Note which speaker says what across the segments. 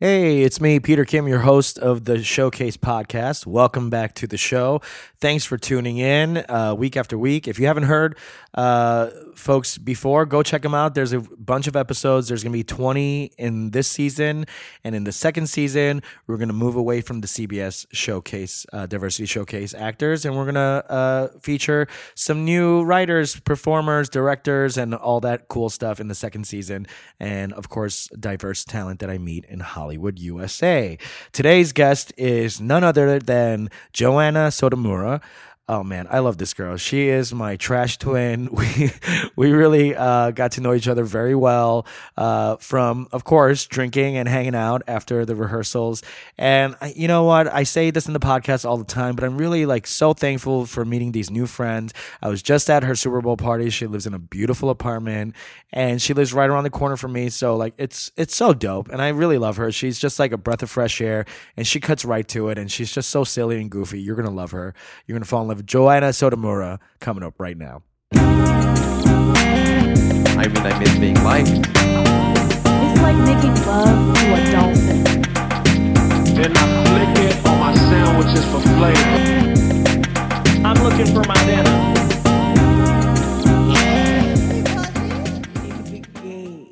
Speaker 1: Hey, it's me, Peter Kim, your host of the Showcase podcast. Welcome back to the show. Thanks for tuning in uh, week after week. If you haven't heard uh, folks before, go check them out. There's a bunch of episodes. There's going to be 20 in this season. And in the second season, we're going to move away from the CBS Showcase, uh, Diversity Showcase actors, and we're going to uh, feature some new writers, performers, directors, and all that cool stuff in the second season. And of course, diverse talent that I meet in Hollywood, USA. Today's guest is none other than Joanna Sotomura. Oh man, I love this girl. She is my trash twin. We we really uh, got to know each other very well uh, from, of course, drinking and hanging out after the rehearsals. And I, you know what? I say this in the podcast all the time, but I'm really like so thankful for meeting these new friends. I was just at her Super Bowl party. She lives in a beautiful apartment, and she lives right around the corner from me. So like, it's it's so dope, and I really love her. She's just like a breath of fresh air, and she cuts right to it. And she's just so silly and goofy. You're gonna love her. You're gonna fall in love with Joanna Sotomura coming up right now.
Speaker 2: I mean, I miss being liked.
Speaker 3: It's like making love to a dolphin.
Speaker 4: Then I flick it on my sandwiches for flavor.
Speaker 5: I'm looking for my dinner.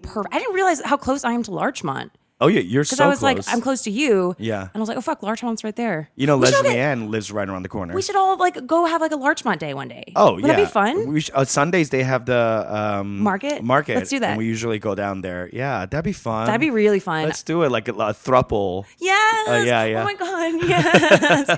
Speaker 3: Per- I didn't realize how close I am to Larchmont
Speaker 1: Oh yeah, you're so
Speaker 3: because I was
Speaker 1: close.
Speaker 3: like, I'm close to you.
Speaker 1: Yeah.
Speaker 3: and I was like, oh fuck, Larchmont's right there.
Speaker 1: You know,
Speaker 3: we should all
Speaker 1: Leslie
Speaker 3: get-
Speaker 1: Ann lives right around the corner.
Speaker 3: We should all like go have like a Larchmont day one day.
Speaker 1: Oh
Speaker 3: Would
Speaker 1: yeah,
Speaker 3: that be fun?
Speaker 1: We sh- uh, Sundays they have the um,
Speaker 3: Market?
Speaker 1: Market.
Speaker 3: Let's do that.
Speaker 1: And we usually go down there. Yeah, that'd be fun.
Speaker 3: That'd be really fun.
Speaker 1: Let's do it like a, a thruple.
Speaker 3: yes.
Speaker 1: Oh, yeah, yeah.
Speaker 3: Oh my god. Yes.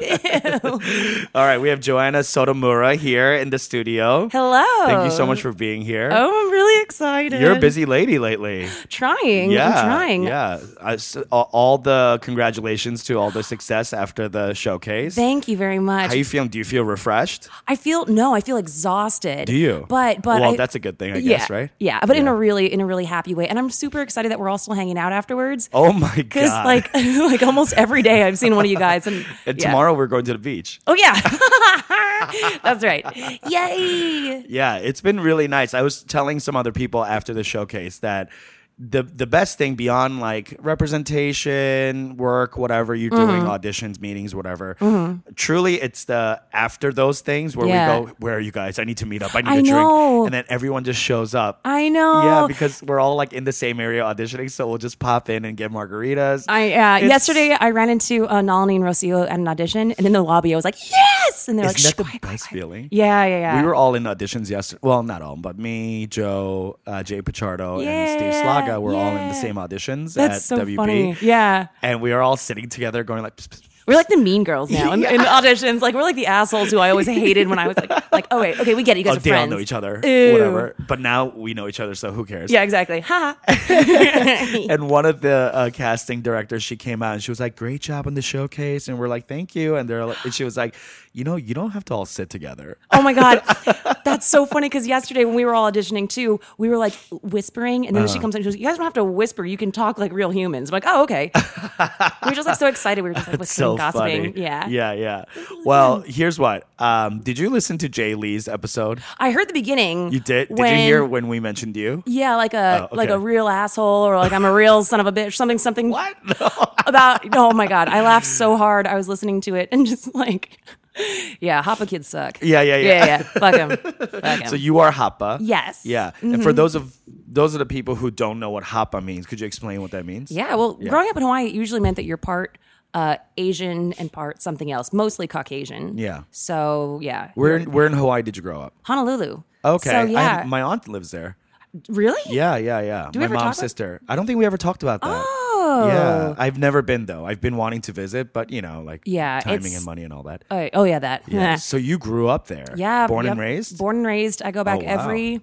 Speaker 3: Ew.
Speaker 1: All right, we have Joanna Sotomura here in the studio.
Speaker 3: Hello.
Speaker 1: Thank you so much for being here.
Speaker 3: Oh, I'm really excited.
Speaker 1: You're a busy lady lately.
Speaker 3: Trying.
Speaker 1: Yeah,
Speaker 3: I'm trying.
Speaker 1: Yeah, I s- all all the congratulations to all the success after the showcase.
Speaker 3: Thank you very much.
Speaker 1: How you feeling? Do you feel refreshed?
Speaker 3: I feel no, I feel exhausted.
Speaker 1: Do you?
Speaker 3: But but
Speaker 1: Well,
Speaker 3: I-
Speaker 1: that's a good thing, I
Speaker 3: yeah,
Speaker 1: guess, right?
Speaker 3: Yeah, but in
Speaker 1: Yeah.
Speaker 3: a really in a really happy way, and I'm super excited that we're all still hanging out afterwards.
Speaker 1: Oh my
Speaker 3: Because
Speaker 1: god!
Speaker 3: like like almost every day I've seen one of you guys, and,
Speaker 1: and
Speaker 3: yeah.
Speaker 1: tomorrow we're going to the beach.
Speaker 3: Oh yeah, that's right. Yay!
Speaker 1: Yeah, it's been really nice. I was telling some other people after the showcase that the the best thing beyond like representation, work, whatever you're
Speaker 3: Mm-hmm.
Speaker 1: doing, auditions, meetings, whatever. Truly, it's the after those things where
Speaker 3: Yeah.
Speaker 1: we go, where are you guys? I need to meet up. I need
Speaker 3: I
Speaker 1: a
Speaker 3: know.
Speaker 1: drink, and then everyone just shows up.
Speaker 3: I know.
Speaker 1: yeah, because we're all like in the same area auditioning, so we'll just pop in and get margaritas.
Speaker 3: I uh,
Speaker 1: It's-
Speaker 3: yesterday I ran into uh, Nalini and Rocio at an audition, and in the lobby I was like, yes, and they're
Speaker 1: Isn't
Speaker 3: like,
Speaker 1: that
Speaker 3: "Shh,
Speaker 1: the
Speaker 3: quiet, quiet,
Speaker 1: best
Speaker 3: quiet."
Speaker 1: feeling?
Speaker 3: Yeah, yeah, yeah.
Speaker 1: We were all in auditions yesterday. Well, not all, but me, Joe, uh, Jay Pichardo, and Steve
Speaker 3: Yeah,
Speaker 1: Slaga were all in the
Speaker 3: yeah.
Speaker 1: same auditions at
Speaker 3: that's so
Speaker 1: WB.
Speaker 3: funny. Yeah.
Speaker 1: And we were all sitting together going like, pss, pss, pss.
Speaker 3: We're like the mean girls now in, in auditions. Like we're like the assholes who I always hated when I was like, like oh wait, okay, we get it. You guys
Speaker 1: oh,
Speaker 3: are
Speaker 1: they all
Speaker 3: friends.
Speaker 1: know each other,
Speaker 3: Ew.
Speaker 1: whatever. But now we know each other, so who cares?
Speaker 3: Yeah, exactly. Ha.
Speaker 1: And one of the uh, casting directors, she came out and she was like, "Great job on the showcase," and we're like, "Thank you." And they're like, and she was like, "You know, you don't have to all sit together."
Speaker 3: oh my god, that's so funny. Because yesterday when we were all auditioning too, we were like whispering, and then
Speaker 1: Uh-huh.
Speaker 3: she comes in. and She goes, "You guys don't have to whisper. You can talk like real humans." I'm like, "Oh, okay." we were just like so excited. We were just like
Speaker 1: so
Speaker 3: whispering, gossiping.
Speaker 1: funny.
Speaker 3: Yeah.
Speaker 1: yeah, yeah. Well, here's what. Um, did you listen to Jay Lee's episode?
Speaker 3: I heard the beginning.
Speaker 1: You did? Did
Speaker 3: when-
Speaker 1: you hear when we mentioned you?
Speaker 3: Yeah, like a
Speaker 1: Oh,
Speaker 3: like
Speaker 1: okay.
Speaker 3: a real asshole, or like I'm a real son of a bitch. Something, something.
Speaker 1: What?
Speaker 3: about oh my god i laughed so hard i was listening to it and just like yeah hoppa kids suck
Speaker 1: Yeah, yeah, yeah.
Speaker 3: yeah yeah fuck him fuck him
Speaker 1: so you are Hapa.
Speaker 3: yes Mm-hmm.
Speaker 1: Yeah. And for those of those are the people who don't know what Hapa means, could you explain what that means?
Speaker 3: yeah well growing up in hawaii it usually meant that you're part uh asian and part something else mostly caucasian
Speaker 1: Yeah.
Speaker 3: so yeah
Speaker 1: Where in, where in Hawaii did you grow up?
Speaker 3: honolulu
Speaker 1: Okay.
Speaker 3: so
Speaker 1: I-
Speaker 3: yeah
Speaker 1: my aunt lives there.
Speaker 3: really
Speaker 1: Yeah, yeah, yeah.
Speaker 3: we
Speaker 1: my
Speaker 3: ever talk
Speaker 1: mom's
Speaker 3: about-
Speaker 1: sister. I don't think we ever talked about that.
Speaker 3: oh
Speaker 1: Yeah. I've never been though. I've been wanting to visit, but you know, like
Speaker 3: Yeah,
Speaker 1: timing
Speaker 3: it's-
Speaker 1: and money and all that.
Speaker 3: Oh, oh yeah that
Speaker 1: yeah. So you grew up there.
Speaker 3: Yeah,
Speaker 1: Born and
Speaker 3: yep.
Speaker 1: raised?
Speaker 3: Born and raised. I go back
Speaker 1: Oh, wow.
Speaker 3: every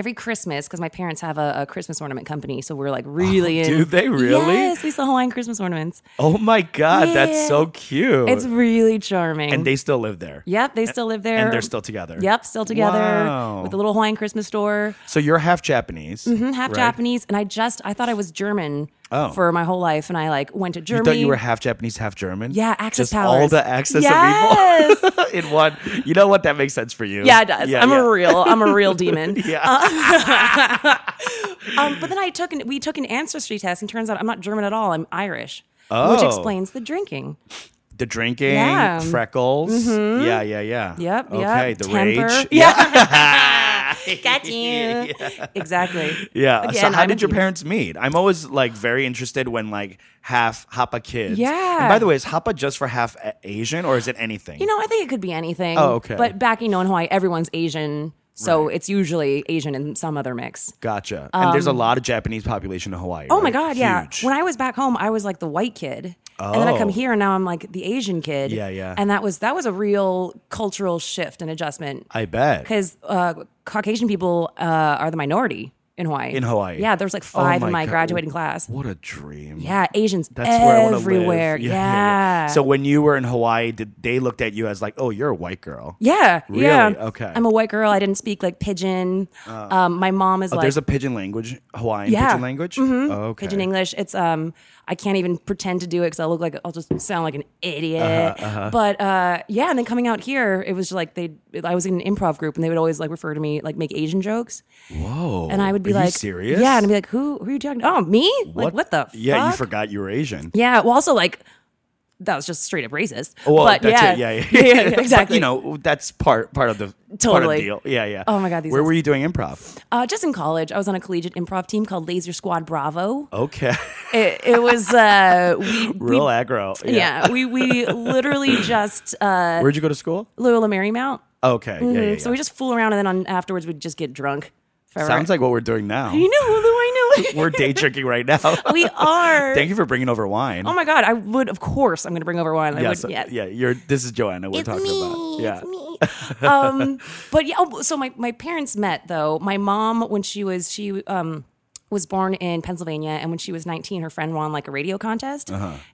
Speaker 3: every Christmas because my parents have a, a Christmas ornament company, so we're like really.
Speaker 1: Oh,
Speaker 3: in,
Speaker 1: do they really?
Speaker 3: Yes, we sell Hawaiian Christmas ornaments.
Speaker 1: oh my god, that's
Speaker 3: Yeah.
Speaker 1: so cute.
Speaker 3: It's really charming.
Speaker 1: Oh. and they still live there.
Speaker 3: yep, they still live there.
Speaker 1: And they're still together.
Speaker 3: Yep, still together
Speaker 1: Wow.
Speaker 3: with a little Hawaiian Christmas store.
Speaker 1: So you're half Japanese.
Speaker 3: I'm Mm, Mm-hmm, half
Speaker 1: right?
Speaker 3: Japanese, and I just I thought I was German
Speaker 1: Oh.
Speaker 3: for my whole life, and I like went to
Speaker 1: You
Speaker 3: Germany.
Speaker 1: thought you were half Japanese, half German.
Speaker 3: Yeah, Axis
Speaker 1: Just All
Speaker 3: powers.
Speaker 1: the access
Speaker 3: Yes.
Speaker 1: of evil in one. You know what? That makes sense for you.
Speaker 3: yeah, it does. I'm
Speaker 1: yeah.
Speaker 3: a real I'm a real demon.
Speaker 1: Yeah.
Speaker 3: Um, but then I took an, we took an ancestry test, and turns out I'm not German at all. I'm Irish, which
Speaker 1: Oh.
Speaker 3: explains the drinking.
Speaker 1: The drinking,
Speaker 3: Yeah. Mm-hmm.
Speaker 1: freckles. Yeah, yeah, yeah.
Speaker 3: Yep.
Speaker 1: Okay,
Speaker 3: yep.
Speaker 1: the
Speaker 3: Temper.
Speaker 1: rage.
Speaker 3: Yeah. Got you. Exactly.
Speaker 1: Yeah. so
Speaker 3: Again,
Speaker 1: how
Speaker 3: I'm
Speaker 1: did
Speaker 3: a
Speaker 1: your
Speaker 3: human.
Speaker 1: parents meet? I'm always like very interested when like half Hapa kids.
Speaker 3: Yeah.
Speaker 1: And by the way, is Hapa just for half A- Asian or is it anything?
Speaker 3: You know, I think it could be anything.
Speaker 1: Oh, okay.
Speaker 3: But back, you know, in Hawaii, everyone's Asian, so it's usually Asian and some other mix.
Speaker 1: gotcha. and there's a lot of Japanese population in Hawaii.
Speaker 3: um, Oh my
Speaker 1: right?
Speaker 3: god, yeah.
Speaker 1: Huge.
Speaker 3: When I was back home, I was like the white kid. And then I come
Speaker 1: Oh.
Speaker 3: here and now I'm like the Asian kid.
Speaker 1: Yeah, yeah.
Speaker 3: And that was that was a real cultural shift and adjustment.
Speaker 1: I bet.
Speaker 3: Because uh, Caucasian people uh, are the minority in Hawaii.
Speaker 1: In Hawaii.
Speaker 3: Yeah, there's like
Speaker 1: Oh
Speaker 3: five in my
Speaker 1: God.
Speaker 3: graduating class.
Speaker 1: What a dream.
Speaker 3: Yeah, Asians
Speaker 1: That's where I
Speaker 3: everywhere.
Speaker 1: want to live.
Speaker 3: Yeah.
Speaker 1: So when you were in Hawaii, did they looked at you as like, oh, you're a white girl?
Speaker 3: Yeah. Yeah.
Speaker 1: Really? Okay.
Speaker 3: I'm a white girl. I didn't speak like pidgin. um, my mom is
Speaker 1: Oh,
Speaker 3: like
Speaker 1: there's a pigeon language, Hawaiian
Speaker 3: Yeah.
Speaker 1: pigeon language. Mm-hmm. Okay.
Speaker 3: pidgin English. It's um, I can't even pretend to do it because I look like I'll just sound like an idiot.
Speaker 1: Uh-huh,
Speaker 3: But uh, yeah, and then coming out here, it was like they. I was in an improv group, and they would always like refer to me like make Asian jokes,
Speaker 1: Whoa.
Speaker 3: and I would be
Speaker 1: Oh, Are you
Speaker 3: like,
Speaker 1: serious?
Speaker 3: Yeah, and I'd be like, who, who are you talking? to? Oh, me? Like what the?
Speaker 1: Yeah, you
Speaker 3: fuck?
Speaker 1: forgot you were Asian.
Speaker 3: Yeah. Well, also like that was just straight up racist.
Speaker 1: Oh, Well,
Speaker 3: but
Speaker 1: that's
Speaker 3: yeah,
Speaker 1: it. yeah, yeah,
Speaker 3: yeah,
Speaker 1: But,
Speaker 3: exactly.
Speaker 1: you know, that's part part of the part of the
Speaker 3: Totally.
Speaker 1: deal. Yeah, yeah.
Speaker 3: Oh my God, these
Speaker 1: Where
Speaker 3: guys.
Speaker 1: were you doing improv?
Speaker 3: uh, just in college, I was on a collegiate improv team called Laser Squad Bravo.
Speaker 1: Okay,
Speaker 3: It, it was uh, we, we
Speaker 1: real aggro.
Speaker 3: yeah. we we literally just uh,
Speaker 1: Whered you go to school?
Speaker 3: Loyola Marymount.
Speaker 1: Okay, yeah, yeah, yeah.
Speaker 3: Mm-hmm. So we just fool around, and then on, afterwards we'd just get drunk. Forever.
Speaker 1: Sounds like what we're doing now.
Speaker 3: you know, Lulu. I know.
Speaker 1: We're day drinking right now.
Speaker 3: we are.
Speaker 1: Thank you for bringing over wine.
Speaker 3: Oh my god! I would, of course, I'm going to bring over wine. I
Speaker 1: yeah,
Speaker 3: would,
Speaker 1: so-
Speaker 3: yes.
Speaker 1: uh, yeah. You're. This is Joanna. We're
Speaker 3: It's
Speaker 1: talking
Speaker 3: me.
Speaker 1: about. Yeah.
Speaker 3: It's me. um, but yeah. Oh, so my my parents met though. My mom, when she was she um was born in Pennsylvania, and when she was 19, her friend won like a radio contest,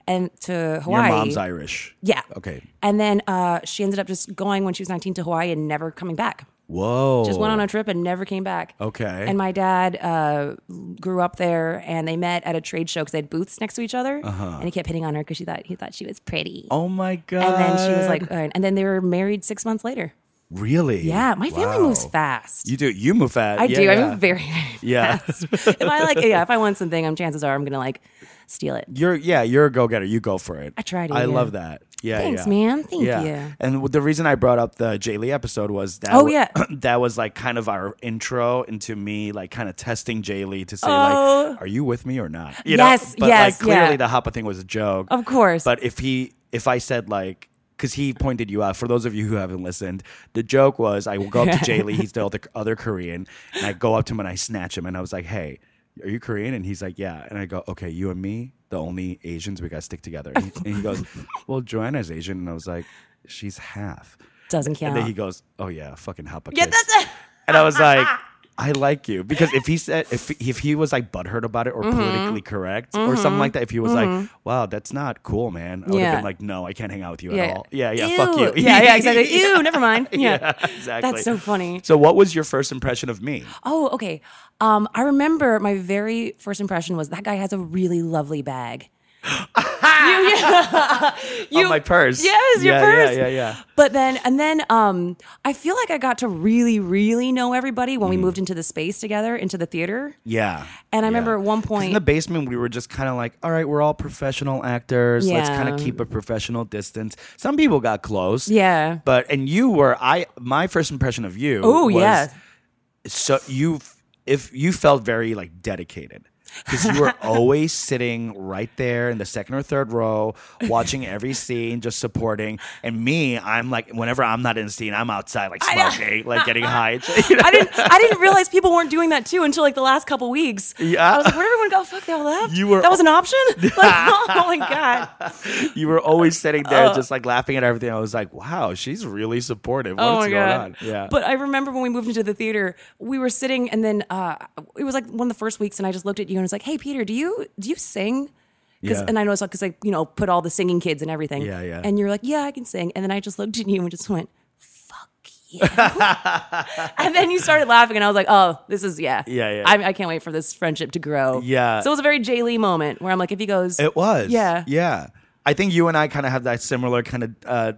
Speaker 3: and
Speaker 1: Uh-huh.
Speaker 3: to
Speaker 1: Your
Speaker 3: Hawaii.
Speaker 1: mom's Irish.
Speaker 3: Yeah.
Speaker 1: Okay.
Speaker 3: And then uh, she ended up just going when she was 19 to Hawaii and never coming back.
Speaker 1: Whoa.
Speaker 3: Just went on a trip and never came back.
Speaker 1: Okay.
Speaker 3: And my dad uh, grew up there, and they met at a trade show because they had booths next to each other, and he kept hitting on her because she thought he thought she was pretty.
Speaker 1: Uh-huh. Oh my god.
Speaker 3: And then she was like, uh, and then they were married six months later.
Speaker 1: really?
Speaker 3: Yeah, my family moves
Speaker 1: Wow.
Speaker 3: fast.
Speaker 1: You do. You move fast.
Speaker 3: I
Speaker 1: yeah,
Speaker 3: do.
Speaker 1: Yeah.
Speaker 3: I'm very
Speaker 1: Yeah.
Speaker 3: fast. if I like, yeah, if I want something, I'm chances are I'm gonna like steal it.
Speaker 1: You're yeah, you're a go getter. You go for it. I
Speaker 3: try to,
Speaker 1: I
Speaker 3: yeah.
Speaker 1: love that. Yeah,
Speaker 3: Thanks,
Speaker 1: yeah.
Speaker 3: man. Thank
Speaker 1: yeah.
Speaker 3: you.
Speaker 1: And the reason I brought up the Jay Lee episode was that.
Speaker 3: Oh,
Speaker 1: wa-
Speaker 3: yeah.
Speaker 1: that was like kind of our intro into me, like kind of testing Jay Lee to say
Speaker 3: Oh.
Speaker 1: like, are you with me or not? You
Speaker 3: Yes,
Speaker 1: But
Speaker 3: yes,
Speaker 1: like clearly
Speaker 3: yeah.
Speaker 1: the Hoppa thing was a joke.
Speaker 3: Of course.
Speaker 1: But if he, if I said like. Because he pointed you out. For those of you who haven't listened, the joke was I will go up to Jay Lee. He's the other, other Korean, and I go up to him and I snatch him, and I was like, "Hey, are you Korean?" And he's like, "Yeah." And I go, "Okay, you and me, the only Asians we gotta stick together." And he, and he goes, "Well, Joanna's Asian," and I was like, "She's half."
Speaker 3: Doesn't count.
Speaker 1: And then he goes, "Oh yeah, fucking hapa
Speaker 3: yeah,
Speaker 1: kiss."
Speaker 3: that's it.
Speaker 1: and I was like, "I like you," because if he said if if he was like butthurt about it or
Speaker 3: Mm-hmm.
Speaker 1: politically correct or something like that, if he was like, "Wow, that's not cool, man," I would have
Speaker 3: Yeah.
Speaker 1: been like, "No, I can't hang out with you
Speaker 3: Yeah.
Speaker 1: at all." Yeah, yeah, fuck
Speaker 3: Ew.
Speaker 1: you.
Speaker 3: Yeah, yeah, exactly. Ew, never mind. Yeah.
Speaker 1: exactly.
Speaker 3: That's so funny.
Speaker 1: So, what was your first impression of me?
Speaker 3: Oh, okay. Um, I remember my very first impression was that guy has a really lovely bag. you, you,
Speaker 1: On my purse.
Speaker 3: Yes, your
Speaker 1: yeah,
Speaker 3: purse.
Speaker 1: Yeah, yeah, yeah.
Speaker 3: But then, and then, um, I feel like I got to really, really know everybody when we moved into the space together, into the theater.
Speaker 1: Yeah.
Speaker 3: And I
Speaker 1: Mm-hmm. Yeah.
Speaker 3: remember at one
Speaker 1: 'Cause in
Speaker 3: point-
Speaker 1: the basement, we were just kind of like, all right, we're all professional actors. Let's
Speaker 3: Yeah.
Speaker 1: kind of keep a professional distance. Some people got close.
Speaker 3: Yeah.
Speaker 1: But, and you were, I, my first impression of you.
Speaker 3: Oh,
Speaker 1: was-
Speaker 3: yeah.
Speaker 1: So you, if you felt very like dedicated. Because you were always sitting right there in the second or third row, watching every scene, just supporting. And me, I'm like, whenever I'm not in a scene, I'm outside, like
Speaker 3: know.
Speaker 1: smoking, like getting high. You know?
Speaker 3: I didn't, I didn't realize people weren't doing that too until like the last couple weeks.
Speaker 1: Yeah.
Speaker 3: I was like, where'd everyone go? Fuck, they all left.
Speaker 1: You were-
Speaker 3: that was an option. Like, oh my god.
Speaker 1: you were always sitting
Speaker 3: Oh.
Speaker 1: there just like laughing at everything. I was like, wow, she's really supportive. What's
Speaker 3: oh my
Speaker 1: going
Speaker 3: god!
Speaker 1: on? Yeah.
Speaker 3: But I remember when we moved into the theater, we were sitting, and then uh, it was like one of the first weeks, and I just looked at you and was like, "Hey, Peter, do you do you sing?" 'Cause-
Speaker 1: Yeah.
Speaker 3: And I know it's because I you know put all the singing kids and everything.
Speaker 1: Yeah, yeah.
Speaker 3: And you're like, "Yeah, I can sing." And then I just looked at you and just went, "Fuck you!" and then you started laughing, and I was like, "Oh, this is yeah,
Speaker 1: Yeah, yeah.
Speaker 3: I, I can't wait for this friendship to grow."
Speaker 1: Yeah.
Speaker 3: So it was a very Jay Lee moment where I'm like, if he goes,
Speaker 1: it was.
Speaker 3: yeah,
Speaker 1: Yeah. I think you and I kind of have that similar kind of. Uh,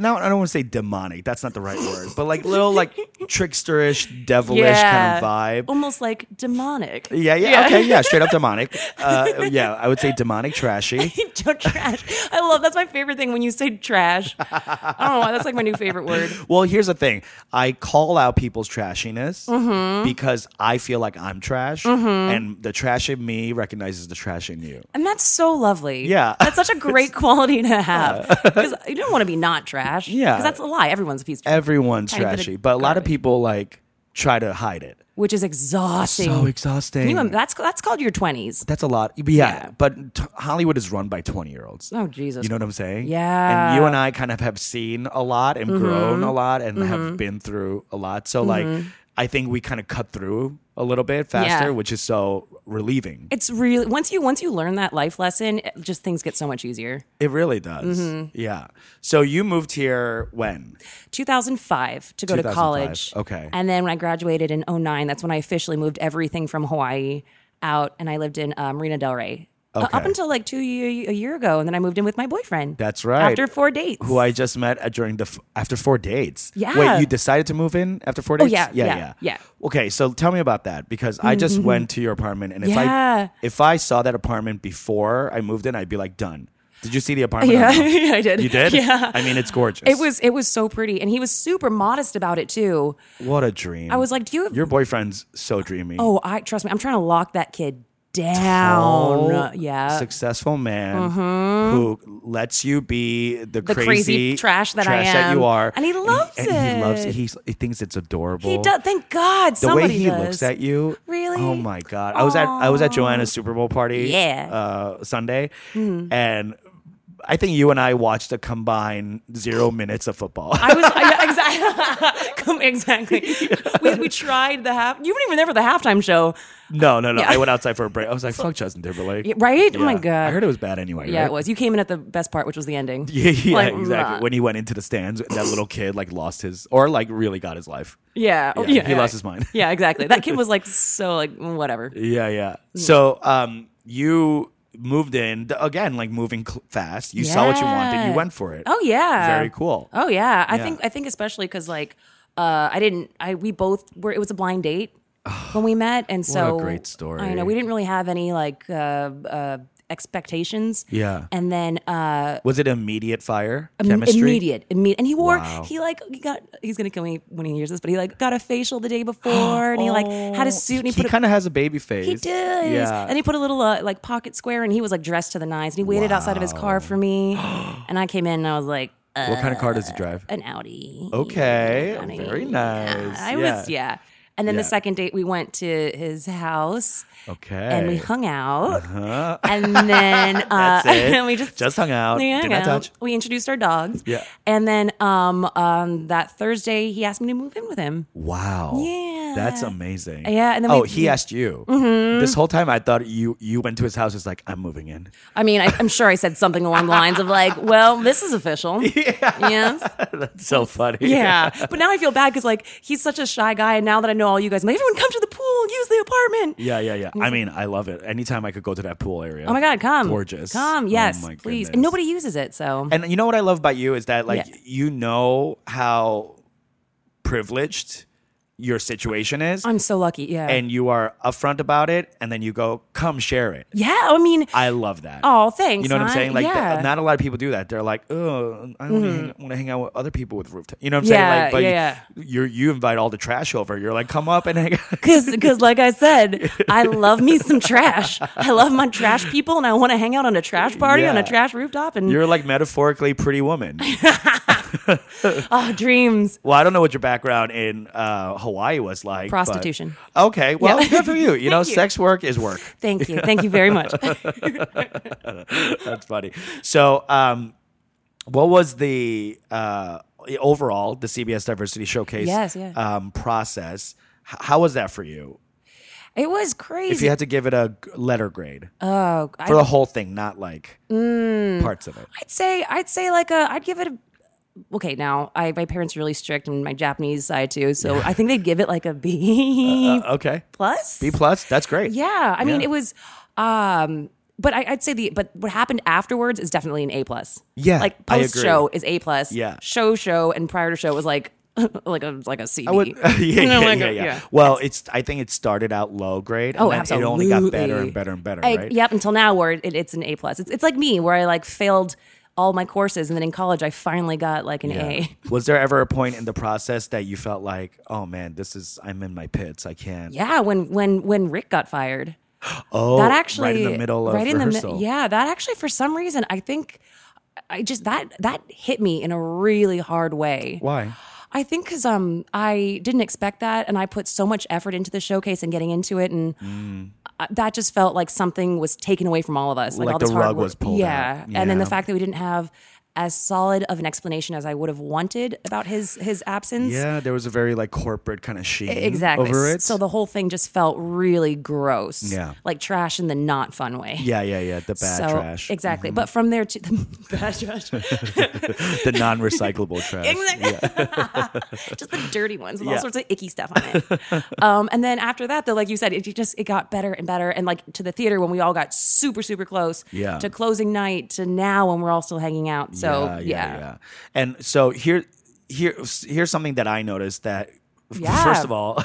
Speaker 1: now I don't want to say demonic. That's not the right word, but like little like tricksterish, devilish kind of vibe.
Speaker 3: Almost like demonic.
Speaker 1: Yeah, yeah, okay, yeah, straight up demonic. Uh, yeah, I would say demonic, trashy.
Speaker 3: Don't trash. I love that's my favorite thing when you say trash. I don't know why that's like my new favorite word.
Speaker 1: Well, here's the thing: I call out people's trashiness
Speaker 3: Mm-hmm.
Speaker 1: because I feel like I'm trash, and the trash in me recognizes the trash in you.
Speaker 3: And that's so lovely.
Speaker 1: Yeah.
Speaker 3: That's such a great quality to have. Because you don't want to be not trash.
Speaker 1: Yeah.
Speaker 3: Because that's a lie. Everyone's a piece of trash.
Speaker 1: Everyone's
Speaker 3: Tiny bit of
Speaker 1: trashy, but a lot of
Speaker 3: garbage.
Speaker 1: people like try to hide it.
Speaker 3: which is exhausting.
Speaker 1: So exhausting.
Speaker 3: Can you, imagine- that's that's called your twenties.
Speaker 1: That's a lot. But yeah, but t- Hollywood is run by 20 year olds.
Speaker 3: Oh, Jesus.
Speaker 1: You know what I'm saying?
Speaker 3: Yeah. Mm-hmm.
Speaker 1: And you and I kind of have seen a lot and grown a lot and have been through a lot. So, like, I think we kind of cut through a little bit faster,
Speaker 3: Mm-hmm. Yeah.
Speaker 1: which is so relieving.
Speaker 3: It's really once you once you learn that life lesson, it- just things get so much easier.
Speaker 1: It really does.
Speaker 3: Mm-hmm.
Speaker 1: Yeah. So, you moved here when?
Speaker 3: 2005 to go to
Speaker 1: 2005,
Speaker 3: college.
Speaker 1: okay.
Speaker 3: And then when I graduated in 09, that's when I officially moved everything from Hawaii out, and I lived in uh, Marina Del Rey uh, up
Speaker 1: Okay.
Speaker 3: until like two year, a year ago, and then I moved in with my boyfriend.
Speaker 1: That's right.
Speaker 3: After four dates,
Speaker 1: Who I just met at- during the f- after four dates.
Speaker 3: Yeah. Oh,
Speaker 1: Wait, you decided to move in after four dates?
Speaker 3: yeah,
Speaker 1: yeah,
Speaker 3: yeah,
Speaker 1: yeah,
Speaker 3: yeah. Mm-hmm.
Speaker 1: Okay, so tell me about that because I just went to your apartment and if
Speaker 3: Yeah.
Speaker 1: I if I saw that apartment before I moved in, I'd be like, done. Did you see the apartment?
Speaker 3: yeah,
Speaker 1: I'm like,
Speaker 3: I did.
Speaker 1: You did?
Speaker 3: Yeah.
Speaker 1: I mean, it's gorgeous.
Speaker 3: it was it was so pretty, and he was super modest about it too.
Speaker 1: what a dream.
Speaker 3: I was like, "Do you have
Speaker 1: your boyfriend's so dreamy.
Speaker 3: Oh, I trust me. I'm trying to lock that kid down. yeah. Mm-hmm.
Speaker 1: successful man who lets you be the,
Speaker 3: The crazy trash that I am.
Speaker 1: you are,
Speaker 3: And he loves
Speaker 1: and He loves it.
Speaker 3: it.
Speaker 1: He's, he thinks it's adorable.
Speaker 3: He does. Thank God.
Speaker 1: The way
Speaker 3: somebody
Speaker 1: he
Speaker 3: does.
Speaker 1: looks at you,
Speaker 3: Really?
Speaker 1: Oh my god! I was at I was at Joanna's Super Bowl party,
Speaker 3: Yeah. Hmm.
Speaker 1: uh, Sunday, and I think you and I watched a combined zero minutes of football.
Speaker 3: I was I, exactly exactly. We, we tried the half. You don't even remember the halftime show,
Speaker 1: no, no, no!
Speaker 3: Yeah.
Speaker 1: I went outside for a break. I was like, "Fuck Justin Timberlake!"
Speaker 3: Yeah, right? Oh my
Speaker 1: Yeah.
Speaker 3: God.
Speaker 1: I heard it was bad anyway.
Speaker 3: Yeah,
Speaker 1: right?
Speaker 3: it was. You came in at the best part, which was the ending.
Speaker 1: Yeah, yeah,
Speaker 3: Like,
Speaker 1: exactly.
Speaker 3: nah.
Speaker 1: When he went into the stands, that little kid like lost his or like really got his life.
Speaker 3: yeah, oh,
Speaker 1: Yeah,
Speaker 3: yeah,
Speaker 1: he lost his mind.
Speaker 3: Yeah, exactly. That kid was like so like whatever.
Speaker 1: Yeah, yeah.
Speaker 3: Hmm.
Speaker 1: So, um, you moved in th- again, like moving cl- fast. You saw what you wanted. You
Speaker 3: Yeah.
Speaker 1: went for it.
Speaker 3: Oh yeah,
Speaker 1: very cool.
Speaker 3: Oh yeah, I
Speaker 1: Yeah.
Speaker 3: think I think especially because like uh, I didn't I we both were it was a blind date when we met and so
Speaker 1: great story.
Speaker 3: I know we didn't really have any like uh, uh, expectations.
Speaker 1: Yeah.
Speaker 3: and then uh,
Speaker 1: Was it immediate fire
Speaker 3: im-
Speaker 1: chemistry?
Speaker 3: immediate, immediate, and he wore
Speaker 1: Wow.
Speaker 3: he like he got he's gonna kill me when he hears this, but he like got a facial the day before and he like had a suit and he,
Speaker 1: Oh, He
Speaker 3: put a
Speaker 1: kind of has a baby face.
Speaker 3: he does.
Speaker 1: Yeah.
Speaker 3: And he put a little uh, like pocket square and he was like dressed to the nines and he waited outside of his car for me. and I came in and I was like, uh,
Speaker 1: what kind of car does he drive?
Speaker 3: an Audi.
Speaker 1: Okay,
Speaker 3: An Audi.
Speaker 1: very nice.
Speaker 3: Yeah, I
Speaker 1: Yeah.
Speaker 3: was, yeah. And then the
Speaker 1: Yeah.
Speaker 3: second date, we went to his house
Speaker 1: Okay.
Speaker 3: and we hung out. And then uh,
Speaker 1: Uh-huh. That's it.
Speaker 3: and we just
Speaker 1: Just hung out.
Speaker 3: We, hung
Speaker 1: Did not
Speaker 3: out.
Speaker 1: touch.
Speaker 3: we introduced our dogs.
Speaker 1: Yeah.
Speaker 3: And then um, on that Thursday, he asked me to move in with him.
Speaker 1: Wow.
Speaker 3: Yeah.
Speaker 1: That's amazing.
Speaker 3: Yeah, and then
Speaker 1: oh,
Speaker 3: we- Mm-hmm.
Speaker 1: he asked you. This whole time, I thought you you went to his house. It's like I'm moving in.
Speaker 3: I mean, I, I'm sure I said something along the lines of like, "Well, this is official." Yes.
Speaker 1: That's so funny.
Speaker 3: Yeah. But now I feel bad because like he's such a shy guy, and now that I know all you guys, I'm like, everyone come to the pool, use the apartment.
Speaker 1: Yeah, yeah, yeah. I mean, I love it. Anytime I could go to that pool area.
Speaker 3: Oh my god, come,
Speaker 1: Gorgeous.
Speaker 3: come,
Speaker 1: Oh
Speaker 3: yes,
Speaker 1: my
Speaker 3: please.
Speaker 1: goodness.
Speaker 3: And nobody uses it, so
Speaker 1: And you know what I love about you is that like
Speaker 3: Yeah.
Speaker 1: you know how privileged your situation is
Speaker 3: I'm so lucky. Oh, Yeah.
Speaker 1: and you are upfront about it and then you go come share it.
Speaker 3: yeah, I mean,
Speaker 1: I love that.
Speaker 3: oh, thanks.
Speaker 1: You know what I'm
Speaker 3: hon.
Speaker 1: saying? Like, th-
Speaker 3: yeah. Mm-hmm.
Speaker 1: not a lot of people do that. They're like, "Oh, I want to hang out with other people with rooftop." You know what I'm
Speaker 3: Yeah,
Speaker 1: saying? Like, but
Speaker 3: yeah, yeah.
Speaker 1: you you invite all the trash over. You're like, "Come up and hang out."
Speaker 3: Cause, 'cause like I said, I love me some trash. I love my trash people, and I want to hang out on a trash party on
Speaker 1: Yeah.
Speaker 3: a trash rooftop, and
Speaker 1: You're like metaphorically pretty woman.
Speaker 3: oh, dreams.
Speaker 1: Well, I don't know what your background in uh, Hawaii was like. but-
Speaker 3: Prostitution.
Speaker 1: okay, well,
Speaker 3: Yeah.
Speaker 1: good for you. You know,
Speaker 3: Thank you.
Speaker 1: sex work is work.
Speaker 3: Thank you, thank you very much.
Speaker 1: That's funny. So, um, what was the uh, overall the CBS Diversity Showcase
Speaker 3: Yes, yeah.
Speaker 1: um, process? H- how was that for you?
Speaker 3: It was crazy.
Speaker 1: If you had to give it a g- letter grade
Speaker 3: oh, I-
Speaker 1: for the whole thing, not like
Speaker 3: Mm.
Speaker 1: parts of it.
Speaker 3: I'd say I'd say like a I'd give it a okay now I my parents are really strict and my Japanese side too so I think they'd give it like a B
Speaker 1: Uh, okay,
Speaker 3: plus
Speaker 1: B plus. That's great.
Speaker 3: yeah I mean
Speaker 1: Yeah.
Speaker 3: it was um but I, I'd say the but what happened afterwards is definitely an A plus.
Speaker 1: Yeah,
Speaker 3: like
Speaker 1: I agree.
Speaker 3: post show is A plus.
Speaker 1: Yeah.
Speaker 3: show show and prior to show was like like a like a CB.
Speaker 1: I would, yeah,
Speaker 3: You know,
Speaker 1: yeah,
Speaker 3: like
Speaker 1: yeah,
Speaker 3: a-
Speaker 1: yeah.
Speaker 3: Oh yeah.
Speaker 1: Well, it's. I think it started out low grade. And
Speaker 3: Oh,
Speaker 1: then It only got better
Speaker 3: absolutely.
Speaker 1: and better and better,
Speaker 3: I-
Speaker 1: right?
Speaker 3: Yep, until now where it, it's an A plus. It's it's like me where I like failed all my courses and then in college I finally got like an A.
Speaker 1: Was there ever a point in the process that you felt like, oh man, this is I'm in my pits. I can't.
Speaker 3: Yeah, when when when Rick got fired,
Speaker 1: Oh,
Speaker 3: that actually
Speaker 1: right in the middle of
Speaker 3: right in the mi-
Speaker 1: rehearsal.
Speaker 3: yeah, that actually for some reason I think I just that that hit me in a really hard way.
Speaker 1: Why?
Speaker 3: I think because um I didn't expect that, and I put so much effort into the showcase and getting into it, and
Speaker 1: Mm.
Speaker 3: I- that just felt like something was taken away from all of us.
Speaker 1: Like
Speaker 3: all this
Speaker 1: the
Speaker 3: hard
Speaker 1: rug
Speaker 3: work.
Speaker 1: was pulled
Speaker 3: Yeah.
Speaker 1: out.
Speaker 3: and then
Speaker 1: Yeah.
Speaker 3: the fact that we didn't have as solid of an explanation as I would have wanted about his his absence.
Speaker 1: Yeah, there was a very like corporate kind of sheen
Speaker 3: E-, Exactly.
Speaker 1: over it.
Speaker 3: So the whole thing just felt really gross.
Speaker 1: Yeah.
Speaker 3: Like trash in the not fun way.
Speaker 1: yeah, yeah, yeah. The bad
Speaker 3: so,
Speaker 1: trash. Mm-hmm.
Speaker 3: Exactly. But from there to the bad trash.
Speaker 1: the non-recyclable trash.
Speaker 3: just the dirty ones with all
Speaker 1: Yeah.
Speaker 3: sorts of icky stuff on it. um, and then after that, though, like you said, it just it got better and better. And like to the theater when we all got super super close.
Speaker 1: Yeah.
Speaker 3: To closing night to now when we're all still hanging out. So yeah.
Speaker 1: And so here, here, here's something that I noticed that.
Speaker 3: Yeah.
Speaker 1: First of all,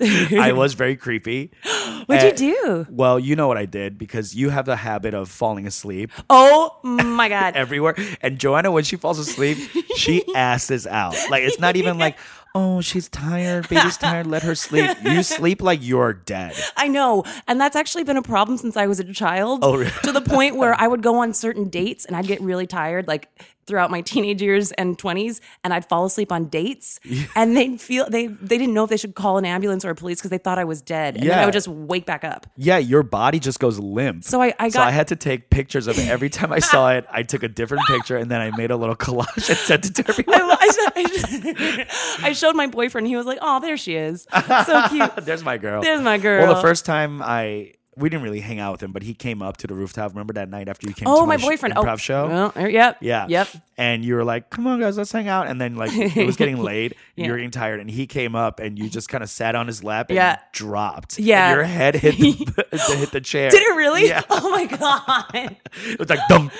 Speaker 1: I was very creepy.
Speaker 3: What'd you
Speaker 1: And-
Speaker 3: do?
Speaker 1: Well, you know what I did because you have the habit of falling asleep
Speaker 3: Oh my god.
Speaker 1: everywhere. And Joanna, when she falls asleep, she asses out. Like it's not even like, oh, she's tired, baby's tired, let her sleep. You sleep like you're dead.
Speaker 3: I know. And that's actually been a problem since I was a child.
Speaker 1: Oh, really?
Speaker 3: To the point where I would go on certain dates and I'd get really tired, like throughout my teenage years and 20s, and I'd fall asleep on dates. And they'd feel, they, they didn't know if they should call an ambulance or police because they thought I was dead. And then
Speaker 1: Yeah.
Speaker 3: I would just wake back up.
Speaker 1: Yeah, your body just goes limp.
Speaker 3: So I- I
Speaker 1: so
Speaker 3: got-
Speaker 1: I had to take pictures of it. Every time I saw it, I took a different picture and then I made a little collage and sent it to everyone.
Speaker 3: I, I- I showed my boyfriend. He was like, oh, there she is. So cute.
Speaker 1: There's my girl.
Speaker 3: There's my girl.
Speaker 1: Well, the first time I we didn't really hang out with him, but he came up to the rooftop. Remember that night after you came?
Speaker 3: Oh,
Speaker 1: to my,
Speaker 3: my,
Speaker 1: sh-
Speaker 3: boyfriend.
Speaker 1: improv
Speaker 3: oh,
Speaker 1: show.
Speaker 3: well, er, yep.
Speaker 1: Yeah.
Speaker 3: Yep.
Speaker 1: And you were like, come on, guys, let's hang out. And then, like, it was getting late.
Speaker 3: Yeah.
Speaker 1: You were getting tired. And he came up and you just kind of sat on his lap and
Speaker 3: Yeah.
Speaker 1: dropped.
Speaker 3: Yeah.
Speaker 1: And your head hit the, hit the chair.
Speaker 3: Did it really?
Speaker 1: Yeah.
Speaker 3: Oh my god!
Speaker 1: It was like, dunk.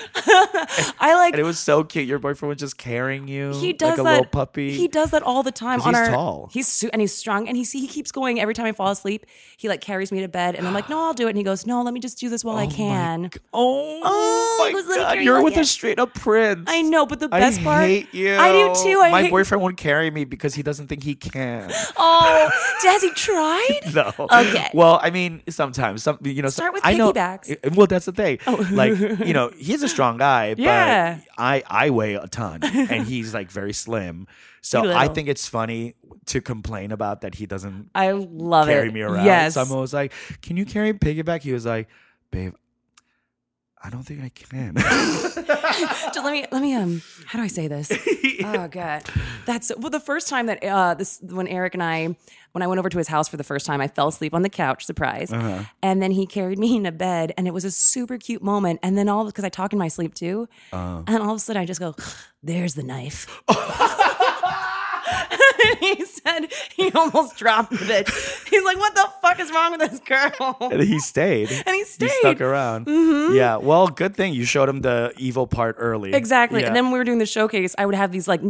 Speaker 3: I like.
Speaker 1: And it was so cute. Your boyfriend was just carrying you
Speaker 3: he does
Speaker 1: like a
Speaker 3: that,
Speaker 1: little puppy.
Speaker 3: He does that all the time.
Speaker 1: 'Cause
Speaker 3: On
Speaker 1: he's
Speaker 3: our,
Speaker 1: tall.
Speaker 3: He's su- and he's strong, and he he keeps going every time I fall asleep. He like carries me to bed, and I'm like, no, I'll do it. And he goes, no, let me just do this while I can.
Speaker 1: Oh,
Speaker 3: Oh, it
Speaker 1: my
Speaker 3: was like
Speaker 1: God.
Speaker 3: carrying
Speaker 1: You're
Speaker 3: like
Speaker 1: with
Speaker 3: it.
Speaker 1: a straight up prince.
Speaker 3: I know, but the best
Speaker 1: I
Speaker 3: part,
Speaker 1: hate you.
Speaker 3: I do too. I
Speaker 1: my
Speaker 3: hate,
Speaker 1: boyfriend won't carry me because he doesn't think he can.
Speaker 3: Oh, has he tried?
Speaker 1: No.
Speaker 3: Okay.
Speaker 1: Well, I mean, sometimes some you know some-
Speaker 3: Start with
Speaker 1: I know,
Speaker 3: piggybacks. Oh.
Speaker 1: I- Well, that's the thing. Like you know, he's a strong guy,
Speaker 3: Yeah.
Speaker 1: but I I weigh a ton, and he's like very slim. So
Speaker 3: little.
Speaker 1: I think it's funny to complain about that he doesn't
Speaker 3: I love
Speaker 1: carry
Speaker 3: it.
Speaker 1: me around.
Speaker 3: Yes.
Speaker 1: So I'm always like, "Can you carry piggyback?" He was like, "Babe." I don't think I can.
Speaker 3: Just let me let me um how do I say this? Oh god. That's well the first time that uh this when Eric and I when I went over to his house for the first time, I fell asleep on the couch, surprise. And then he carried me into bed and it was a super cute moment. And then all because I talk in my sleep too. And all of a sudden I just go, There's the knife. And he said he almost dropped the bitch. He's like, What the fuck is wrong with this girl?
Speaker 1: And he stayed.
Speaker 3: And he stayed. Mm-hmm.
Speaker 1: He stuck around. Yeah. Well, good thing you showed him the evil part early.
Speaker 3: Exactly.
Speaker 1: Yeah.
Speaker 3: And then when we were doing the showcase, I would have these like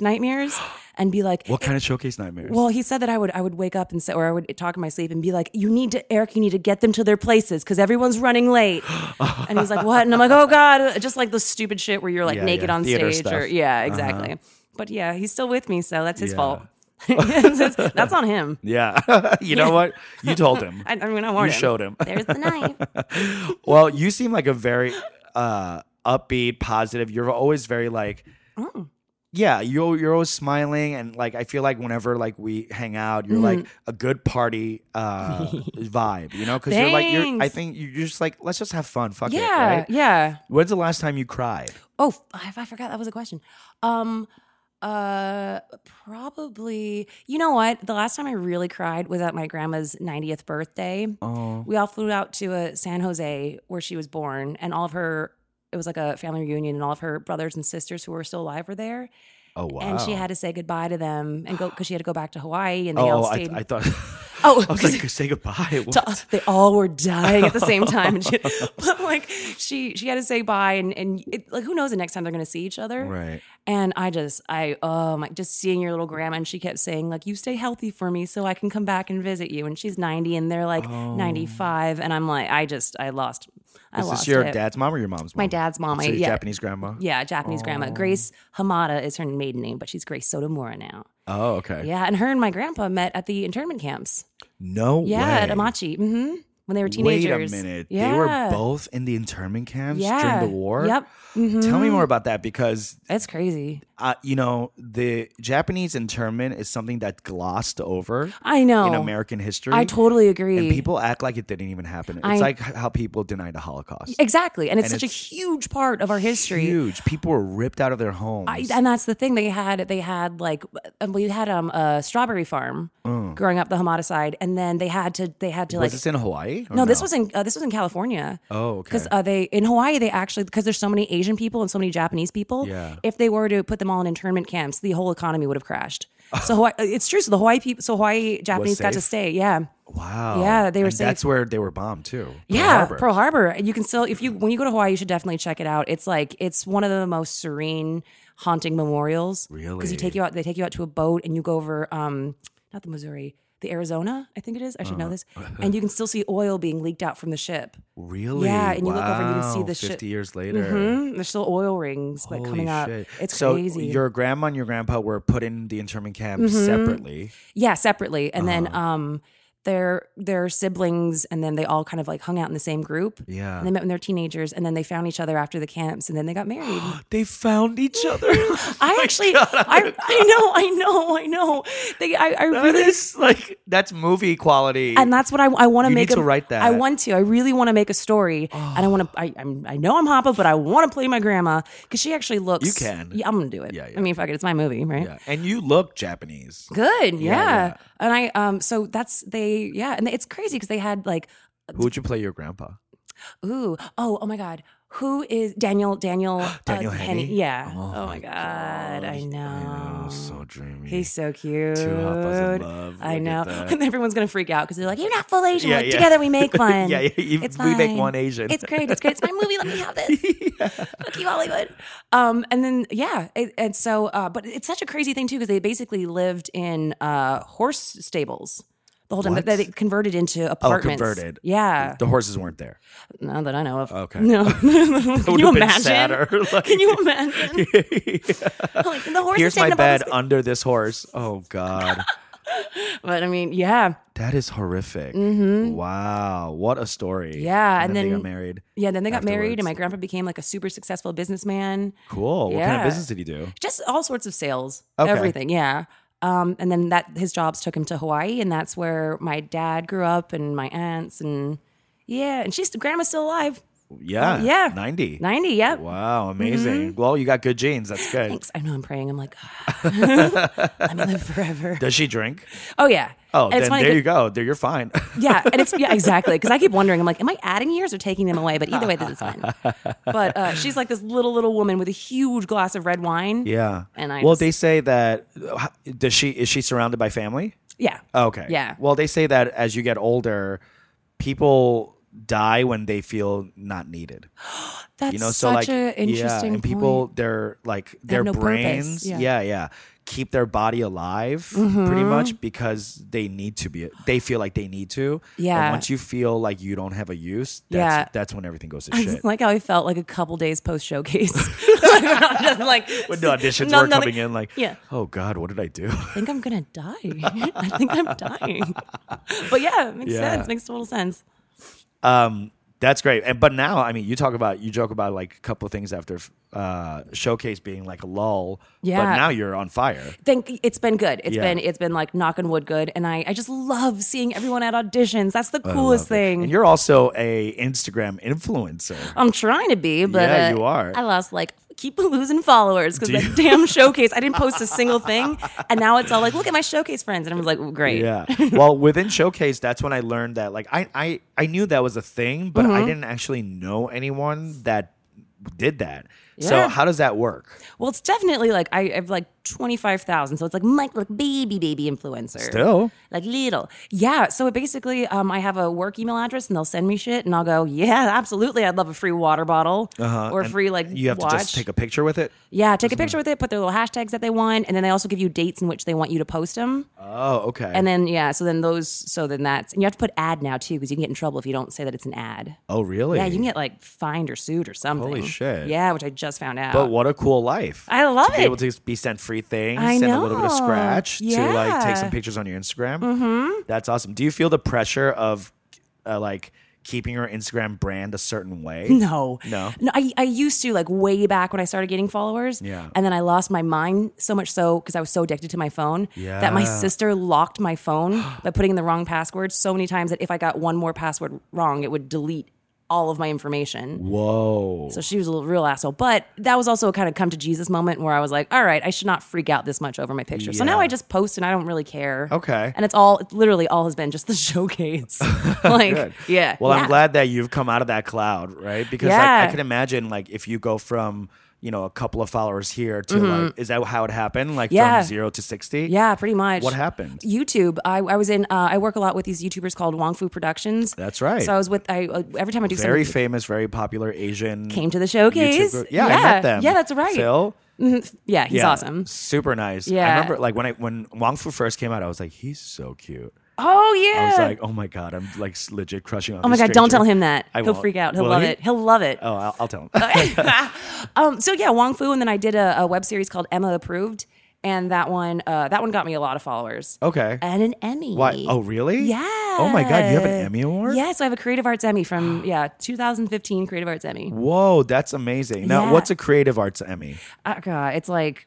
Speaker 3: nightmares and be like,
Speaker 1: what kind of showcase nightmares?
Speaker 3: well, he said that I would I would wake up and say, or I would talk in my sleep and be like, "You need to, Eric. You need to get them to their places because everyone's running late." and he's like, "What?" And I'm like, "Oh God!" Just like the stupid shit where you're like
Speaker 1: Yeah,
Speaker 3: naked
Speaker 1: yeah.
Speaker 3: on
Speaker 1: Theater
Speaker 3: stage,
Speaker 1: stuff. Uh-huh.
Speaker 3: or yeah, exactly. But yeah, he's still with me, so that's his
Speaker 1: Yeah.
Speaker 3: fault. that's on him.
Speaker 1: Yeah. you know what? You told him.
Speaker 3: I, I mean, I warned
Speaker 1: You showed him.
Speaker 3: There's the knife.
Speaker 1: well, you seem like a very uh, upbeat, positive. You're always very like,
Speaker 3: Oh.
Speaker 1: yeah, you're you're always smiling, and like I feel like whenever like we hang out, you're like
Speaker 3: Mm-hmm.
Speaker 1: a good party uh, vibe, you know? Because you're like, you're, I
Speaker 3: Thanks.
Speaker 1: think you're just like, let's just have fun, fuck
Speaker 3: yeah,
Speaker 1: it, right?
Speaker 3: yeah.
Speaker 1: When's the last time you cried?
Speaker 3: Oh, f- I, I forgot that was a question. Um, uh, probably. You know what? The last time I really cried was at my grandma's 90th birthday. Oh. We all flew out to uh, San Jose where she was born, and all of her. It was like a family reunion, and all of her brothers and sisters who were still alive were there.
Speaker 1: Oh wow!
Speaker 3: And she had to say goodbye to them and go because she had to go back to Hawaii, and they
Speaker 1: Oh,
Speaker 3: all
Speaker 1: I,
Speaker 3: stayed.
Speaker 1: I thought
Speaker 3: Oh,
Speaker 1: I was like, say goodbye. What?
Speaker 3: to us, they all were dying at the same time. And she, but like she she had to say bye and and it, like who knows the next time they're gonna see each other.
Speaker 1: Right.
Speaker 3: And I just I oh my just seeing your little grandma and she kept saying like you stay healthy for me so I can come back and visit you and she's 90 and they're like 95 and I'm like I just I lost I
Speaker 1: Is
Speaker 3: lost
Speaker 1: Oh. this your
Speaker 3: it.
Speaker 1: dad's mom or your mom's mom?
Speaker 3: my dad's mom
Speaker 1: So
Speaker 3: I,
Speaker 1: your
Speaker 3: yeah
Speaker 1: Japanese grandma.
Speaker 3: yeah Japanese
Speaker 1: Oh.
Speaker 3: grandma Grace Hamada is her maiden name but she's Grace Sotomura now
Speaker 1: Oh, okay.
Speaker 3: yeah and her and my grandpa met at the internment camps
Speaker 1: No
Speaker 3: yeah
Speaker 1: way.
Speaker 3: at Amachi hmm when they were teenagers
Speaker 1: Wait a minute.
Speaker 3: yeah.
Speaker 1: They were both in the internment camps during the war.
Speaker 3: Yep. Mm-hmm.
Speaker 1: Tell me more about that because
Speaker 3: That's crazy.
Speaker 1: uh, you know the Japanese internment is something that glossed over
Speaker 3: I know.
Speaker 1: in American history.
Speaker 3: Oh, I totally agree.
Speaker 1: and people act like it didn't even happen. It's
Speaker 3: I-
Speaker 1: like h- how people deny the Holocaust.
Speaker 3: exactly. And it's
Speaker 1: and
Speaker 3: such
Speaker 1: it's
Speaker 3: a huge part of our history.
Speaker 1: Huge. People were ripped out of their homes.
Speaker 3: I, and that's the thing they had. They had like uh, we had um a strawberry farm growing up the Hamada side, and then they had to they had to
Speaker 1: Mm. was
Speaker 3: like
Speaker 1: this in Hawaii? or
Speaker 3: no, this was in uh, this was in California.
Speaker 1: Oh, okay.
Speaker 3: Because uh, they in Hawaii they actually because there's so many Asian people and so many Japanese people.
Speaker 1: Yeah.
Speaker 3: If they were to put them all in internment camps, the whole economy would have crashed. So Hawaii, it's true. So the Hawaii people, so Hawaii Japanese got to
Speaker 1: safe?
Speaker 3: stay. Yeah.
Speaker 1: Wow.
Speaker 3: Yeah, they were
Speaker 1: And
Speaker 3: safe.
Speaker 1: That's where they were bombed too. Pearl
Speaker 3: Yeah,
Speaker 1: Harbor.
Speaker 3: Pearl Harbor. And You can still, if you when you go to Hawaii, you should definitely check it out. It's like it's one of the most serene, haunting memorials.
Speaker 1: Really?
Speaker 3: because you take you out, they take you out to a boat, and you go over, um, not the Missouri, the Arizona, I think it is. I should know this.
Speaker 1: Uh-huh.
Speaker 3: And you can still see oil being leaked out from the ship.
Speaker 1: Really?
Speaker 3: Yeah, and you look over and you can see
Speaker 1: Wow,
Speaker 3: the shit-
Speaker 1: Fifty years later.
Speaker 3: Mm, there's still oil rings like
Speaker 1: Holy
Speaker 3: coming up.
Speaker 1: shit.
Speaker 3: It's
Speaker 1: so
Speaker 3: crazy. Mm-hmm.
Speaker 1: Your grandma and your grandpa were put in the internment camp separately.
Speaker 3: yeah, separately, and
Speaker 1: Uh-huh.
Speaker 3: then um. Their their siblings, and then they all kind of like hung out in the same group.
Speaker 1: Yeah.
Speaker 3: and they met when they were teenagers, and then they found each other after the camps, and then they got married.
Speaker 1: They found each other.
Speaker 3: I actually, I, I know, I know, I know. They, I, I
Speaker 1: that
Speaker 3: really,
Speaker 1: is like that's movie quality.
Speaker 3: and that's what I, I want
Speaker 1: You
Speaker 3: make.
Speaker 1: need to
Speaker 3: a-
Speaker 1: write that. Oh.
Speaker 3: I want to. I really want to make a story, and I want to. I, I'm, I know I'm Hoppa, but I want to play my grandma because she actually looks.
Speaker 1: You can.
Speaker 3: Yeah, I'm gonna do it.
Speaker 1: Yeah, yeah.
Speaker 3: I mean, fuck it, it's my movie, right?
Speaker 1: yeah. And you look Japanese.
Speaker 3: Good. Yeah.
Speaker 1: yeah.
Speaker 3: And I, um, so that's they. Yeah, and it's crazy because they had like,
Speaker 1: Who would you play your grandpa?
Speaker 3: ooh, oh, oh my god. Who is Daniel? Daniel. uh,
Speaker 1: Daniel Henney?
Speaker 3: Yeah. Oh, my god. I know.
Speaker 1: So dreamy.
Speaker 3: He's so cute.
Speaker 1: Hoppas in love.
Speaker 3: I
Speaker 1: Look
Speaker 3: know.
Speaker 1: at that.
Speaker 3: And everyone's going to freak out because they're like, you're not full Asian.
Speaker 1: Yeah,
Speaker 3: like,
Speaker 1: yeah.
Speaker 3: together we make one.
Speaker 1: Yeah, yeah, you-
Speaker 3: It's
Speaker 1: we make
Speaker 3: fine.
Speaker 1: one Asian.
Speaker 3: It's great. It's great. It's my movie. Let me have this. Fuck you, Hollywood. Um, and then, yeah. It, and so, uh, but it's such a crazy thing, too, because they basically lived in uh, horse stables. The whole time
Speaker 1: What? Oh,
Speaker 3: that they converted into apartments.
Speaker 1: converted.
Speaker 3: Yeah.
Speaker 1: the horses weren't there.
Speaker 3: Not that I know of.
Speaker 1: Okay.
Speaker 3: No. Can
Speaker 1: would
Speaker 3: you
Speaker 1: have been
Speaker 3: imagine?
Speaker 1: sadder, like-
Speaker 3: Can you imagine? like, the horse
Speaker 1: Here's
Speaker 3: is taking
Speaker 1: my
Speaker 3: up all
Speaker 1: bed
Speaker 3: this-
Speaker 1: under this horse. Oh God,
Speaker 3: But I mean, yeah.
Speaker 1: that is horrific. Wow, what a story.
Speaker 3: Mm-hmm. Yeah,
Speaker 1: and,
Speaker 3: and
Speaker 1: then, they
Speaker 3: then-
Speaker 1: got married.
Speaker 3: Yeah, then they got married, and
Speaker 1: afterwards.
Speaker 3: my grandpa became like a super successful businessman.
Speaker 1: Cool. What kind of
Speaker 3: Yeah.
Speaker 1: business did he do?
Speaker 3: Just all sorts of sales,
Speaker 1: Okay.
Speaker 3: everything. Yeah. Um, and then that his jobs took him to Hawaii, and that's where my dad grew up, and my aunts, and yeah, and she's grandma's still alive,
Speaker 1: Yeah.
Speaker 3: yeah.
Speaker 1: Ninety.
Speaker 3: ninety. Yep.
Speaker 1: Wow, amazing. Well, you got good genes. That's good.
Speaker 3: Thanks. I know. I'm praying. I'm like, "Ah." let me live forever.
Speaker 1: Does she drink?
Speaker 3: Oh yeah.
Speaker 1: Oh,
Speaker 3: And it's
Speaker 1: then
Speaker 3: funny
Speaker 1: there
Speaker 3: 'cause-
Speaker 1: you go. There you're fine.
Speaker 3: Yeah, and it's yeah exactly because I keep wondering. I'm like, am I adding years or taking them away? But either way, this is fine. But uh, she's like this little little woman with a huge glass of red wine.
Speaker 1: yeah.
Speaker 3: And I
Speaker 1: well,
Speaker 3: just-
Speaker 1: they say that. uh, Does she? Is she surrounded by family? Oh,
Speaker 3: Yeah.
Speaker 1: Okay.
Speaker 3: Yeah.
Speaker 1: Well, they say that as you get older, people die when they feel not needed.
Speaker 3: That's
Speaker 1: you know, so
Speaker 3: such
Speaker 1: like
Speaker 3: an interesting
Speaker 1: yeah, and people they're like their
Speaker 3: have no purpose,
Speaker 1: brains,
Speaker 3: yeah. Mm-hmm.
Speaker 1: yeah, yeah, keep their body alive pretty much because they need to be. They feel like they need to.
Speaker 3: Yeah.
Speaker 1: And once you feel like you don't have a use, that's,
Speaker 3: Yeah.
Speaker 1: that's when everything goes to
Speaker 3: I
Speaker 1: shit.
Speaker 3: like how I felt like a couple days post showcase. like, I'm just like,
Speaker 1: when the auditions
Speaker 3: no-
Speaker 1: were
Speaker 3: nothing-
Speaker 1: coming in, like,
Speaker 3: Yeah.
Speaker 1: oh god, what did I do?
Speaker 3: I think I'm gonna die. I think I'm dying. But yeah, it makes
Speaker 1: Yeah.
Speaker 3: sense. Makes total sense.
Speaker 1: Um, That's great. And but now, I mean, you talk about you joke about like a couple of things after uh, showcase being like a lull. But
Speaker 3: Yeah.
Speaker 1: now you're on fire.
Speaker 3: Think it's been good. It's
Speaker 1: Yeah.
Speaker 3: been it's been like knock on wood good, and I I just love seeing everyone at auditions. That's the coolest
Speaker 1: And
Speaker 3: thing.
Speaker 1: you're also a Instagram influencer.
Speaker 3: I'm trying to be, but
Speaker 1: Yeah,
Speaker 3: uh,
Speaker 1: you are.
Speaker 3: I lost like keep losing followers because
Speaker 1: Do
Speaker 3: that
Speaker 1: you-
Speaker 3: damn showcase. I didn't post a single thing, and now it's all like, look at my showcase friends, and I'm like, great.
Speaker 1: Yeah. well, within Showcase, that's when I learned that like I I, I knew that was a thing, but
Speaker 3: Mm-hmm.
Speaker 1: I didn't actually know anyone that did that. So
Speaker 3: Yeah.
Speaker 1: how does that work?
Speaker 3: Well, it's definitely like I, I've like 25,000. So it's like Mike, like baby, baby influencer.
Speaker 1: Still.
Speaker 3: Like little. Yeah. So it basically, um, I have a work email address and they'll send me shit and I'll go, yeah, absolutely. I'd love a free water bottle or a free like
Speaker 1: Uh-huh, You have
Speaker 3: watch.
Speaker 1: to just take a picture with it.
Speaker 3: yeah, take a picture with it, put their little hashtags that they want. And then they also give you dates in which they want you to post them.
Speaker 1: Oh, okay.
Speaker 3: And then, yeah, so then those, so then that's, and you have to put ad now too, because you can get in trouble if you don't say that it's an ad.
Speaker 1: oh, really?
Speaker 3: Yeah, you can get like fined or sued or something.
Speaker 1: Holy shit.
Speaker 3: Yeah, which I just found out.
Speaker 1: But what a cool life.
Speaker 3: I love
Speaker 1: to be
Speaker 3: it.
Speaker 1: able to be sent free things,
Speaker 3: I
Speaker 1: send a little bit of
Speaker 3: know.
Speaker 1: scratch to like take some
Speaker 3: Yeah.
Speaker 1: pictures on your Instagram. Mm-hmm. That's awesome. Do you feel the pressure of uh, like keeping your Instagram brand a certain way?
Speaker 3: No.
Speaker 1: No?
Speaker 3: No, I, I used to like way back when I started getting followers.
Speaker 1: Yeah.
Speaker 3: And then I lost my mind so much so because I was so addicted to my phone that my
Speaker 1: Yeah.
Speaker 3: sister locked my phone by putting in the wrong password so many times that if I got one more password wrong, it would delete all of my information.
Speaker 1: Whoa.
Speaker 3: So she was a little- real asshole. But that was also a kind of come to Jesus moment where I was like, all right, I should not freak out this much over my picture. So now
Speaker 1: Yeah.
Speaker 3: I just post and I don't really care.
Speaker 1: Okay.
Speaker 3: And it's all, it literally all has been just the showcase. like,
Speaker 1: Good.
Speaker 3: yeah.
Speaker 1: Well,
Speaker 3: yeah.
Speaker 1: I'm glad that you've come out of that cloud, right? Because like, I
Speaker 3: Yeah.
Speaker 1: can imagine like if you go from you know a couple of followers here to like is that how it happened? Like
Speaker 3: Mm-hmm. Yeah.
Speaker 1: from zero to sixty?
Speaker 3: Yeah, pretty much.
Speaker 1: What happened?
Speaker 3: YouTube. I, I was in. Uh, I work a lot with these YouTubers called Wong Fu Productions.
Speaker 1: That's right.
Speaker 3: So I was with. I uh, every time I do
Speaker 1: Very
Speaker 3: something,
Speaker 1: famous, very popular Asian.
Speaker 3: came to the showcase.
Speaker 1: YouTuber. Yeah, I met them.
Speaker 3: Yeah, that's right.
Speaker 1: Phil.
Speaker 3: Yeah, he's
Speaker 1: Yeah,
Speaker 3: awesome.
Speaker 1: Super nice. I
Speaker 3: Yeah.
Speaker 1: remember like when I when Wong Fu first came out, I was like, he's so cute.
Speaker 3: Oh
Speaker 1: I
Speaker 3: yeah.
Speaker 1: was like, oh my god, I'm like s- legit crushing on.
Speaker 3: oh my god, don't tell him that.
Speaker 1: I
Speaker 3: He'll
Speaker 1: won't.
Speaker 3: freak out. He'll
Speaker 1: Will
Speaker 3: love
Speaker 1: he?
Speaker 3: it. He'll love it.
Speaker 1: Oh, I'll, I'll tell him.
Speaker 3: Um, so yeah, Wong Fu, and then I did a, a web series called Emma Approved, and that one uh, that one got me a lot of followers
Speaker 1: okay.
Speaker 3: and an Emmy.
Speaker 1: Oh. Why? Oh, really?
Speaker 3: Yeah.
Speaker 1: Oh my god, you have an Emmy award?
Speaker 3: Yes, I have a Creative Arts Emmy from yeah 2015 Creative Arts Emmy.
Speaker 1: Whoa, that's amazing. Now,
Speaker 3: Yeah.
Speaker 1: what's a creative arts Emmy?
Speaker 3: Oh god, it's like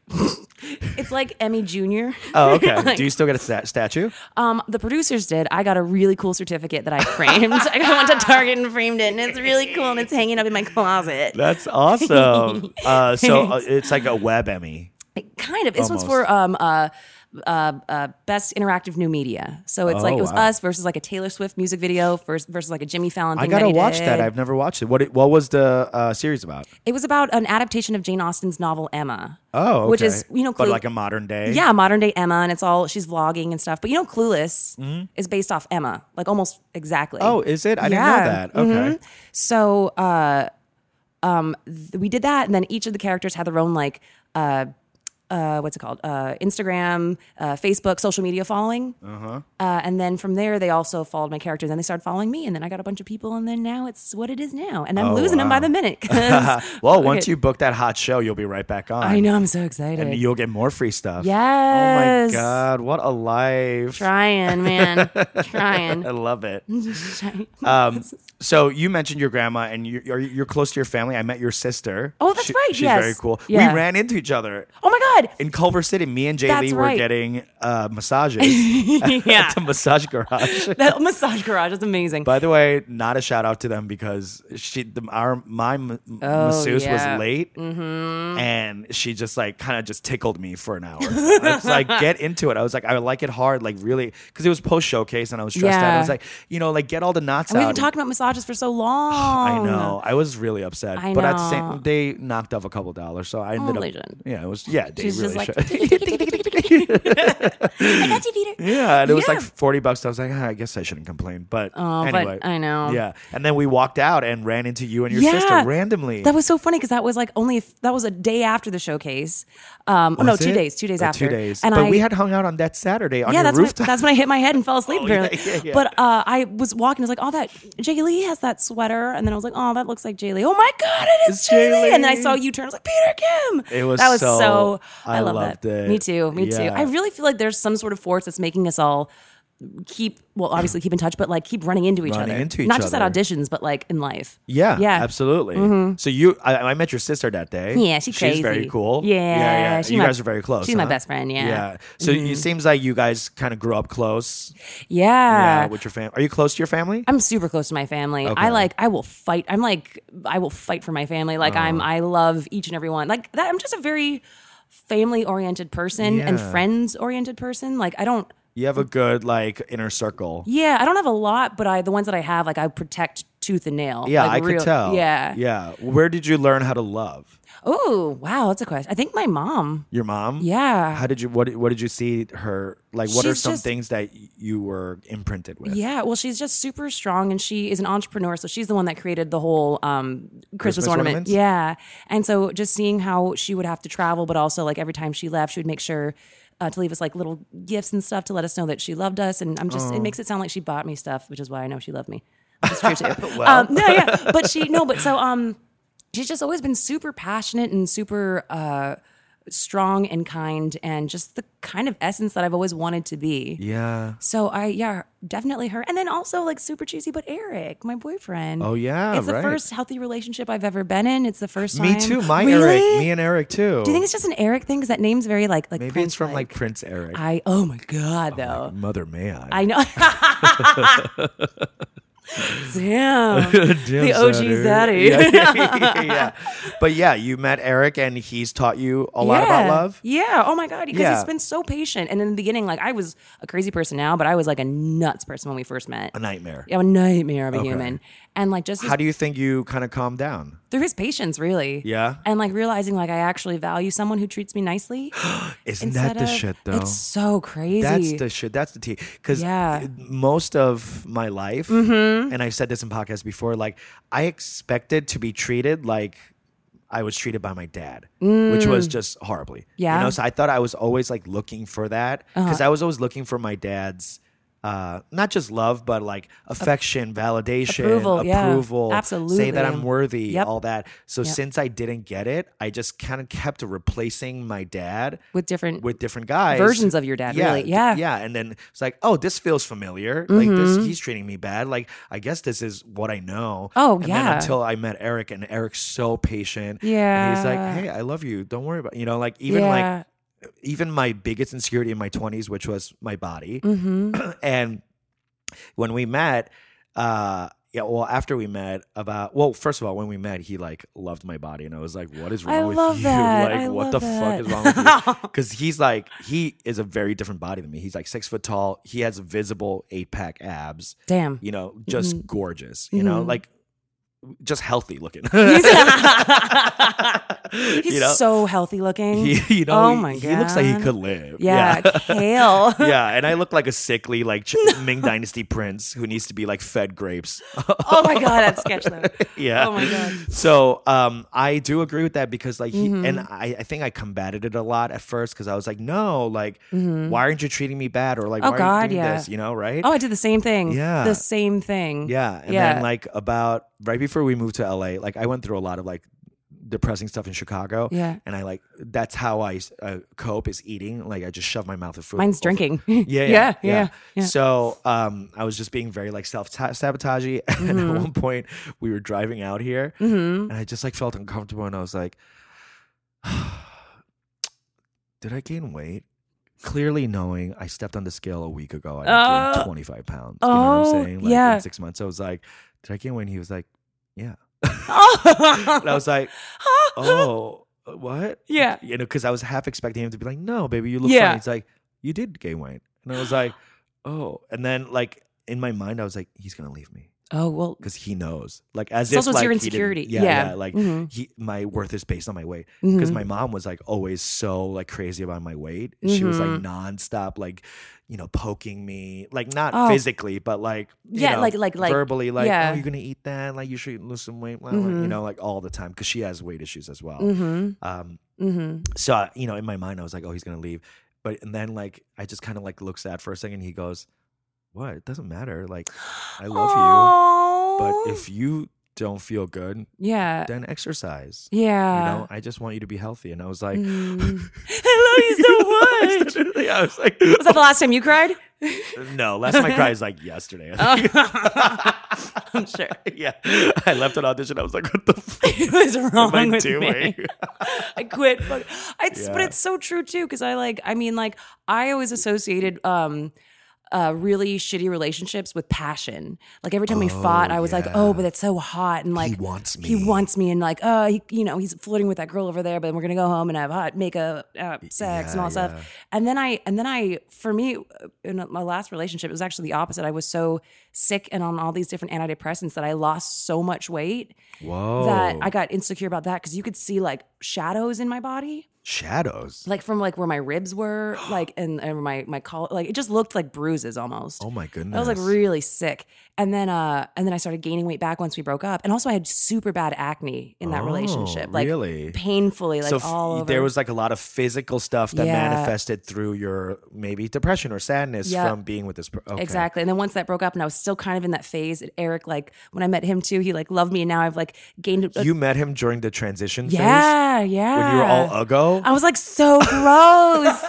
Speaker 3: it's like Emmy Junior.
Speaker 1: Oh, okay. Do you still get a stat- statue?
Speaker 3: Um, the producers did. I got a really cool certificate that I framed. I went to Target and framed it, and it's really cool, and it's hanging up in my closet.
Speaker 1: That's awesome. uh, so uh, it's like a web Emmy.
Speaker 3: It kind of. This one's
Speaker 1: Almost.
Speaker 3: for um uh. Uh, uh, best interactive new media. So it's
Speaker 1: Oh,
Speaker 3: like it was
Speaker 1: wow.
Speaker 3: us versus like a Taylor Swift music video versus, versus like a Jimmy Fallon. Thing
Speaker 1: I gotta
Speaker 3: that he
Speaker 1: watch that.
Speaker 3: did.
Speaker 1: I've never watched it. What it, What was the uh, series about?
Speaker 3: it was about an adaptation of Jane Austen's novel Emma.
Speaker 1: Oh,
Speaker 3: which
Speaker 1: okay.
Speaker 3: is you know,
Speaker 1: but
Speaker 3: Clue-
Speaker 1: like a modern day.
Speaker 3: Yeah, modern day Emma, and it's all she's vlogging and stuff. But you know, Clueless is based off Emma, like almost exactly.
Speaker 1: Mm-hmm. Oh, is it? I
Speaker 3: Yeah. Mm-hmm.
Speaker 1: didn't know that. Okay.
Speaker 3: so uh, um, th- we did that, and then each of the characters had their own like uh, uh, what's it called? Uh, Instagram, uh, Facebook, social media following. Uh-huh. and then from there, they also followed my character. Then they started following me, and then I got a bunch of people, and then now it's what it is now, and I'm losing them by the minute. 'cause-
Speaker 1: Oh, Well, once
Speaker 3: Okay.
Speaker 1: you book that hot show, you'll be right back on.
Speaker 3: I know, I'm so excited.
Speaker 1: And you'll get more free stuff.
Speaker 3: Yes.
Speaker 1: Oh my God, what a life.
Speaker 3: Trying, man,
Speaker 1: I
Speaker 3: trying.
Speaker 1: love it. Um, so you mentioned your grandma, and you, you're, you're close to your family. I met your sister.
Speaker 3: Oh, that's right,
Speaker 1: She's
Speaker 3: yes.
Speaker 1: very cool.
Speaker 3: Yeah.
Speaker 1: We ran into each other
Speaker 3: Oh my god,
Speaker 1: in Culver City. Me and Jay
Speaker 3: That's
Speaker 1: Lee were
Speaker 3: right.
Speaker 1: getting uh, massages
Speaker 3: yeah.
Speaker 1: at the massage garage.
Speaker 3: That massage garage is amazing.
Speaker 1: By the way, not a shout out to them because she, the, our my m- masseuse
Speaker 3: Oh, yeah. Mm-hmm.
Speaker 1: was late, and she just like kind of just tickled me for an hour. I was like, get into it. I was like, I like it hard, like really, because it was post showcase, and I was stressed out. I
Speaker 3: Yeah.
Speaker 1: was like, you know, like get all the knots
Speaker 3: and
Speaker 1: out.
Speaker 3: we've been talking about massages for so long.
Speaker 1: um, I know. I was really upset,
Speaker 3: Um, I
Speaker 1: but at the
Speaker 3: know.
Speaker 1: same, they knocked off a couple dollars, so I ended up.
Speaker 3: legend.
Speaker 1: Yeah, it was. Yeah, they
Speaker 3: She's
Speaker 1: really.
Speaker 3: just like,
Speaker 1: should-
Speaker 3: I got you, Peter.
Speaker 1: Yeah, and it was like
Speaker 3: Yeah. Oh,
Speaker 1: 40 bucks. I was like, "Ah, I guess I shouldn't complain. But
Speaker 3: but
Speaker 1: anyway.
Speaker 3: I know.
Speaker 1: Yeah. And then we walked out and ran into you and your sister randomly.
Speaker 3: That was so funny because that was like only if, that was a day after the showcase. Um, oh, no,
Speaker 1: Was
Speaker 3: two
Speaker 1: it?
Speaker 3: days, two days
Speaker 1: Oh,
Speaker 3: after.
Speaker 1: Two days.
Speaker 3: And
Speaker 1: but
Speaker 3: I,
Speaker 1: we had hung out on that Saturday on
Speaker 3: yeah,
Speaker 1: your
Speaker 3: that's when,
Speaker 1: rooftop. Oh,
Speaker 3: that's when I hit my head and fell asleep. apparently,
Speaker 1: yeah, yeah.
Speaker 3: but uh, I was walking. I was like, "Oh, that Jay Lee has that sweater," and then I was like, "Oh, that looks like Jay Lee." Oh my god, it is
Speaker 1: It's
Speaker 3: Jay
Speaker 1: Jay
Speaker 3: Lee! And then I
Speaker 1: Lee.
Speaker 3: saw you turn. I was like, "Peter Kim."
Speaker 1: It was
Speaker 3: that was
Speaker 1: so-
Speaker 3: so.
Speaker 1: I
Speaker 3: I, love
Speaker 1: loved
Speaker 3: that.
Speaker 1: it.
Speaker 3: Me too. Me
Speaker 1: Yeah.
Speaker 3: too. I really feel like there's some sort of force that's making us all keep well, obviously keep in touch, but like keep running into each
Speaker 1: Running
Speaker 3: other.
Speaker 1: into each
Speaker 3: Not just
Speaker 1: other.
Speaker 3: at auditions, but like in life.
Speaker 1: yeah,
Speaker 3: Yeah. Mm-hmm.
Speaker 1: absolutely. So you, I, I met your sister that day.
Speaker 3: Yeah, she's
Speaker 1: she's
Speaker 3: crazy.
Speaker 1: very cool.
Speaker 3: Yeah,
Speaker 1: yeah.
Speaker 3: she
Speaker 1: you
Speaker 3: my-
Speaker 1: guys are very close.
Speaker 3: she's my
Speaker 1: huh?
Speaker 3: best friend, yeah. Mm-hmm.
Speaker 1: yeah. So it seems like you guys kind of grew up close.
Speaker 3: Yeah.
Speaker 1: Yeah, with your family. Are you close to your family?
Speaker 3: I'm super close to my family. I like I will fight. I'm like I will fight for my family.
Speaker 1: Uh-huh.
Speaker 3: Like I'm I love each and every one. Like that I'm just a very family oriented person and
Speaker 1: Yeah.
Speaker 3: friends oriented person. Like I don't
Speaker 1: you have a good like inner circle.
Speaker 3: yeah, I don't have a lot, but I the ones that I have, like I protect tooth and nail.
Speaker 1: Yeah,
Speaker 3: Like,
Speaker 1: I
Speaker 3: real-
Speaker 1: could tell.
Speaker 3: Yeah.
Speaker 1: Yeah. Where did you learn how to love?
Speaker 3: Oh, wow. That's a question. I think my mom.
Speaker 1: Your mom?
Speaker 3: Yeah.
Speaker 1: How did you what what did you see her like what are
Speaker 3: She's
Speaker 1: some
Speaker 3: just-
Speaker 1: things that you were imprinted with?
Speaker 3: Yeah, well, she's just super strong, and she is an entrepreneur. So she's the one that created the whole um, Christmas,
Speaker 1: Christmas
Speaker 3: ornament.
Speaker 1: ornaments?
Speaker 3: Yeah, and so just seeing how she would have to travel, but also like every time she left, she would make sure uh, to leave us like little gifts and stuff to let us know that she loved us. And I'm just, it makes it sound like she bought me stuff, which is why I know she loved me. It's true too. um, no, yeah, but she no, but so um, she's just always been super passionate and super. Uh, strong and kind and just the kind of essence that I've always wanted to be.
Speaker 1: Yeah.
Speaker 3: So I, yeah, definitely her. And then also like super cheesy, but Eric, my boyfriend.
Speaker 1: Oh, yeah,
Speaker 3: it's the
Speaker 1: right.
Speaker 3: first healthy relationship I've ever been in. It's the first time.
Speaker 1: Me too. My
Speaker 3: Really?
Speaker 1: Eric. Me and Eric too.
Speaker 3: Do you think it's just an Eric thing? Because that name's very like like
Speaker 1: Maybe
Speaker 3: Prince,
Speaker 1: it's from like, Prince Eric.
Speaker 3: I. Oh my god, though.
Speaker 1: Mother may I.
Speaker 3: I know. Damn. the OG Zaddy.
Speaker 1: Yeah, yeah, yeah. But yeah, you met Eric and he's taught you a lot about love.
Speaker 3: Yeah. Oh my God. Because
Speaker 1: Yeah.
Speaker 3: he's been so patient. And in the beginning, like I was a crazy person now, but I was like a nuts person when we first met.
Speaker 1: A nightmare.
Speaker 3: Yeah, I'm a nightmare of a human. And like just as
Speaker 1: How do you think you kind of calmed down?
Speaker 3: through his patience, really.
Speaker 1: Yeah.
Speaker 3: And like realizing like I actually value someone who treats me nicely.
Speaker 1: Isn't
Speaker 3: instead
Speaker 1: that the
Speaker 3: of-
Speaker 1: shit though?
Speaker 3: It's so crazy.
Speaker 1: That's the shit. That's the tea. Because
Speaker 3: Yeah. Mm-hmm.
Speaker 1: most of my life, and I've said this in podcasts before, like I expected to be treated like I was treated by my dad, which was just horribly.
Speaker 3: Mm. Yeah. Uh-huh.
Speaker 1: You know, so I thought I was always like looking for that because I was always looking for my dad's. Uh, not just love, but like affection, validation,
Speaker 3: Approval, yeah.
Speaker 1: approval, say
Speaker 3: Absolutely.
Speaker 1: that I'm worthy,
Speaker 3: Yep.
Speaker 1: all that. So since I didn't get it, I just kind of kept replacing my dad
Speaker 3: with different
Speaker 1: with different guys
Speaker 3: Versions of your dad,
Speaker 1: yeah,
Speaker 3: really.
Speaker 1: th-
Speaker 3: Yeah. Mm-hmm.
Speaker 1: yeah and then it's like oh this feels familiar like this he's treating me bad like i guess this is what i know
Speaker 3: Oh,
Speaker 1: and
Speaker 3: yeah.
Speaker 1: then until i met eric and eric's so patient and he's
Speaker 3: Yeah.
Speaker 1: like hey i love you don't worry about you know like even
Speaker 3: Yeah.
Speaker 1: like even my biggest insecurity in my 20s which was my body
Speaker 3: Mm. Mm-hmm.
Speaker 1: and when we met uh yeah, well, after we met, about well, first of all, when we met, he like loved my body, and I was like, "What is wrong
Speaker 3: I
Speaker 1: with
Speaker 3: love
Speaker 1: you?
Speaker 3: that.
Speaker 1: Like,
Speaker 3: I
Speaker 1: what
Speaker 3: love
Speaker 1: the
Speaker 3: that.
Speaker 1: fuck is wrong with you?" because he's like he is a very different body than me. He's like six foot tall. He has visible eight pack abs.
Speaker 3: Damn.
Speaker 1: You know, just
Speaker 3: Mm-hmm.
Speaker 1: gorgeous. You know, like just healthy looking.
Speaker 3: He's
Speaker 1: you know?
Speaker 3: so healthy looking.
Speaker 1: he, you know,
Speaker 3: oh
Speaker 1: he-
Speaker 3: my
Speaker 1: he,
Speaker 3: god.
Speaker 1: looks like he could live.
Speaker 3: Yeah,
Speaker 1: yeah.
Speaker 3: kale.
Speaker 1: Yeah, and I look like a sickly like Ch- Ming Dynasty prince who needs to be like fed grapes.
Speaker 3: oh my god, that's sketch though.
Speaker 1: yeah.
Speaker 3: Oh my god.
Speaker 1: So um, I do agree with that because like he and
Speaker 3: Mm-hmm.
Speaker 1: I, I think I combated it a lot at first because I was like, no, like why aren't you treating me bad or like
Speaker 3: Mm-hmm. Oh,
Speaker 1: why are
Speaker 3: God,
Speaker 1: you doing
Speaker 3: yeah.
Speaker 1: this? You know, right?
Speaker 3: Oh, I did the same thing.
Speaker 1: Yeah.
Speaker 3: The same thing.
Speaker 1: yeah. And then like about right before we moved to LA, like I went through a lot of like depressing stuff in Chicago.
Speaker 3: Yeah.
Speaker 1: And I like that's how I uh, cope is eating. Like I just shove my mouth with food.
Speaker 3: Mine's
Speaker 1: over-
Speaker 3: drinking.
Speaker 1: Yeah, yeah,
Speaker 3: yeah, yeah, yeah.
Speaker 1: So um, I was just being very like self sabotagey, and
Speaker 3: Mm-hmm.
Speaker 1: at one point we were driving out here, and I just like felt uncomfortable, and I was like, "Did I gain weight?" Clearly knowing I stepped on the scale a week ago, I gained
Speaker 3: Oh.
Speaker 1: 25 pounds. You know what
Speaker 3: Oh,
Speaker 1: I'm saying? Like
Speaker 3: yeah.
Speaker 1: in six months, I was like, "Did I gain weight?" And he was like, "Yeah,"
Speaker 3: Oh.
Speaker 1: and I was like, "Oh." What?
Speaker 3: Yeah.
Speaker 1: you know, because I was half expecting him to be like, "No, baby, you look
Speaker 3: Yeah.
Speaker 1: fine." He's like, "You did gain weight," and I was like, "Oh." And then, like in my mind, I was like, "He's gonna leave me
Speaker 3: oh well.
Speaker 1: because he knows." Like as
Speaker 3: It's
Speaker 1: if
Speaker 3: also it's
Speaker 1: like,
Speaker 3: your
Speaker 1: he didn't-
Speaker 3: insecurity.
Speaker 1: Yeah,
Speaker 3: Yeah.
Speaker 1: yeah, Like
Speaker 3: Mhm.
Speaker 1: he, my worth is based on my weight
Speaker 3: mm-hmm.
Speaker 1: because my mom was like always so like crazy about my weight. She was like
Speaker 3: Mm-hmm.
Speaker 1: nonstop, like you know, poking me, like not
Speaker 3: Oh.
Speaker 1: physically, but like you
Speaker 3: Yeah,
Speaker 1: know,
Speaker 3: like- like- like-
Speaker 1: verbally, like
Speaker 3: yeah. Mm-hmm.
Speaker 1: oh, you're gonna eat that, like you should lose some weight, blah, blah," you know, like all the time because she has weight issues as
Speaker 3: Mm.
Speaker 1: well. Um,
Speaker 3: Mm-hmm.
Speaker 1: so I- you know in my mind i was like oh he's gonna leave but and then like i just kind of like look sad for a second he goes what it doesn't matter like i love you but if you don't feel good
Speaker 3: yeah,
Speaker 1: then exercise
Speaker 3: Uh yeah.
Speaker 1: you know i just want you to be healthy and i was like
Speaker 3: I love you so much.
Speaker 1: i was like
Speaker 3: Was that the last time you cried?
Speaker 1: no last time i cried was like yesterday I
Speaker 3: Oh.
Speaker 1: think.
Speaker 3: I'm sure.
Speaker 1: yeah i left an audition i was like what the fuck
Speaker 3: It was wrong
Speaker 1: am i
Speaker 3: with
Speaker 1: doing
Speaker 3: me. I quit. Fuck. It's, But
Speaker 1: Yeah.
Speaker 3: it's so true too, because I like. I mean, like I always associated. um uh, really shitty relationships with passion. Like every time we fought, I was like, "Oh, but that's so hot," and like
Speaker 1: wants
Speaker 3: He
Speaker 1: me.
Speaker 3: wants me, and like, oh, he, you know, he's flirting with that girl over there, but we're gonna go home and have hot makeup, uh, sex, and all that stuff. And then I, and then I, for me, uh, in my last relationship, it was actually the opposite. I was so sick and on all these different antidepressants that I lost so much weight that
Speaker 1: Oh.
Speaker 3: I got insecure about that because you could see like shadows in my body
Speaker 1: Shadows.
Speaker 3: like from like where my ribs were, like and, and my my collar, like it just looked like bruises almost.
Speaker 1: Oh my
Speaker 3: I
Speaker 1: goodness.
Speaker 3: was like really sick, and then uh, and then I started gaining weight back once we broke up, and also I had super bad acne in that relationship, like
Speaker 6: really?
Speaker 3: painfully, like
Speaker 1: Oh, so f-
Speaker 3: all over.
Speaker 1: there was like a lot of physical stuff that
Speaker 3: Yeah.
Speaker 1: manifested through your maybe depression or sadness
Speaker 3: Yeah.
Speaker 1: from being with this person. Okay.
Speaker 3: Exactly. And then once that broke up and I was still kind of in that phase, Eric, like when I met him too, he like loved me and now I've like gained a,
Speaker 1: You met him during the transition phase
Speaker 3: Yeah, yeah. Oh,
Speaker 1: when you were all uggo.
Speaker 3: I was like so gross.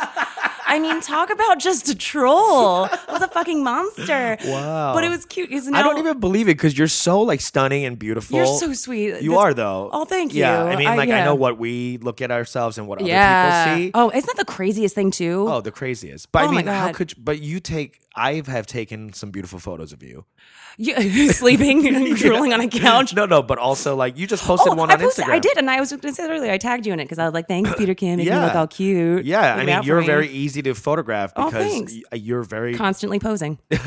Speaker 3: I mean, talk about just a troll. I was a fucking monster.
Speaker 1: Wow.
Speaker 3: But it was cute. Isn't
Speaker 1: I don't even believe it because you're so like stunning and beautiful.
Speaker 3: You're so sweet.
Speaker 1: You
Speaker 3: This-
Speaker 1: are though.
Speaker 3: Oh, thank
Speaker 1: Yeah,
Speaker 3: you.
Speaker 1: I mean,
Speaker 3: I-
Speaker 1: like I
Speaker 3: yeah.
Speaker 1: know what we look at ourselves and what
Speaker 3: yeah.
Speaker 1: other people see.
Speaker 3: Oh, isn't that the craziest thing too?
Speaker 1: Oh, the craziest. But
Speaker 3: Oh
Speaker 1: I
Speaker 3: my
Speaker 1: mean, how
Speaker 3: God.
Speaker 1: could? You, but you take. I have taken some beautiful photos of you.
Speaker 3: You, sleeping and drooling on a couch.
Speaker 1: No, no, but also like you just posted
Speaker 3: Oh,
Speaker 1: one
Speaker 3: I
Speaker 1: on
Speaker 3: posted-
Speaker 1: Instagram.
Speaker 3: I did, and I was going to say that earlier. I tagged you in it because I was like, "Thanks, Peter Kim, making
Speaker 1: Yeah.
Speaker 3: me look all cute."
Speaker 1: Yeah, I
Speaker 3: Look
Speaker 1: mean,
Speaker 3: out for
Speaker 1: you're
Speaker 3: me.
Speaker 1: very easy to photograph
Speaker 3: Oh,
Speaker 1: because
Speaker 3: thanks.
Speaker 1: y- uh, you're very.
Speaker 3: constantly posing.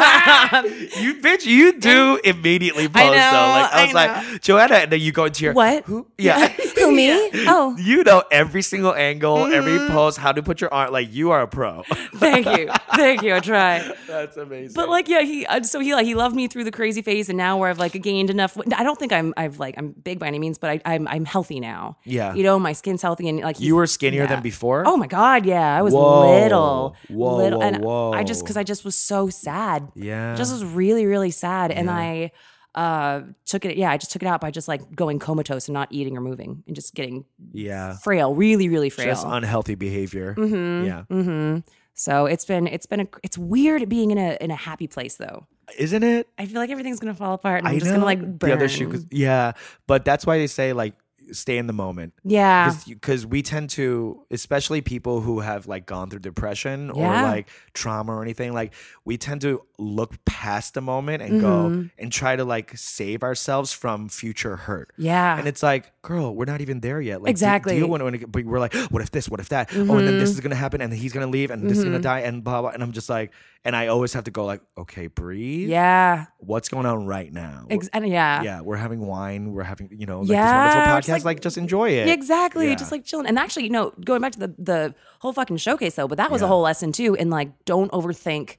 Speaker 1: you bitch, you do immediately post
Speaker 3: know,
Speaker 1: though. Like I
Speaker 3: I
Speaker 1: was like, Joanna, and then you go into your
Speaker 3: What?
Speaker 1: Who? Yeah.
Speaker 3: Who me? Oh, Mm-hmm.
Speaker 1: You know every single angle, every pose, how to put your arm. Like you are a pro.
Speaker 3: thank you, thank you. I try.
Speaker 1: That's amazing.
Speaker 3: But like, yeah, he uh, so he like he loved me through the crazy phase, and now where I've like gained enough. I don't think I'm I've like I'm big by any means, but I, I'm I'm healthy now.
Speaker 1: Yeah.
Speaker 3: you know, my skin's healthy, and like he's-
Speaker 1: You were skinnier
Speaker 3: yeah.
Speaker 1: than before?
Speaker 3: Oh my god, yeah, I was
Speaker 1: Whoa.
Speaker 3: little,
Speaker 1: Whoa,
Speaker 3: little,
Speaker 1: whoa,
Speaker 3: and
Speaker 1: whoa.
Speaker 3: I just because I just was so sad.
Speaker 1: Yeah.
Speaker 3: just was really really sad, and I uh took it. Yeah, I just took it out by just like going comatose and not eating or moving, and just getting
Speaker 1: yeah,
Speaker 3: frail, really really frail. Mm. Mm-hmm.
Speaker 1: just unhealthy behavior. Yeah,
Speaker 3: so it's been it's been a it's weird being in a in a happy place though.
Speaker 1: isn't it?
Speaker 3: I feel like everything's gonna fall apart, and
Speaker 1: I
Speaker 3: I'm just gonna
Speaker 1: know.
Speaker 3: like burn.
Speaker 1: the other shoe. 'cause- Yeah, but that's why they say like stay in the moment.
Speaker 3: Yeah.
Speaker 1: because we tend to especially people who have like gone through depression or
Speaker 3: Yeah.
Speaker 1: like trauma or anything like we tend to look past the moment and
Speaker 3: Mm-hmm.
Speaker 1: go and try to like save ourselves from future hurt
Speaker 3: Yeah.
Speaker 1: and it's like girl we're not even there yet like de-
Speaker 3: Exactly. Mm-hmm.
Speaker 1: deal when, when it- but we're like what if this what if that oh and then this is gonna happen and he's gonna leave and this is gonna die and blah blah and i'm just like and i always have to go like okay breathe
Speaker 3: yeah.
Speaker 1: what's going on right now
Speaker 3: Ex- and yeah.
Speaker 1: yeah, we're having wine. We're having, you know, like
Speaker 3: Yeah,
Speaker 1: this wonderful
Speaker 3: just
Speaker 1: podcast. Like,
Speaker 3: like-
Speaker 1: just enjoy it.
Speaker 3: Yeah, exactly.
Speaker 1: Yeah.
Speaker 3: Just like chilling. And actually, no, going back to the the whole fucking showcase though, but that was a whole lesson too. And like, don't overthink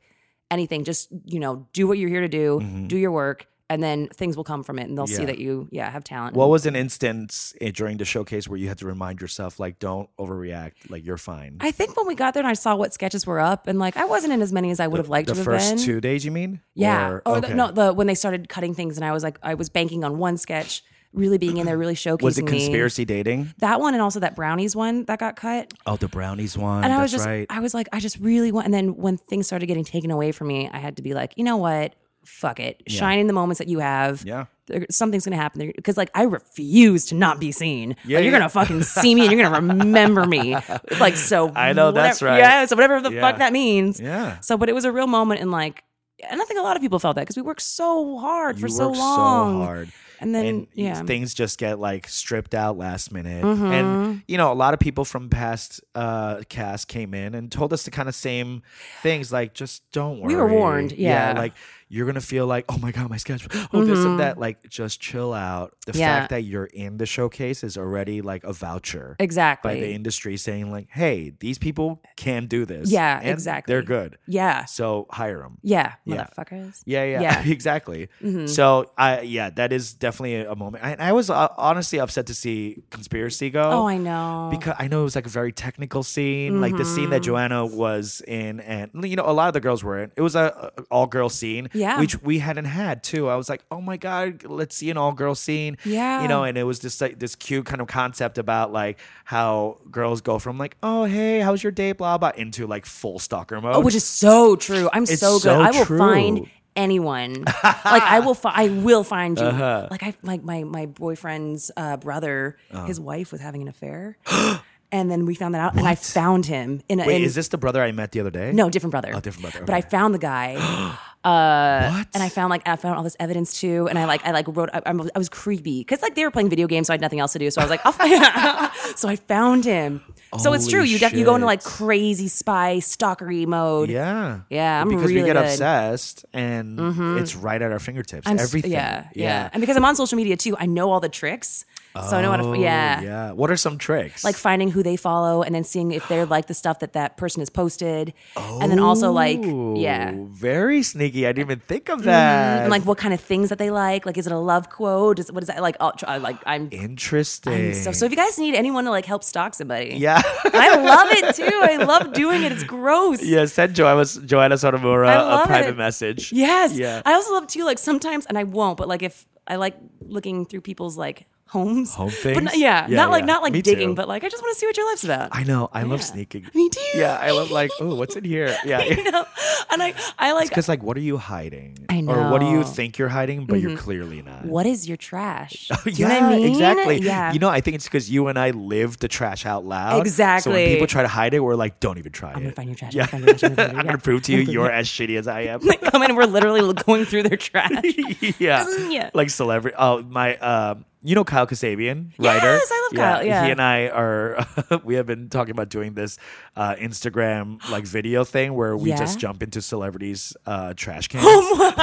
Speaker 3: anything. Just you know, do what you're here to do. Do your work, and then things will come from it, and they'll see
Speaker 1: Mm-hmm. Yeah.
Speaker 3: that you yeah have talent.
Speaker 1: What was an instance eh, during the showcase where you had to remind yourself, like, don't overreact. Like, you're fine.
Speaker 3: I think when we got there and I saw what sketches were up, and like I wasn't in as many as I would have liked
Speaker 1: the
Speaker 3: to have
Speaker 1: first
Speaker 3: been.
Speaker 1: two days, you mean?
Speaker 3: Yeah.
Speaker 1: Or,
Speaker 3: Or,
Speaker 1: okay.
Speaker 3: the, no, the when they started cutting things, and I was like, I was banking on one sketch really being in there, really showcasing
Speaker 1: was it
Speaker 3: me.
Speaker 1: conspiracy dating?
Speaker 3: That one and also that brownies one that got cut.
Speaker 1: Oh, the brownies one.
Speaker 3: and I
Speaker 1: Oh, That's
Speaker 3: was just,
Speaker 1: right.
Speaker 3: I was like, I just really want. And then when things started getting taken away from me, I had to be like, you know what? Fuck it. Shine in the moments that you have.
Speaker 1: Yeah.
Speaker 3: There- something's gonna happen because, like, I refuse to not be seen.
Speaker 1: Yeah,
Speaker 3: Like, you're
Speaker 1: yeah.
Speaker 3: gonna fucking see me and you're gonna remember me. Like, so
Speaker 1: I know, that's
Speaker 3: whatever-
Speaker 1: right.
Speaker 3: Yeah, so whatever the
Speaker 1: Yeah.
Speaker 3: fuck that means.
Speaker 1: Yeah.
Speaker 3: So, but it was a real moment, and like, and I think a lot of people felt that because we worked so hard
Speaker 1: you
Speaker 3: for
Speaker 1: work
Speaker 3: so
Speaker 1: so
Speaker 3: long.
Speaker 1: hard.
Speaker 3: And then, yeah, Mm-hmm.
Speaker 1: things just get like stripped out last minute. And you know, a lot of people from past uh cast came in and told us the kind of same things, like just don't worry.
Speaker 3: We were warned, yeah. Mm-hmm.
Speaker 1: like you're gonna feel like, oh my god, my schedule, oh this and that. Like just chill out. The
Speaker 3: Yeah.
Speaker 1: fact that you're in the showcase is already like a voucher
Speaker 3: exactly.
Speaker 1: by the industry saying like, hey, these people can do this.
Speaker 3: Yeah,
Speaker 1: and
Speaker 3: exactly.
Speaker 1: They're good.
Speaker 3: yeah,
Speaker 1: So hire them.
Speaker 3: yeah,
Speaker 1: Yeah.
Speaker 3: motherfuckers.
Speaker 1: Yeah, yeah,
Speaker 3: Yeah. Mm-hmm.
Speaker 1: exactly. So, I yeah, that is definitely a, a moment. I, I was uh, honestly upset to see conspiracy go.
Speaker 3: Oh, I know.
Speaker 1: because I know it was like a very technical scene, like the scene
Speaker 3: Mm-hmm.
Speaker 1: that Joanna was in, and you know a lot of the girls were in. It was a, all girl scene,
Speaker 3: Yeah.
Speaker 1: which we hadn't had too. I was like, oh my god, let's see an all girl scene,
Speaker 3: Yeah.
Speaker 1: you know. And it was just like this cute kind of concept about like how girls go from like, oh hey, how's your day, blah blah, into like full stalker mode.
Speaker 3: Oh, which is so true. I'm so good.
Speaker 1: so
Speaker 3: I will
Speaker 1: true.
Speaker 3: find anyone. like I will, fi- I will find you.
Speaker 1: Uh-huh. Uh.
Speaker 3: Like I, like my my boyfriend's uh, brother, his wife was having an affair. And then we found that out, and I found him in a.
Speaker 1: Wait,
Speaker 3: in-
Speaker 1: is this the brother I met the other day?
Speaker 3: no, different brother.
Speaker 1: Oh, different brother,
Speaker 3: But I
Speaker 1: okay.
Speaker 3: found the guy,
Speaker 1: What?
Speaker 3: and I found like I found all this evidence too, and I like I like wrote I, I'm- I was creepy because like they were playing video games, so I had nothing else to do, so I was like, I'll find- so I found him. so it's
Speaker 1: Holy
Speaker 3: true, you def- you go into
Speaker 1: shit.
Speaker 3: like crazy spy stalkery mode.
Speaker 1: Yeah.
Speaker 3: Yeah, I'm
Speaker 1: because we
Speaker 3: really
Speaker 1: get
Speaker 3: good. Mm-hmm.
Speaker 1: obsessed and it's right at our fingertips.
Speaker 3: I'm s-
Speaker 1: Everything.
Speaker 3: Yeah, yeah, And because I'm on social media too, I know all the tricks. So I know how to, f- yeah.
Speaker 1: Oh, Yeah. What are some tricks?
Speaker 3: Like finding who they follow and then seeing if they're like the stuff that that person has posted. And then also like, yeah. Mm-hmm.
Speaker 1: Ooh, Very sneaky. I didn't even think of that.
Speaker 3: And like what kind of things that they like. Like, is it a love quote? Is, what is that? Like, I'll try, like I'm,
Speaker 1: Interesting.
Speaker 3: I'm so, so if you guys need anyone to like help stalk somebody.
Speaker 1: yeah.
Speaker 3: I love it too. I love doing it. It's gross.
Speaker 1: yeah. Send Joanna, Joanna Sotomura
Speaker 3: I
Speaker 1: a
Speaker 3: love
Speaker 1: private
Speaker 3: it.
Speaker 1: message.
Speaker 3: Yes.
Speaker 1: Yeah.
Speaker 3: I also love too, like sometimes, and I won't, but like if I like looking through people's like homes,
Speaker 1: Home
Speaker 3: but
Speaker 1: things?
Speaker 3: not, yeah,
Speaker 1: Yeah,
Speaker 3: not like
Speaker 1: yeah.
Speaker 3: not like
Speaker 1: Me
Speaker 3: digging,
Speaker 1: too.
Speaker 3: but like I just want to see what your life's about.
Speaker 1: I know. I love
Speaker 3: Yeah.
Speaker 1: sneaking.
Speaker 3: Me too.
Speaker 1: Yeah. I love like, oh, what's in here? Yeah.
Speaker 3: you know, and I, I like,
Speaker 1: Because like, what are you hiding?
Speaker 3: I
Speaker 1: Or what do you
Speaker 3: know. Mm-hmm.
Speaker 1: think you're hiding, but you're clearly not.
Speaker 3: what is your trash? Do you
Speaker 1: Oh, yeah,
Speaker 3: know what I mean?
Speaker 1: exactly.
Speaker 3: Yeah,
Speaker 1: You know, I think it's because you and I live the trash out loud. So when
Speaker 3: Exactly.
Speaker 1: people try to hide it, we're like, don't even try it.
Speaker 3: I'm gonna find your trash.
Speaker 1: Yeah.
Speaker 3: I'm gonna find your trash. I'm gonna find your
Speaker 1: I'm
Speaker 3: trash.
Speaker 1: gonna prove to you you're as shitty as I am.
Speaker 3: They come in and we're literally going through their trash.
Speaker 1: yeah.
Speaker 3: Doesn't ya?
Speaker 1: Like celebrity. Oh, my. Um, you know Kyle Kasabian, writer.
Speaker 3: Yes, I love Kyle, yeah.
Speaker 1: he and I are. we have been talking about doing this uh, Instagram like video thing where we
Speaker 3: Yeah?
Speaker 1: just jump into celebrities' uh, trash cans.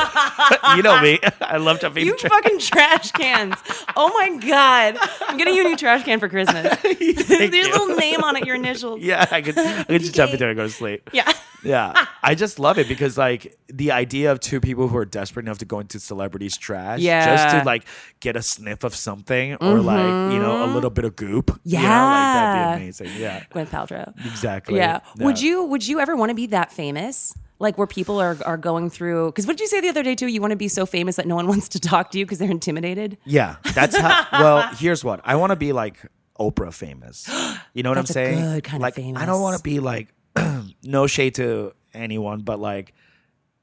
Speaker 1: you know me. I love jumping.
Speaker 3: You
Speaker 1: into trash.
Speaker 3: fucking trash cans. Oh my god. I'm getting you a new trash can for Christmas. There's
Speaker 1: you.
Speaker 3: a little name on it, your initials.
Speaker 1: yeah, I could. I could just jump into it and go to sleep.
Speaker 3: Yeah.
Speaker 1: yeah
Speaker 3: Ah.
Speaker 1: i just love it because like the idea of two people who are desperate enough to go into celebrities trash just
Speaker 3: Yeah.
Speaker 1: to like get a sniff of something or like you know a little bit of goop you know, like
Speaker 3: Mm-hmm. Yeah.
Speaker 1: that'd be amazing yeah
Speaker 3: Gwyneth Paltrow.
Speaker 1: exactly
Speaker 3: Yeah. Would you would you ever want to be that famous? Like where people are, are going through because what did you say the other day too? You want to be so famous that no one wants to talk to you because they're intimidated.
Speaker 1: yeah that's how well here's what i want to be like oprah famous you know what
Speaker 3: That's
Speaker 1: i'm
Speaker 3: a
Speaker 1: saying
Speaker 3: good kind of
Speaker 1: like i
Speaker 3: famous.
Speaker 1: don't want to be like no shade to anyone but like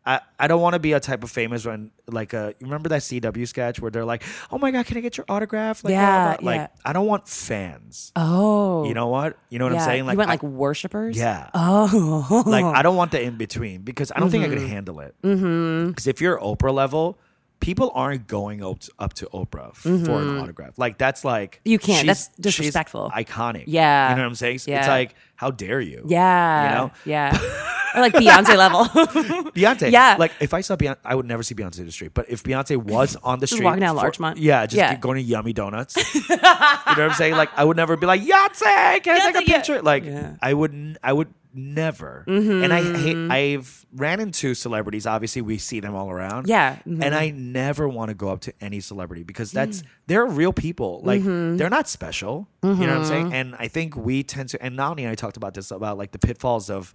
Speaker 1: I, I don't want to be a type of famous when like uh you remember that CW sketch where they're like oh my god can I get your autograph like blah,
Speaker 3: Yeah,
Speaker 1: blah, blah.
Speaker 3: yeah.
Speaker 1: like I don't want fans
Speaker 3: Oh.
Speaker 1: you know what you know what I'm saying
Speaker 3: you want
Speaker 1: I-
Speaker 3: like worshippers?
Speaker 1: yeah
Speaker 3: Oh.
Speaker 1: like I don't want the in between because I don't think I
Speaker 3: Mm-hmm.
Speaker 1: could handle it because if you're Oprah level people aren't going up to, up to Oprah f- for an autograph like that's like
Speaker 3: Mm-hmm. You can't.
Speaker 1: she's-
Speaker 3: That's disrespectful.
Speaker 1: she's iconic
Speaker 3: Yeah.
Speaker 1: you know what I'm saying it's
Speaker 3: Yeah.
Speaker 1: like how dare you
Speaker 3: yeah.
Speaker 1: you know?
Speaker 3: Yeah. or like Beyonce level.
Speaker 1: Beyonce.
Speaker 3: Yeah.
Speaker 1: Like if I saw Beyonce, I would never see Beyonce in the street. But if Beyonce was on the street,
Speaker 3: walking down
Speaker 1: for-
Speaker 3: Larchmont.
Speaker 1: yeah, just
Speaker 3: Yeah.
Speaker 1: keep going to Yummy Donuts. you know what I'm saying? Like I would never be like Beyonce, can I take
Speaker 3: Beyonce,
Speaker 1: a
Speaker 3: yeah."
Speaker 1: picture? Like
Speaker 3: Yeah. Mm-hmm.
Speaker 1: I would, n- I would never. And I hate. I've ran into celebrities. Obviously, we see them all around.
Speaker 3: Yeah. Mhm.
Speaker 1: And I never want to go up to any celebrity because
Speaker 3: Mm.
Speaker 1: that's they're real people. Like
Speaker 3: Mm-hmm.
Speaker 1: they're not special. You know what I'm saying? And I think we tend to. And Nani and I talked about this about like the pitfalls of.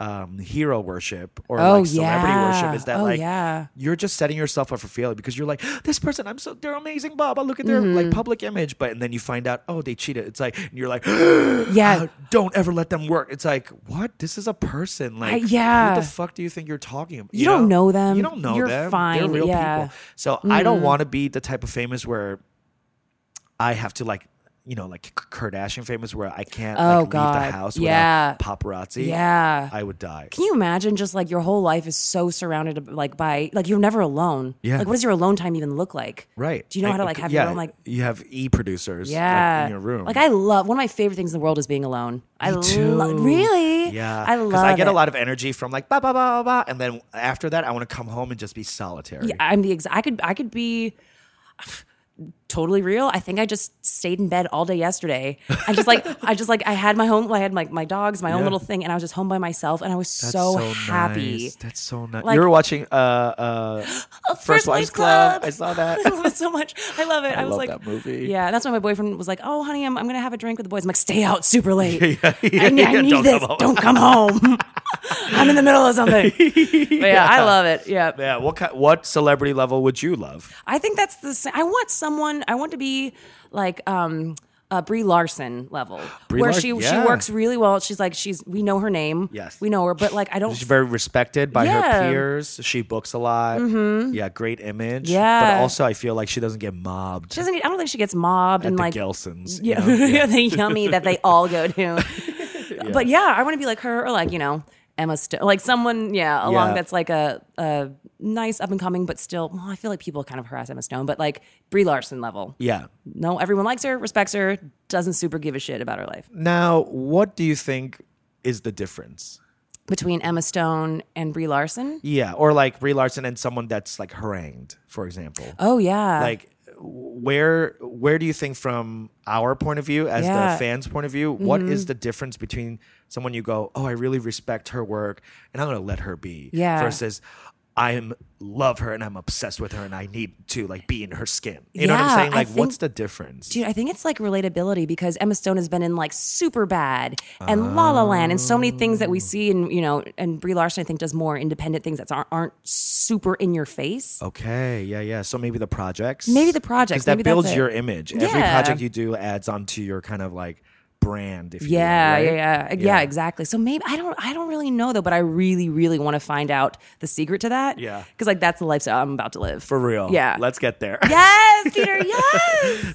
Speaker 1: Um, hero worship or
Speaker 3: Oh,
Speaker 1: like celebrity
Speaker 3: yeah.
Speaker 1: worship is that
Speaker 3: Oh,
Speaker 1: like
Speaker 3: yeah.
Speaker 1: you're just setting yourself up for failure because you're like this person I'm so they're amazing Bob I look at their
Speaker 3: Mm-hmm.
Speaker 1: like public image but and then you find out oh they cheated it's like and you're like
Speaker 3: Yeah.
Speaker 1: "Ah, don't ever let them work it's like what this is a person like
Speaker 3: yeah.
Speaker 1: who the fuck do you think you're talking about
Speaker 3: You don't know them.
Speaker 1: you don't know
Speaker 3: You're
Speaker 1: them they're
Speaker 3: fine.
Speaker 1: real
Speaker 3: Yeah. Mm-hmm.
Speaker 1: people so I don't want to be the type of famous where I have to like you know like K- Kardashian famous where I can't
Speaker 3: Oh,
Speaker 1: like leave
Speaker 3: God.
Speaker 1: the house
Speaker 3: Yeah.
Speaker 1: without paparazzi
Speaker 3: Yeah.
Speaker 1: I would die
Speaker 3: Can you imagine just like your whole life is so surrounded like by like you're never alone.
Speaker 1: Yeah.
Speaker 3: Like what does your alone time even look like?
Speaker 1: Right.
Speaker 3: Do you know
Speaker 1: I-
Speaker 3: how to
Speaker 1: I
Speaker 3: like
Speaker 1: c-
Speaker 3: have
Speaker 1: yeah,
Speaker 3: your own like
Speaker 1: you have e producers
Speaker 3: yeah
Speaker 1: like, in your room.
Speaker 3: Like I love one of my favorite things in the world is being alone. I
Speaker 1: Me too.
Speaker 3: lo- really
Speaker 1: Yeah.
Speaker 3: I
Speaker 1: 'Cause
Speaker 3: love.
Speaker 1: I get
Speaker 3: it.
Speaker 1: a lot of energy from like ba ba ba ba ba and then after that I want to come home and just be solitary.
Speaker 3: Yeah, I'm the exact. I could I could be totally real. I think I just stayed in bed all day yesterday. I just like I just like I had my home. I had like my dogs, my own
Speaker 1: Yeah.
Speaker 3: little thing, and I was just home by myself, and I was
Speaker 1: That's
Speaker 3: so, happy.
Speaker 1: nice. That's so nice.
Speaker 3: Like-
Speaker 1: you were watching uh uh First, Wives Club. I saw that.
Speaker 3: I love it so much. I love it. I, was
Speaker 1: love
Speaker 3: like,
Speaker 1: that movie.
Speaker 3: Yeah, that's why my boyfriend was like, "Oh, honey, I'm, I'm gonna have a drink with the boys." I'm like, "Stay out super late.
Speaker 1: Yeah, yeah,
Speaker 3: I, need- I
Speaker 1: yeah,
Speaker 3: need
Speaker 1: don't
Speaker 3: this.
Speaker 1: come home."
Speaker 3: don't come home. I'm in the middle of something." But yeah, I love it. Yeah,
Speaker 1: yeah, what ki- what celebrity level would you love?
Speaker 3: I think that's the. sa- I want someone. I want to be like. um uh, Brie Larson level,
Speaker 1: Brie
Speaker 3: where
Speaker 1: Lar-
Speaker 3: she
Speaker 1: yeah.
Speaker 3: she works really well. She's like she's we know her name,
Speaker 1: Yes.
Speaker 3: we know her, but like I don't.
Speaker 1: She's very respected by
Speaker 3: Yeah. Mm-hmm.
Speaker 1: her peers. She books a lot. Yeah, great image.
Speaker 3: Yeah.
Speaker 1: But also, I feel like she doesn't get mobbed
Speaker 3: she doesn't. I don't think she gets mobbed
Speaker 1: at
Speaker 3: and
Speaker 1: the
Speaker 3: like
Speaker 1: Gelsons. you
Speaker 3: yeah,
Speaker 1: know? Yeah.
Speaker 3: the yummy that they all go to. But yeah, I want to be like her or like you know Emma Stone, like someone yeah along
Speaker 1: Yeah.
Speaker 3: that's like a a nice up and coming, but still well, I feel like people kind of harass Emma Stone, but like Brie Larson level.
Speaker 1: yeah.
Speaker 3: No, everyone likes her, respects her, doesn't super give a shit about her life.
Speaker 1: Now, what do you think is the difference?
Speaker 3: Between Emma Stone and Brie Larson.
Speaker 1: Yeah, or like Brie Larson and someone that's like harangued, for example.
Speaker 3: Oh yeah,
Speaker 1: like where where do you think from our point of view as
Speaker 3: Yeah. Mm-hmm.
Speaker 1: the fans point of view what is the difference between someone you go oh i really respect her work and i'm gonna let her be
Speaker 3: Yeah.
Speaker 1: versus i am love her and i'm obsessed with her and i need to like be in her skin you know what
Speaker 3: Yeah,
Speaker 1: i'm saying
Speaker 3: I
Speaker 1: like what's
Speaker 3: think-
Speaker 1: the difference
Speaker 3: Dude, I think it's like relatability because Emma Stone has been in like Super Bad and La La Land and so many things
Speaker 1: Oh.
Speaker 3: that we see and you know, and Brie Larson I think does more independent things that aren't, aren't super in your face.
Speaker 1: okay yeah yeah so maybe the projects
Speaker 3: Maybe the projects,
Speaker 1: 'Cause that
Speaker 3: maybe that's
Speaker 1: builds
Speaker 3: it.
Speaker 1: your image every
Speaker 3: Yeah.
Speaker 1: project you do adds onto your kind of like brand if you will,
Speaker 3: Yeah,
Speaker 1: Oh, right?
Speaker 3: yeah, yeah, yeah, exactly. So maybe I don't, I don't really know though, but I really, really want to find out the secret to that.
Speaker 1: Yeah.
Speaker 3: because like that's the lifestyle I'm about to live
Speaker 1: for real
Speaker 3: Yeah,
Speaker 1: let's get there
Speaker 3: yes, Peter, yes.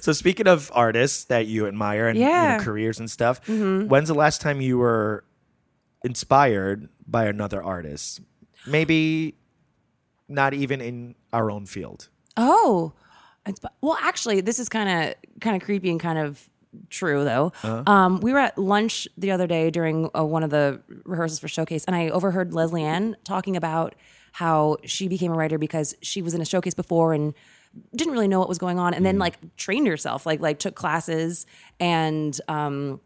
Speaker 1: So speaking of artists that you admire and you know,
Speaker 3: Yeah. Mm-hmm.
Speaker 1: careers and stuff, when's the last time you were inspired by another artist? Maybe not even in our own field.
Speaker 3: Oh, It's- well, actually, this is kind of kind of creepy and kind of true though.
Speaker 1: Uh-huh.
Speaker 3: Um, we were at lunch the other day during uh, one of the rehearsals for Showcase, and I overheard Leslie Ann talking about how she became a writer because she was in a showcase before and didn't really know what was going on, and
Speaker 1: Mm-hmm.
Speaker 3: then like trained herself, like like took classes and. Um,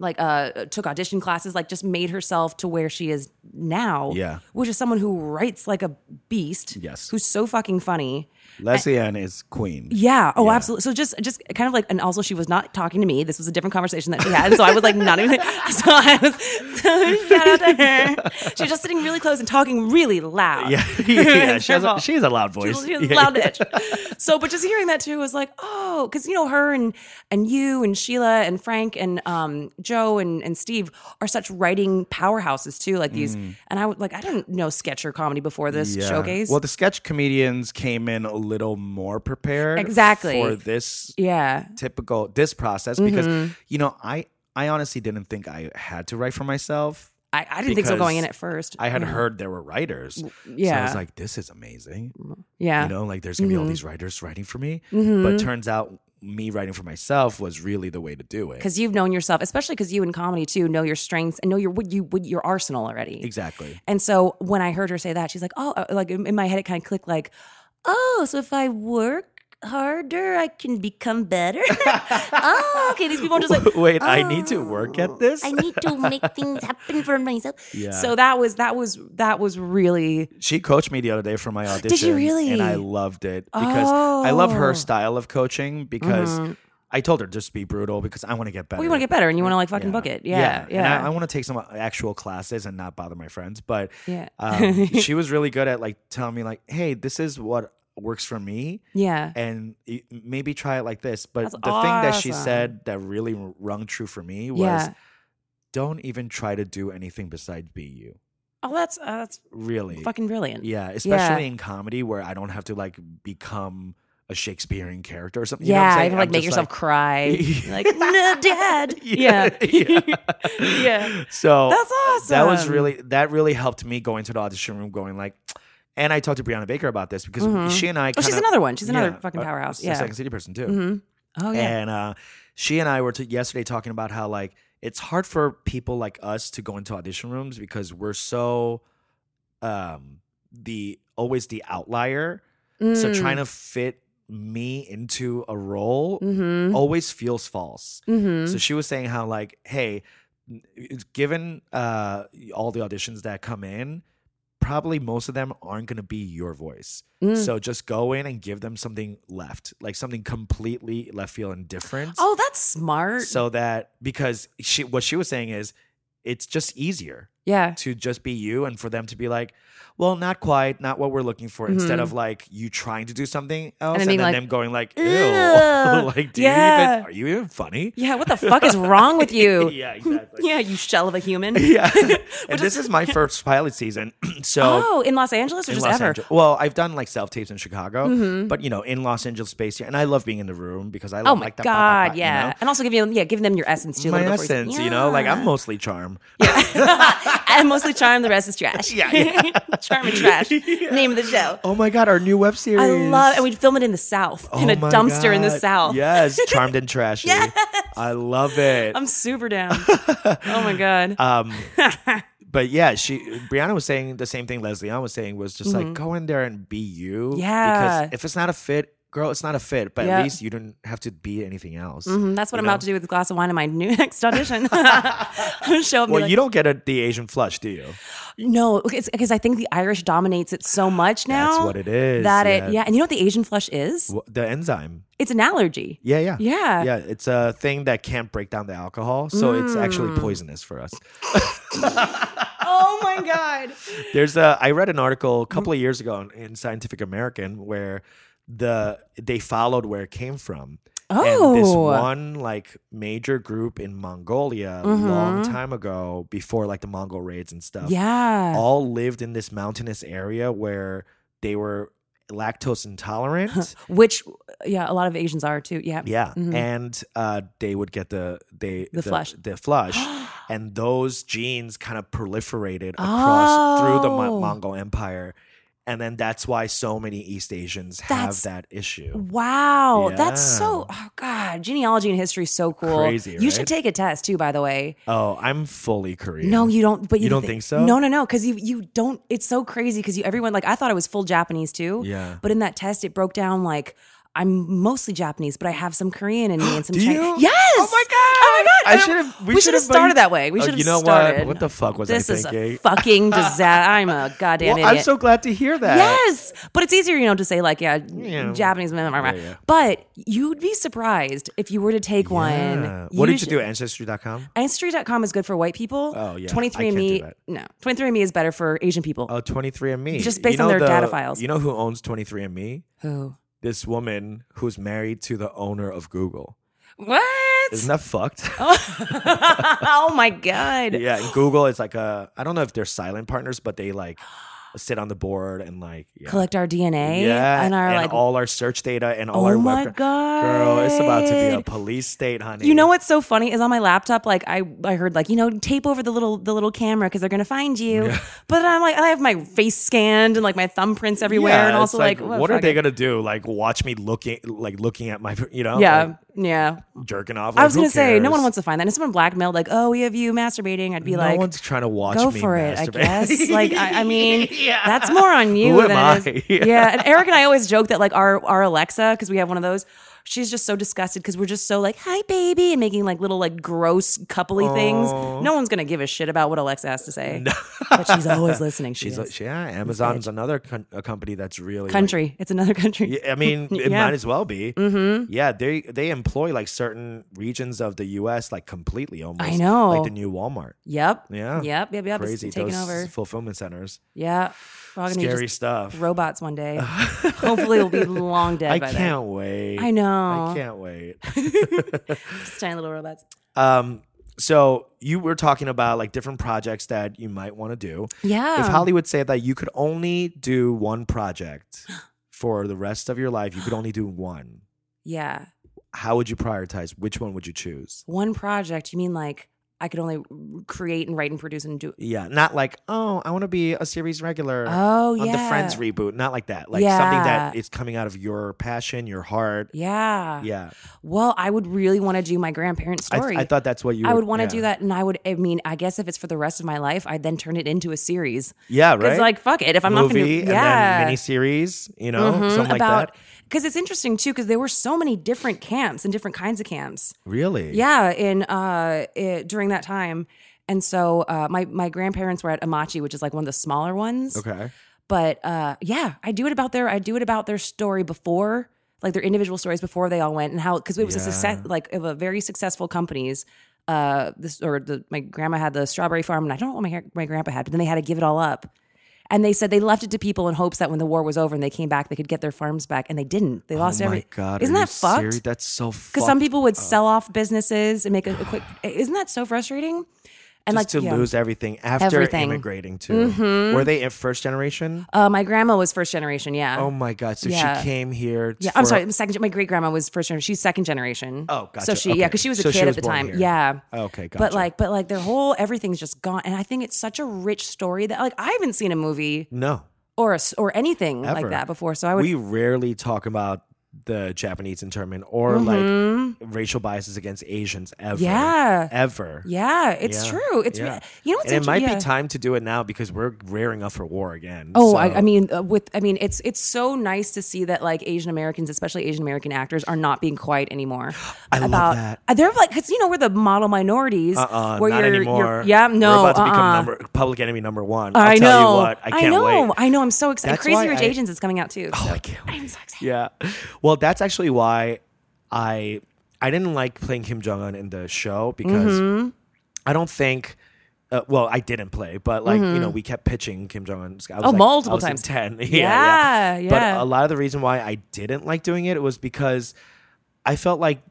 Speaker 3: like uh took audition classes like just made herself to where she is now
Speaker 1: Yeah.
Speaker 3: which is someone who writes like a beast
Speaker 1: Yes.
Speaker 3: who's so fucking funny
Speaker 1: Leslie Ann is queen.
Speaker 3: yeah. Oh, absolutely. So just, just kind of like, and also she was not talking to me. This was a different conversation that she had. So I was like, not even. So I was. So shout out to her. She was just sitting really close and talking really loud.
Speaker 1: Yeah, yeah,
Speaker 3: It's
Speaker 1: she,
Speaker 3: her
Speaker 1: has a,
Speaker 3: fault.
Speaker 1: she has a loud voice.
Speaker 3: She was, she was
Speaker 1: Yeah,
Speaker 3: loud
Speaker 1: yeah.
Speaker 3: bitch. So, but just hearing that too was like, oh, because you know her and and you and Sheila and Frank and um, Joe and and Steve are such writing powerhouses too. Like these, and I would like I didn't know sketch or comedy before this
Speaker 1: Mm. Yeah.
Speaker 3: showcase.
Speaker 1: Well, the sketch comedians came in a little more prepared
Speaker 3: Exactly.
Speaker 1: for this
Speaker 3: yeah.
Speaker 1: typical this process
Speaker 3: Mm-hmm.
Speaker 1: because you know I I honestly didn't think I had to write for myself.
Speaker 3: I, I didn't think so
Speaker 1: because
Speaker 3: going in at first.
Speaker 1: I had heard there were writers. So I
Speaker 3: Mm. yeah.
Speaker 1: was like, this is amazing.
Speaker 3: yeah. Mm-hmm.
Speaker 1: You know, like there's gonna be all these writers writing for me. But turns out me writing for myself was really the way to do it.
Speaker 3: because you've known yourself, especially because you in comedy too know your strengths and know your what you what your arsenal already.
Speaker 1: Exactly.
Speaker 3: And so when I heard her say that, she's like, "Oh, uh, like in in my head, it kind of clicked. Like, oh, so if I work harder, I can become better. oh, okay. These people are just like, "Oh,
Speaker 1: Wait, I need to work at this.
Speaker 7: I need to make things happen for myself.
Speaker 1: yeah.
Speaker 3: so that was that was that was really
Speaker 1: she coached me the other day for my audition.
Speaker 3: she really?
Speaker 1: And I loved it because I love her
Speaker 3: oh.
Speaker 1: style of coaching because I told her just be brutal because I want to get better.
Speaker 3: Mm-hmm. well, you want to get better and you want to like fucking book it. Yeah, yeah.
Speaker 1: And I, I want to take some uh, actual classes and not bother my friends. But
Speaker 3: Yeah.
Speaker 1: um, she was really good at like telling me like, hey, this is what works for me.
Speaker 3: yeah.
Speaker 1: and y- maybe try it like this. But
Speaker 3: That's
Speaker 1: the thing that she
Speaker 3: awesome.
Speaker 1: said that really r- rung true for me was
Speaker 3: Yeah.
Speaker 1: don't even try to do anything besides be you.
Speaker 3: Oh, that's uh, that's
Speaker 1: Really.
Speaker 3: fucking brilliant.
Speaker 1: yeah, especially in comedy where I don't have to like become a Shakespearean character or something. You know what
Speaker 3: yeah,
Speaker 1: I'm saying?
Speaker 3: even like
Speaker 1: I'm
Speaker 3: make
Speaker 1: just
Speaker 3: yourself cry. You're like, no, dad.
Speaker 1: yeah.
Speaker 3: yeah.
Speaker 1: So
Speaker 3: That's um,
Speaker 1: That was
Speaker 3: awesome.
Speaker 1: really that really helped me go into the audition room going like and I talked to Brianna Baker about this because she and I
Speaker 3: Oh, she's
Speaker 1: kinda-
Speaker 3: another one. She's another
Speaker 1: Yeah,
Speaker 3: fucking
Speaker 1: uh,
Speaker 3: powerhouse.
Speaker 1: she's a
Speaker 3: Yeah.
Speaker 1: Second City person too.
Speaker 3: Oh yeah.
Speaker 1: And uh, she and I were t- yesterday talking about how like it's hard for people like us to go into audition rooms because we're so um the always the outlier. So
Speaker 3: Mm.
Speaker 1: trying to fit me into a role
Speaker 3: Mm-hmm.
Speaker 1: always feels false. So she was saying how like, hey, it's given uh all the auditions that come in, probably most of them aren't going to be your voice.
Speaker 3: Mm.
Speaker 1: So just go in and give them something left, like something completely left field and different.
Speaker 3: Oh, that's smart.
Speaker 1: So that because she what she was saying is it's just easier.
Speaker 3: Yeah.
Speaker 1: to just be you and for them to be like, well, not quite, not what we're looking for. Instead of like you trying to do something else and,
Speaker 3: Mm-hmm. being
Speaker 1: then
Speaker 3: like,
Speaker 1: them going like, ew, like, do you
Speaker 3: Yeah.
Speaker 1: even, are you even funny?
Speaker 3: Yeah, what the fuck is wrong with you?
Speaker 1: Yeah, exactly.
Speaker 3: Yeah, you shell of a human.
Speaker 1: Yeah. and this is my first pilot season. so
Speaker 3: Oh, in Los Angeles or
Speaker 1: in
Speaker 3: just
Speaker 1: Los
Speaker 3: ever? Mm-hmm.
Speaker 1: Angeles. Well, I've done like self tapes in Chicago, but you know, in Los Angeles space here, and I love being in the room because I
Speaker 3: Oh my
Speaker 1: like that.
Speaker 3: god,
Speaker 1: pop, pop, pop, you
Speaker 3: yeah.
Speaker 1: know?
Speaker 3: And also giving them yeah, giving them your essence too. a
Speaker 1: My
Speaker 3: little before
Speaker 1: essence, you know, like
Speaker 3: Yeah.
Speaker 1: I'm mostly charm.
Speaker 3: I'm mostly charm, the rest is trash. Yeah, charm and trash. Name of the show.
Speaker 1: Oh my god, our new web series.
Speaker 3: I love, and we'd film it in the South, in
Speaker 1: Oh
Speaker 3: a
Speaker 1: my
Speaker 3: dumpster in the
Speaker 1: God.
Speaker 3: South.
Speaker 1: Yes, charmed and trashy. I love it.
Speaker 3: I'm super down. oh my god.
Speaker 1: Uh, but yeah, she Brianna was saying the same thing Leslie Ann was saying was just like go in there and be you.
Speaker 3: Mm-hmm. Yeah.
Speaker 1: Because if it's not a fit, girl, it's not a fit. But
Speaker 3: Yeah. Mm-hmm.
Speaker 1: at least you don't have to be anything else.
Speaker 3: And that's what
Speaker 1: you
Speaker 3: I'm
Speaker 1: know?
Speaker 3: about to do with a glass of wine in my new next audition. I'm gonna show up.
Speaker 1: Well,
Speaker 3: and
Speaker 1: you
Speaker 3: be
Speaker 1: don't
Speaker 3: like,
Speaker 1: get a, the Asian flush, do you?
Speaker 3: no, because I think the Irish dominates it so much now.
Speaker 1: That's what it is,
Speaker 3: That
Speaker 1: yeah.
Speaker 3: it, yeah. And you know what the Asian flush is?
Speaker 1: Wh- The enzyme.
Speaker 3: It's an allergy.
Speaker 1: Yeah, yeah.
Speaker 3: Yeah.
Speaker 1: Yeah, it's a thing that can't break down the alcohol, so it's
Speaker 3: Mm.
Speaker 1: actually poisonous for us.
Speaker 3: Oh my god.
Speaker 1: There's a I read an article a couple of years ago in, in Scientific American where the they followed where it came from. And this
Speaker 3: Oh.
Speaker 1: one like major group in Mongolia long time ago before like the Mongol raids and stuff.
Speaker 3: Mm-hmm. Yeah.
Speaker 1: All lived in this mountainous area where they were lactose intolerant.
Speaker 3: Which, yeah, a lot of Asians are too. Yeah.
Speaker 1: Yeah, and uh, they would get the they
Speaker 3: Mm-hmm. The flush.
Speaker 1: the flush, and those genes kind of proliferated across through the Mo-
Speaker 3: Oh.
Speaker 1: Mongol Empire, and then that's why so many East Asians
Speaker 3: That's-
Speaker 1: have that issue.
Speaker 3: Wow, that's
Speaker 1: Yeah.
Speaker 3: so. Oh God, genealogy and history is so cool.
Speaker 1: Crazy,
Speaker 3: You should
Speaker 1: right?
Speaker 3: take a test too. By the way,
Speaker 1: Oh, I'm fully Korean.
Speaker 3: no, you don't. But you,
Speaker 1: You don't
Speaker 3: thi-
Speaker 1: think so?
Speaker 3: No, no, no. Because you you don't. It's so crazy because you everyone like I thought I was full Japanese too.
Speaker 1: Yeah.
Speaker 3: But in that test, it broke down like. I'm mostly Japanese, but I have some Korean in me and some
Speaker 1: Do
Speaker 3: Chinese.
Speaker 1: you?
Speaker 3: Yes.
Speaker 1: Oh my God.
Speaker 3: Oh my
Speaker 1: I
Speaker 3: god.
Speaker 1: should've- we
Speaker 3: We should have
Speaker 1: should've been-
Speaker 3: started that way. We
Speaker 1: Oh,
Speaker 3: should have
Speaker 1: you know what?
Speaker 3: started.
Speaker 1: What the fuck was I
Speaker 3: this This
Speaker 1: thinking?
Speaker 3: is a fucking disaster. I'm a goddamn
Speaker 1: Well,
Speaker 3: idiot.
Speaker 1: I'm so glad to hear that.
Speaker 3: Yes, but it's easier, you know, to say like, yeah, Japanese. blah, blah, blah, blah.
Speaker 1: yeah.
Speaker 3: But you'd be surprised if you were to take
Speaker 1: Yeah.
Speaker 3: one.
Speaker 1: What did you do? Ancestry.com.
Speaker 3: Ancestry.com is good for white people.
Speaker 1: Oh, yeah. I can't
Speaker 3: 23andMe.
Speaker 1: do that.
Speaker 3: No, 23andMe is better for Asian people.
Speaker 1: Oh, 23andMe.
Speaker 3: Just based on their data files.
Speaker 1: You know who owns 23andMe?
Speaker 3: Who?
Speaker 1: This woman who's married to the owner of Google.
Speaker 3: What?
Speaker 1: Isn't that fucked?
Speaker 3: oh my god.
Speaker 1: yeah and google is like a i don't know if they're silent partners but they like sit on the board and like yeah.
Speaker 3: Collect our DNA
Speaker 1: yeah,
Speaker 3: and our like.
Speaker 1: all our search data and all
Speaker 3: Oh
Speaker 1: our web
Speaker 3: my
Speaker 1: girl it's about to be a
Speaker 3: God.
Speaker 1: police state honey
Speaker 3: you know what's so funny is on my laptop. Like I, I heard like you know tape over the little the little camera because they're gonna find you. But I'm like I have my face scanned and like my thumbprints everywhere
Speaker 1: yeah,
Speaker 3: and
Speaker 1: it's
Speaker 3: also like, well,
Speaker 1: what are
Speaker 3: fuck
Speaker 1: they
Speaker 3: it.
Speaker 1: gonna do like watch me looking like looking at my you know
Speaker 3: Yeah,
Speaker 1: like,
Speaker 3: yeah.
Speaker 1: jerking off
Speaker 3: I was
Speaker 1: going
Speaker 3: gonna
Speaker 1: to
Speaker 3: say no one wants to find that. And if someone blackmailed, like, oh, we have you masturbating, I'd be
Speaker 1: no
Speaker 3: like,
Speaker 1: one's trying to watch
Speaker 3: go
Speaker 1: me
Speaker 3: for it, I
Speaker 1: masturbate.
Speaker 3: guess. like, I, I mean, that's more on you
Speaker 1: Who am
Speaker 3: than
Speaker 1: I?
Speaker 3: it is- Yeah. and Eric and I always joke that like our our Alexa because we have one of those. She's just so disgusted because we're just so like, hi, baby, and making like little like gross coupley things. No one's gonna give a shit about what Alexa has to say, but she's always listening. She
Speaker 1: She's
Speaker 3: is.
Speaker 1: like, yeah amazon's another con- a company that's really like,
Speaker 3: country. it's another country.
Speaker 1: Yeah, I mean, it
Speaker 3: Yeah.
Speaker 1: might as well be. Mm-hmm. Yeah, they they employ like certain regions of the U.S. like completely almost.
Speaker 3: I know.
Speaker 1: like the new Walmart.
Speaker 3: Yep.
Speaker 1: Yeah,
Speaker 3: Yep. Yep. Yep.
Speaker 1: Crazy
Speaker 3: It's taking
Speaker 1: those
Speaker 3: over.
Speaker 1: fulfillment centers.
Speaker 3: Yeah. We're all gonna be
Speaker 1: Scary
Speaker 3: just
Speaker 1: stuff.
Speaker 3: robots one day. Hopefully, we'll be long dead
Speaker 1: I
Speaker 3: by
Speaker 1: can't
Speaker 3: then.
Speaker 1: wait.
Speaker 3: I know.
Speaker 1: I can't wait.
Speaker 3: Just tiny little robots.
Speaker 1: um, so you were talking about like different projects that you might want to do.
Speaker 3: Yeah.
Speaker 1: If Hollywood said that you could only do one project for the rest of your life, you could only do one.
Speaker 3: yeah.
Speaker 1: How would you prioritize? Which one would you choose?
Speaker 3: One project. You mean like I could only create and write and produce and do?
Speaker 1: Yeah, not like oh, I want to be a series regular.
Speaker 3: Oh,
Speaker 1: on the
Speaker 3: yeah.
Speaker 1: Friends reboot, not like that. Like something that
Speaker 3: Yeah.
Speaker 1: is coming out of your passion, your heart.
Speaker 3: Yeah.
Speaker 1: Yeah,
Speaker 3: Well, I would really want to do my grandparents'
Speaker 1: I,
Speaker 3: story.
Speaker 1: I thought that's what you.
Speaker 3: I would want to
Speaker 1: yeah.
Speaker 3: do that, and I would. I mean, I guess if it's for the rest of my life, I'd then turn it into a series.
Speaker 1: Yeah,
Speaker 3: Because
Speaker 1: right.
Speaker 3: like, fuck it. If I'm not going
Speaker 1: movie
Speaker 3: to,
Speaker 1: and
Speaker 3: yeah, Mm-hmm.
Speaker 1: then miniseries. You know, something like
Speaker 3: about
Speaker 1: that.
Speaker 3: because it's interesting too. Because there were so many different camps and different kinds of camps.
Speaker 1: Really?
Speaker 3: Yeah, in uh, it, during that time, and so uh, my my grandparents were at Amachi, which is like one of the smaller ones.
Speaker 1: Okay.
Speaker 3: But uh, yeah, I do it about their I do it about their story before, like their individual stories before they all went, and how because it was a success like of a very successful companies uh, this or the, my grandma had the strawberry farm, and I don't know what my hair- my grandpa had, but then they had to give it all up. And they said they left it to people in hopes that when the war was over and they came back, they could get their farms back, and they didn't. They lost
Speaker 8: oh my
Speaker 3: every.
Speaker 8: god!
Speaker 3: isn't
Speaker 8: are
Speaker 3: that
Speaker 8: you
Speaker 3: fucked?
Speaker 8: serious? That's so fucked.
Speaker 3: because some people would sell off businesses and make a, a quick. Isn't that so frustrating? And
Speaker 1: Just
Speaker 3: like
Speaker 1: to
Speaker 3: yeah.
Speaker 1: lose everything after
Speaker 3: Everything. Mm-hmm.
Speaker 1: immigrating too. Were they at first generation?
Speaker 3: Uh, my grandma was first generation. Yeah.
Speaker 1: oh my god! So
Speaker 3: yeah.
Speaker 1: she came here.
Speaker 3: yeah. I'm
Speaker 1: for-
Speaker 3: sorry. I'm second. gen- My great grandma was first generation. She's second generation.
Speaker 1: Oh, gotcha.
Speaker 3: So she, yeah,
Speaker 1: Okay.
Speaker 3: because she was a
Speaker 1: So she
Speaker 3: kid
Speaker 1: was
Speaker 3: at the
Speaker 1: born
Speaker 3: time.
Speaker 1: here.
Speaker 3: Yeah.
Speaker 1: Okay,
Speaker 3: But
Speaker 1: gotcha.
Speaker 3: like, but like their whole everything's just gone, and I think it's such a rich story that like I haven't seen a movie
Speaker 1: No,
Speaker 3: or a s or anything
Speaker 1: Ever.
Speaker 3: like that before. So I would.
Speaker 1: we rarely talk about the Japanese internment or like racial biases against Asians ever.
Speaker 3: Mm-hmm. Mm, Yeah.
Speaker 1: ever.
Speaker 3: yeah, it's
Speaker 1: Yeah.
Speaker 3: true. It's
Speaker 1: Yeah.
Speaker 3: you know what's
Speaker 1: and it
Speaker 3: inter-
Speaker 1: might
Speaker 3: yeah.
Speaker 1: be time to do it now because we're rearing up for war again.
Speaker 3: Oh,
Speaker 1: So-
Speaker 3: I, I mean, uh, with I mean, it's it's so nice to see that like Asian Americans, especially Asian American actors, are not being quiet anymore.
Speaker 1: I love
Speaker 3: about,
Speaker 1: that.
Speaker 3: uh, They're like, because you know we're the model minorities.
Speaker 1: uh-uh,
Speaker 3: where
Speaker 1: not
Speaker 3: you're,
Speaker 1: anymore.
Speaker 3: You're, yeah, no.
Speaker 1: we're about to become
Speaker 3: uh-uh.
Speaker 1: number, public enemy number one. I'll
Speaker 3: I know.
Speaker 1: tell you what, I can't
Speaker 3: know.
Speaker 1: wait.
Speaker 3: I know. I'm so excited.
Speaker 1: That's
Speaker 3: Crazy
Speaker 1: why
Speaker 3: Rich
Speaker 1: I- Oh,
Speaker 3: Asians is coming out too. so.
Speaker 1: I can't wait. Yeah. Well, that's actually why I I didn't like playing Kim Jong Un in the show because
Speaker 3: Mm-hmm.
Speaker 1: I don't think. Uh, well, I didn't play, but like you know, we kept pitching Kim Jong Un.
Speaker 3: Mm-hmm. Oh, multiple
Speaker 1: I was in
Speaker 3: times.
Speaker 1: Ten,
Speaker 3: Yeah, yeah.
Speaker 1: But a lot of the reason why I didn't like doing it was because I felt like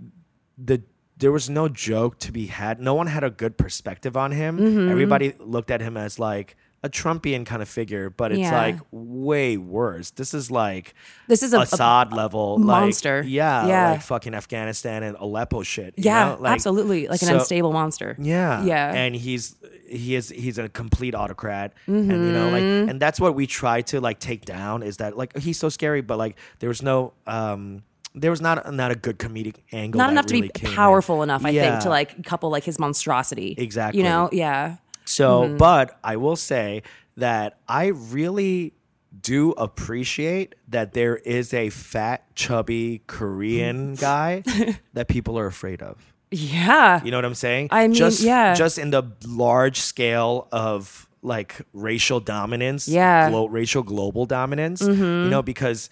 Speaker 1: the there was no joke to be had. No one had a good perspective on him.
Speaker 3: Mm-hmm.
Speaker 1: Everybody looked at him as like a Trumpian kind of figure, but it's
Speaker 3: Yeah.
Speaker 1: like way worse. This is like
Speaker 3: This is a- a-
Speaker 1: Assad level like,
Speaker 3: monster.
Speaker 1: yeah,
Speaker 3: Yeah.
Speaker 1: like fucking Afghanistan and Aleppo shit. you
Speaker 3: yeah,
Speaker 1: know? Like,
Speaker 3: absolutely. Like an
Speaker 1: so-
Speaker 3: unstable monster.
Speaker 1: Yeah,
Speaker 3: Yeah.
Speaker 1: And he's he is he's a complete autocrat, and you know like
Speaker 3: Mm-hmm.
Speaker 1: and that's what we try to like take down is that like he's so scary, but like there was no um there was not not a good comedic angle,
Speaker 3: not
Speaker 1: that
Speaker 3: enough
Speaker 1: really
Speaker 3: to be
Speaker 1: came in.
Speaker 3: powerful enough, I
Speaker 1: Yeah.
Speaker 3: think, to like couple like his monstrosity.
Speaker 1: Exactly.
Speaker 3: You know? Yeah.
Speaker 1: So,
Speaker 3: Mm-hmm.
Speaker 1: but I will say that I really do appreciate that there is a fat, chubby Korean guy that people are afraid of.
Speaker 3: Yeah.
Speaker 1: You know what I'm saying?
Speaker 3: I mean,
Speaker 1: just,
Speaker 3: yeah.
Speaker 1: Just in the large scale of like racial dominance,
Speaker 3: Yeah. Mm-hmm.
Speaker 1: glo- racial global dominance, you know, because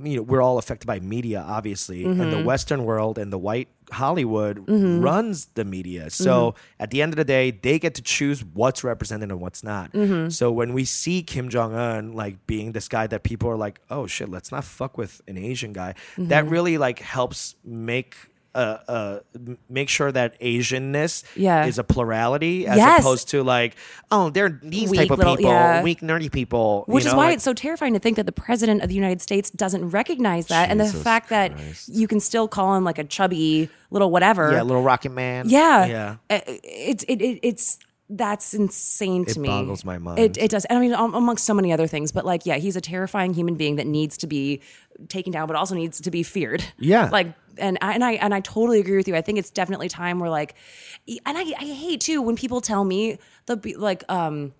Speaker 1: you know we're all affected by media, obviously, and
Speaker 3: Mm-hmm.
Speaker 1: the Western world and the white Hollywood runs the media. So
Speaker 3: Mm-hmm.
Speaker 1: at the end of the day, they get to choose what's represented and what's not.
Speaker 3: Mm-hmm.
Speaker 1: So when we see Kim Jong Un like being this guy that people are like, oh shit, let's not fuck with an Asian guy, that
Speaker 3: Mm-hmm.
Speaker 1: really like helps make uh, uh, m- make sure that Asianness
Speaker 3: Yeah.
Speaker 1: is a plurality as
Speaker 3: Yes.
Speaker 1: opposed to like, oh, they're these
Speaker 3: Weak
Speaker 1: type of
Speaker 3: little-
Speaker 1: people,
Speaker 3: yeah.
Speaker 1: weak, nerdy people. you
Speaker 3: Which is
Speaker 1: know,
Speaker 3: why
Speaker 1: like-
Speaker 3: it's so terrifying to think that the president of the United States doesn't recognize that, and the
Speaker 1: Jesus
Speaker 3: fact
Speaker 1: Christ.
Speaker 3: that you can still call him like a chubby little whatever.
Speaker 1: Yeah, little Rocket Man.
Speaker 3: yeah,
Speaker 1: Yeah.
Speaker 3: Uh, It's it, it it's that's insane to
Speaker 1: It
Speaker 3: me.
Speaker 1: boggles my mind.
Speaker 3: It, it does, and I mean, um, amongst so many other things, but like, yeah, he's a terrifying human being that needs to be taken down, but also needs to be feared.
Speaker 1: Yeah.
Speaker 3: like. And I, and I and I totally agree with you. I think it's definitely time where like, e, and I, I hate too when people tell me they'll be like um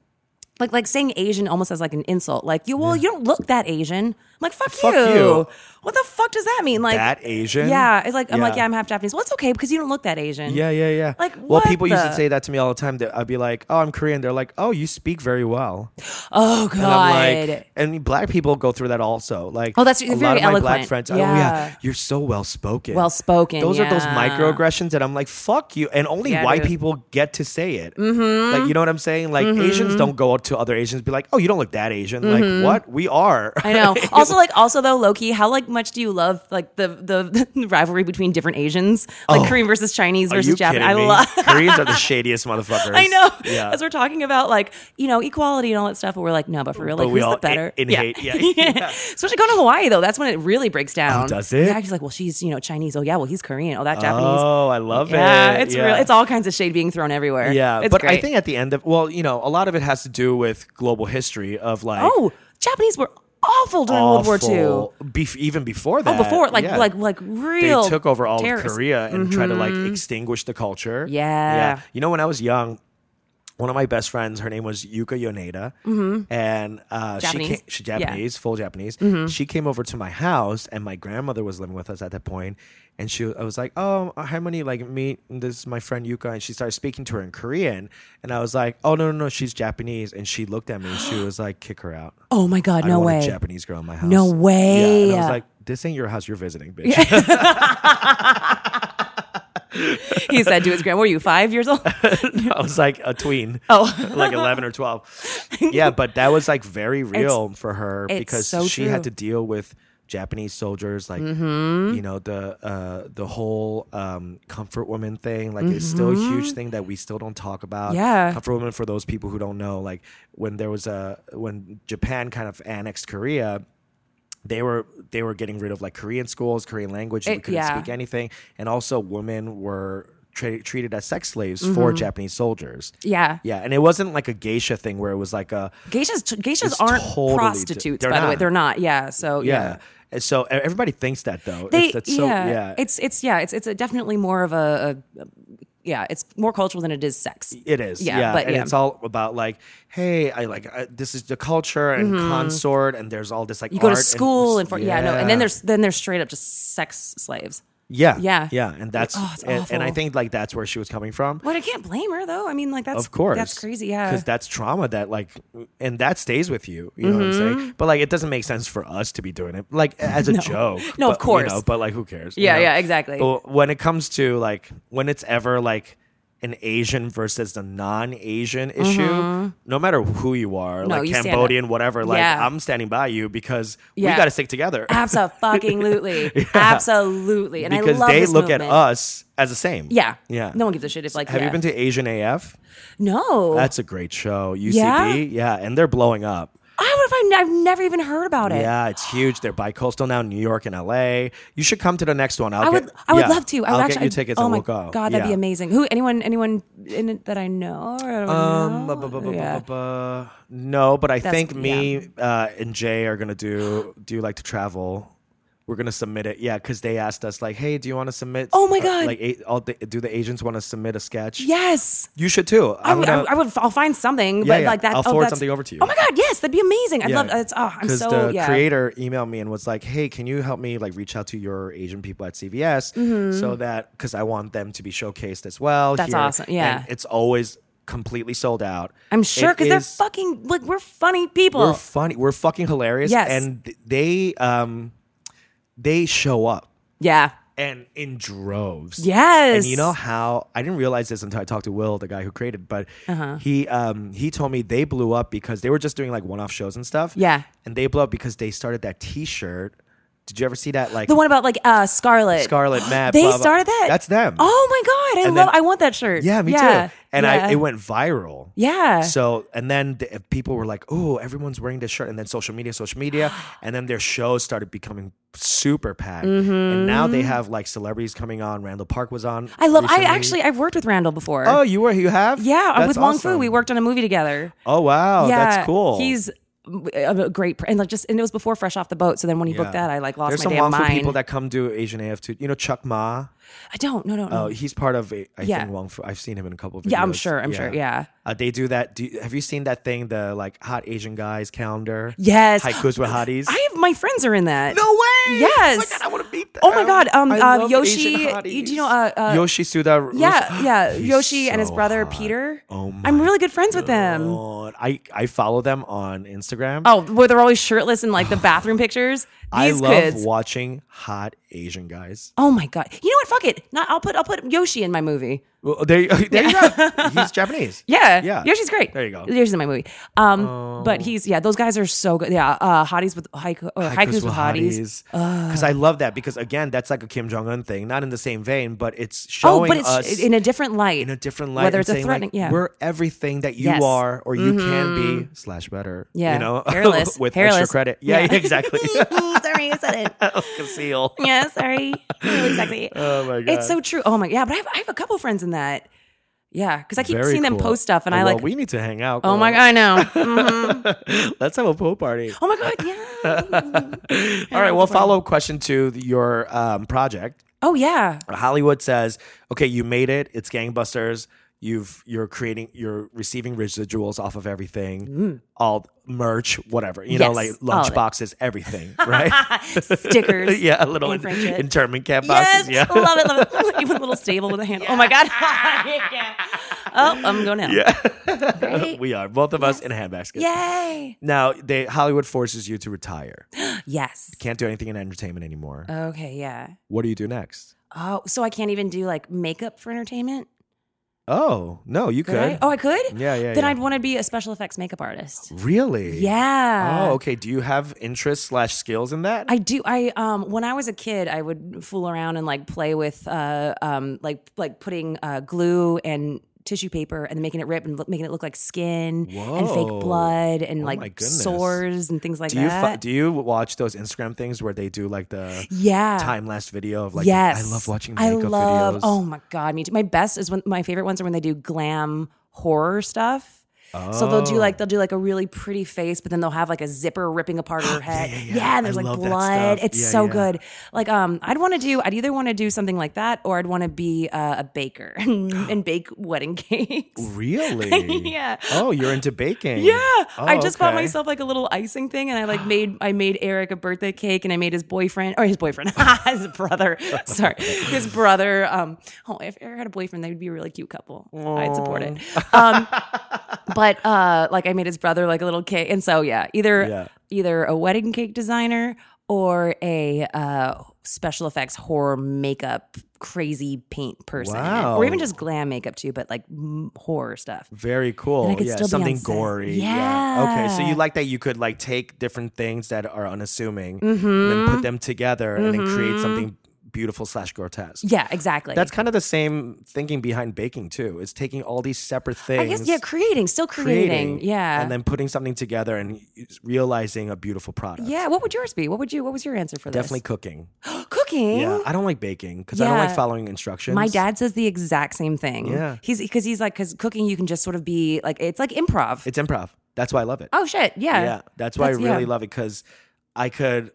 Speaker 3: like like saying Asian almost as like an insult. Like you, well, you don't look that Asian. I'm like fuck,
Speaker 1: Fuck
Speaker 3: you.
Speaker 1: you.
Speaker 3: What the fuck does that mean? Like
Speaker 1: That Asian?
Speaker 3: Yeah, it's like I'm like
Speaker 1: Yeah.
Speaker 3: yeah, I'm half Japanese. Well, it's okay because you don't look that Asian.
Speaker 1: Yeah, yeah, yeah.
Speaker 3: Like,
Speaker 1: well,
Speaker 3: what
Speaker 1: people used to
Speaker 3: the-
Speaker 1: say that to me all the time. That I'd be like, "Oh, I'm Korean." They're like, "Oh, you speak very well."
Speaker 3: Oh god.
Speaker 1: And I'm like, and black people go through that also. Like,
Speaker 3: Oh, that's
Speaker 1: a
Speaker 3: very
Speaker 1: lot of my black
Speaker 3: eloquent.
Speaker 1: friends. Oh,
Speaker 3: Yeah.
Speaker 1: yeah, you're so well spoken.
Speaker 3: Well-spoken,
Speaker 1: Those are those
Speaker 3: yeah.
Speaker 1: microaggressions that I'm like, fuck you. And only
Speaker 3: Yeah,
Speaker 1: white
Speaker 3: dude. Mm-hmm.
Speaker 1: people get to say it. Like, you know what I'm saying? Like, Asians don't go up to other Asians and be like, oh, you don't look that Asian. Like, what? We are.
Speaker 3: Mm-hmm. I know. Also, like, also though, Loki, how like much do you love like the the rivalry between different Asians, like
Speaker 1: Oh.
Speaker 3: Korean versus Chinese
Speaker 1: Are
Speaker 3: versus
Speaker 1: you
Speaker 3: Japanese?
Speaker 1: kidding
Speaker 3: I
Speaker 1: me?
Speaker 3: love.
Speaker 1: Koreans are the shadiest motherfuckers.
Speaker 3: I know.
Speaker 1: Yeah.
Speaker 3: As we're talking about like you know equality and all that stuff, but we're like, no, but for real, like
Speaker 1: But we
Speaker 3: who's
Speaker 1: all
Speaker 3: the better?
Speaker 1: in- in hate, yeah. Oh,
Speaker 3: Especially going to Hawaii though, that's when it really breaks down.
Speaker 1: does it?
Speaker 3: Yeah, she's like, well, she's you know Chinese. Oh yeah, well he's Korean. Oh that Japanese.
Speaker 1: Oh, I love it.
Speaker 3: yeah, it's
Speaker 1: Yeah.
Speaker 3: real. It's all kinds of shade being thrown everywhere.
Speaker 1: Yeah,
Speaker 3: it's
Speaker 1: but I
Speaker 3: great.
Speaker 1: think at the end of well, you know, a lot of it has to do with global history of like
Speaker 3: oh, Japanese were awful during World War II.
Speaker 1: awful- bef- even before
Speaker 3: Oh,
Speaker 1: that,
Speaker 3: before like
Speaker 1: yeah.
Speaker 3: like like real.
Speaker 1: they took over all
Speaker 3: terrorists. Mm-hmm.
Speaker 1: of Korea and tried to like extinguish the culture.
Speaker 3: Yeah.
Speaker 1: You know, when I was young, one of my best friends, her name was Yuka Yoneda, and uh, she
Speaker 3: Mm-hmm. Japanese?
Speaker 1: came, she
Speaker 3: Yeah. Mm-hmm.
Speaker 1: Japanese, full Japanese. She came over to my house, and my grandmother was living with us at that point. And she, I was like, "Oh, hi, money. Like me, this is my friend Yuka." And she started speaking to her in Korean, and I was like, "Oh no, no, no, she's Japanese." And she looked at me, and she was like, "Kick her out."
Speaker 3: Oh my god,
Speaker 1: I
Speaker 3: no
Speaker 1: don't want
Speaker 3: way.
Speaker 1: a Japanese girl in my house.
Speaker 3: No
Speaker 1: Yeah,
Speaker 3: way.
Speaker 1: and I was like, this ain't your house. You're visiting, bitch.
Speaker 3: he said to his grandma, "Were you five years old?"
Speaker 1: I was like a tween.
Speaker 3: Oh.
Speaker 1: like 11 or 12. Yeah, but that was like very real for her
Speaker 3: it's
Speaker 1: because
Speaker 3: so
Speaker 1: she had to
Speaker 3: true. Mm-hmm.
Speaker 1: deal with Japanese soldiers like you know the uh the whole um comfort woman thing like it's still a huge thing that we still don't talk about.
Speaker 3: Mm-hmm. Yeah.
Speaker 1: Comfort woman for those people who don't know like when there was a when Japan kind of annexed Korea they were they were getting rid of like Korean schools, Korean language. we
Speaker 3: It-
Speaker 1: couldn't
Speaker 3: yeah.
Speaker 1: speak anything, and also women were tra- treated as sex slaves for Japanese soldiers.
Speaker 3: Mm-hmm. Yeah.
Speaker 1: yeah, and it wasn't like a geisha thing where it was like a
Speaker 3: Geishas, geishas
Speaker 1: It's
Speaker 3: aren't
Speaker 1: totally di-
Speaker 3: prostitutes,
Speaker 1: they're
Speaker 3: by the way.
Speaker 1: not.
Speaker 3: They're not. Yeah. So
Speaker 1: yeah.
Speaker 3: yeah.
Speaker 1: And so e- everybody thinks that though.
Speaker 3: They,
Speaker 1: It's- that's
Speaker 3: yeah,
Speaker 1: so- yeah.
Speaker 3: It's it's yeah. It's it's a definitely more of a, a yeah. It's more cultural than it is sex.
Speaker 1: It is, yeah,
Speaker 3: Yeah, but
Speaker 1: and
Speaker 3: yeah.
Speaker 1: it's all about like, hey, I like I, this is the culture and consort, and there's all this like
Speaker 3: Mm-hmm. You go to
Speaker 1: art and-
Speaker 3: school and, for, yeah. no, and then there's then there's straight up just sex slaves.
Speaker 1: yeah,
Speaker 3: Yeah.
Speaker 1: yeah, and that's
Speaker 3: Oh, it's
Speaker 1: and, and I
Speaker 3: awful.
Speaker 1: think like that's where she was coming from.
Speaker 3: But I can't blame her though. I mean, like that's
Speaker 1: of course
Speaker 3: that's crazy. Yeah,
Speaker 1: because that's trauma that like and that stays with you you know what i'm saying but like it doesn't make sense for us to be doing it like as a joke
Speaker 3: Mm-hmm. No, of
Speaker 1: but, you
Speaker 3: course.
Speaker 1: know, but like who cares you
Speaker 3: Yeah,
Speaker 1: know?
Speaker 3: yeah, exactly.
Speaker 1: but when it comes to like when it's ever like an Asian versus the non-Asian issue, no matter who you are,
Speaker 3: Mm-hmm. No,
Speaker 1: like
Speaker 3: you stand up.
Speaker 1: Cambodian, whatever, like
Speaker 3: Yeah.
Speaker 1: I'm standing by you because we
Speaker 3: Yeah.
Speaker 1: got to stick together
Speaker 3: Absolutely, absolutely, and
Speaker 1: because
Speaker 3: I love
Speaker 1: they
Speaker 3: this
Speaker 1: look at
Speaker 3: movement.
Speaker 1: us as the same.
Speaker 3: Yeah,
Speaker 1: yeah.
Speaker 3: No one gives a shit if like.
Speaker 1: Have
Speaker 3: yeah.
Speaker 1: you been to Asian AF?
Speaker 3: No,
Speaker 1: That's a great show. UCB,
Speaker 3: Yeah?
Speaker 1: yeah and they're blowing up.
Speaker 3: I would have. I've never even heard about it.
Speaker 1: Yeah, it's huge. They're bi-coastal now, New York and LA. You should come to the next one. I'll
Speaker 3: I would.
Speaker 1: get-
Speaker 3: I would
Speaker 1: yeah,
Speaker 3: love to. I
Speaker 1: I'll
Speaker 3: would
Speaker 1: get
Speaker 3: actually.
Speaker 1: you tickets
Speaker 3: oh
Speaker 1: and
Speaker 3: my
Speaker 1: we'll go.
Speaker 3: god, that'd be
Speaker 1: Yeah.
Speaker 3: amazing. Who? Anyone? Anyone in it that I know? Or I don't
Speaker 1: Um,
Speaker 3: know?
Speaker 1: bu- bu- bu- bu-
Speaker 3: Yeah.
Speaker 1: bu- bu- no, but I
Speaker 3: That's-
Speaker 1: think me uh, and Jay are gonna do. Do you like to travel? We're gonna submit it. Yeah, because they asked us like, hey, do you want to submit?
Speaker 3: Oh my
Speaker 1: uh,
Speaker 3: God.
Speaker 1: Like, a- all the, do the agents want to submit a sketch?
Speaker 3: Yes.
Speaker 1: you should too.
Speaker 3: I
Speaker 1: I'm
Speaker 3: would,
Speaker 1: gonna-
Speaker 3: I would. I'll find something.
Speaker 1: Yeah,
Speaker 3: but
Speaker 1: yeah.
Speaker 3: like that.
Speaker 1: I'll
Speaker 3: oh,
Speaker 1: forward
Speaker 3: that's-
Speaker 1: something over to you.
Speaker 3: Oh my god, yes, that'd be amazing. I love. It's. Oh, I'm
Speaker 1: 'Cause
Speaker 3: so.
Speaker 1: the
Speaker 3: yeah.
Speaker 1: creator emailed me and was like, "Hey, can you help me like reach out to your Asian people at CVS so that because I want them to be showcased as well."
Speaker 3: Mm-hmm. That's
Speaker 1: here."
Speaker 3: awesome. Yeah.
Speaker 1: and it's always completely sold out.
Speaker 3: I'm sure
Speaker 1: It
Speaker 3: because they're
Speaker 1: is-
Speaker 3: fucking like we're funny people.
Speaker 1: We're funny. We're fucking hilarious.
Speaker 3: Yes.
Speaker 1: and th- they um they show up
Speaker 3: yeah.
Speaker 1: and in droves. And
Speaker 3: Yes.
Speaker 1: you know how I didn't realize this until I talked to Will, the guy who created, but
Speaker 3: Uh-huh.
Speaker 1: he um he told me they blew up because they were just doing like one-off shows and stuff.
Speaker 3: Yeah.
Speaker 1: And they blew up because they started that t-shirt. Did you ever see that like
Speaker 3: The one about like uh Scarlet.
Speaker 1: Scarlet Map?
Speaker 3: They
Speaker 1: blah, blah.
Speaker 3: started that.
Speaker 1: That's them.
Speaker 3: Oh my god, I
Speaker 1: And
Speaker 3: love.
Speaker 1: then-
Speaker 3: I want that shirt.
Speaker 1: Yeah, me
Speaker 3: yeah.
Speaker 1: too. And
Speaker 3: yeah.
Speaker 1: I it went viral.
Speaker 3: Yeah.
Speaker 1: So and then the, people were like, "Oh, everyone's wearing this shirt," and then social media, social media, and then their shows started becoming super packed. And now they have like celebrities coming on. Randall Park was on.
Speaker 3: Mm-hmm. I love.
Speaker 1: recently.
Speaker 3: I actually I've worked with Randall before.
Speaker 1: Oh, you were you have?
Speaker 3: yeah, uh,
Speaker 1: That's
Speaker 3: with Wong Fu,
Speaker 1: awesome.
Speaker 3: we worked on a movie together.
Speaker 1: Oh wow,
Speaker 3: yeah,
Speaker 1: that's cool.
Speaker 3: He's a a great pr- and like just and it was before Fresh Off the Boat. So then when he
Speaker 1: Yeah.
Speaker 3: booked that, I like lost
Speaker 1: There's
Speaker 3: my
Speaker 1: some
Speaker 3: damn
Speaker 1: Wong Fu
Speaker 3: mind.
Speaker 1: people that come do Asian AF too. You know Chuck Ma.
Speaker 3: I don't. No, no, no.
Speaker 1: Oh, he's part of. A, I
Speaker 3: Mm. Yeah.
Speaker 1: think Wong Fu. I've seen him in a couple of. Videos.
Speaker 3: Yeah, I'm sure, I'm sure, yeah.
Speaker 1: Uh, they do that. Do you, have you seen that thing? The like hot Asian guys calendar.
Speaker 3: yes,
Speaker 1: Haikus with hotties.
Speaker 3: I have my friends are in that.
Speaker 1: No way!
Speaker 3: Yes.
Speaker 1: Oh my god, I want to meet them.
Speaker 3: Oh my God, um,
Speaker 1: I
Speaker 3: uh,
Speaker 1: love
Speaker 3: Yoshi-
Speaker 1: Asian hotties.
Speaker 3: do you know, uh, uh,
Speaker 1: Yoshi Suda?
Speaker 3: Yeah, yeah.
Speaker 1: He's
Speaker 3: Yoshi and his
Speaker 1: so
Speaker 3: brother
Speaker 1: hot.
Speaker 3: Peter.
Speaker 1: Oh my
Speaker 3: I'm really good friends with them.
Speaker 1: God. I I follow them on Instagram.
Speaker 3: Oh, where they're always shirtless and like the bathroom pictures. These
Speaker 1: I love
Speaker 3: kids.
Speaker 1: watching hot Asian guys.
Speaker 3: oh my god. You know what? Fuck it. Not, I'll put I'll put Yoshi in my movie.
Speaker 1: Well, there, you- there you go. He's Japanese.
Speaker 3: Yeah.
Speaker 1: Yeah.
Speaker 3: Yoshi's great.
Speaker 1: There you go.
Speaker 3: Yoshi's in my movie. Um, but he's yeah, those guys are so good. Yeah, uh, hotties with haiku, or haikus, with hotties.
Speaker 1: Because I love that because again, that's like a Kim Jong Un thing, not in the same vein, but it's
Speaker 3: Oh,
Speaker 1: showing
Speaker 3: but it's
Speaker 1: us
Speaker 3: in a different light.
Speaker 1: in a different light.
Speaker 3: Whether
Speaker 1: and
Speaker 3: it's a
Speaker 1: saying, like,
Speaker 3: threatening, yeah.
Speaker 1: we're everything that you
Speaker 3: Yes. Mm-hmm.
Speaker 1: are or you can be slash better.
Speaker 3: Yeah.
Speaker 1: you know,
Speaker 3: Hairless.
Speaker 1: with extra
Speaker 3: Hairless.
Speaker 1: credit. Yeah,
Speaker 3: Yeah.
Speaker 1: exactly.
Speaker 7: Sorry, I said it.
Speaker 1: Conceal.
Speaker 3: yeah, sorry. exactly.
Speaker 1: Oh my god,
Speaker 3: It's so true. Oh my yeah, but I have, I have a couple friends in that. Yeah, because I keep
Speaker 1: Very
Speaker 3: seeing them
Speaker 1: cool. Oh,
Speaker 3: post stuff, and I
Speaker 1: Well,
Speaker 3: like.
Speaker 1: we need to hang out.
Speaker 3: oh my god,
Speaker 1: girl.
Speaker 3: I know.
Speaker 1: let's have a pool party.
Speaker 3: Oh my god, yeah.
Speaker 1: All right.
Speaker 3: out
Speaker 1: Well,
Speaker 3: the party.
Speaker 1: follow up question to the- your um, project.
Speaker 3: Oh yeah.
Speaker 1: Hollywood says, okay, you made it. It's gangbusters. You've you're creating you're receiving residuals off of everything, all merch, whatever. You know,
Speaker 3: Mm. Yes,
Speaker 1: like
Speaker 3: all of
Speaker 1: lunch
Speaker 3: it.
Speaker 1: boxes, everything, right?
Speaker 3: Stickers.
Speaker 1: yeah, a little
Speaker 3: And
Speaker 1: in,
Speaker 3: French it.
Speaker 1: internment camp
Speaker 3: Yes,
Speaker 1: boxes. Yeah.
Speaker 3: love it, love it. Even a little stable with a handle. Oh my god! Yeah. Oh, I'm going down.
Speaker 1: we are both of us in a handbasket.
Speaker 3: Yay!
Speaker 1: Now they Hollywood forces you to retire.
Speaker 3: Yes. Uh.
Speaker 1: Can't do anything in entertainment anymore.
Speaker 3: Okay. Yeah.
Speaker 1: what do you do next?
Speaker 3: Oh, so I can't even do like makeup for entertainment?
Speaker 1: Oh no, you
Speaker 3: Could I?
Speaker 1: could.
Speaker 3: Oh, I could?
Speaker 1: Yeah, yeah,
Speaker 3: Then
Speaker 1: yeah.
Speaker 3: I'd want to be a special effects makeup artist.
Speaker 1: Really?
Speaker 3: Yeah.
Speaker 1: Oh, okay. Do you have interests slash skills in that?
Speaker 3: I do. I um when I was a kid, I would fool around and like play with uh um like like putting uh glue and tissue paper and making it rip and lo- making it look like skin
Speaker 1: Whoa.
Speaker 3: and fake blood
Speaker 1: Oh
Speaker 3: and
Speaker 1: my
Speaker 3: like
Speaker 1: goodness.
Speaker 3: sores and things like
Speaker 1: do you
Speaker 3: that.
Speaker 1: fi- do you watch those Instagram things where they do like the
Speaker 3: yeah.
Speaker 1: time lapse video of like
Speaker 3: yes.
Speaker 1: I love watching
Speaker 3: I
Speaker 1: makeup
Speaker 3: love-
Speaker 1: videos.
Speaker 3: Oh my god, me too. My best is when my favorite ones are when they do glam horror stuff. So they'll do
Speaker 1: Oh.
Speaker 3: like they'll do like a really pretty face, but then they'll have like a zipper ripping apart her head.
Speaker 1: yeah,
Speaker 3: Yeah,
Speaker 1: yeah.
Speaker 3: and there's
Speaker 1: I
Speaker 3: like
Speaker 1: love that
Speaker 3: blood.
Speaker 1: stuff.
Speaker 3: It's
Speaker 1: Yeah,
Speaker 3: so
Speaker 1: yeah.
Speaker 3: good. Like um, I'd want to do. I'd either want to do something like that, or I'd want to be uh, a baker and bake wedding cakes.
Speaker 1: Really?
Speaker 3: Yeah.
Speaker 1: Oh, you're into baking.
Speaker 3: Yeah, I
Speaker 1: Oh,
Speaker 3: just bought
Speaker 1: okay.
Speaker 3: myself like a little icing thing, and I like made I made Eric a birthday cake, and I made his boyfriend or his boyfriend, his brother. Sorry, his brother. Um, oh, if Eric had a boyfriend, they would be a really cute couple. I'd support it. Um, but uh, like I made his brother like a little cake, and so yeah, either
Speaker 1: Yeah.
Speaker 3: either a wedding cake designer or a uh, special effects horror makeup crazy paint person,
Speaker 1: Wow.
Speaker 3: or even just glam makeup too, but like m- horror stuff.
Speaker 1: Very cool.
Speaker 3: I could
Speaker 1: yeah,
Speaker 3: still be
Speaker 1: something
Speaker 3: on set.
Speaker 1: gory. Okay, so
Speaker 3: Yeah.
Speaker 1: you like that you could like take different things that are unassuming and then
Speaker 3: Mm-hmm.
Speaker 1: put them together and then create something beautiful slash grotesque.
Speaker 3: Yeah, exactly.
Speaker 1: That's kind of the same thinking behind baking too. It's taking all these separate things.
Speaker 3: I guess yeah, creating, still creating, yeah,
Speaker 1: and then putting something together and realizing a beautiful product.
Speaker 3: yeah. What would yours be? What would you? What was your answer for this?
Speaker 1: definitely cooking.
Speaker 3: cooking.
Speaker 1: Yeah, I don't like baking because I don't
Speaker 3: Yeah.
Speaker 1: like following instructions.
Speaker 3: My dad says the exact same thing.
Speaker 1: Yeah.
Speaker 3: he's because he's like because cooking you can just sort of be like it's like improv.
Speaker 1: It's improv. That's why I love it.
Speaker 3: oh shit, yeah,
Speaker 1: Yeah, that's why I
Speaker 3: That's-
Speaker 1: really
Speaker 3: yeah.
Speaker 1: love it because I could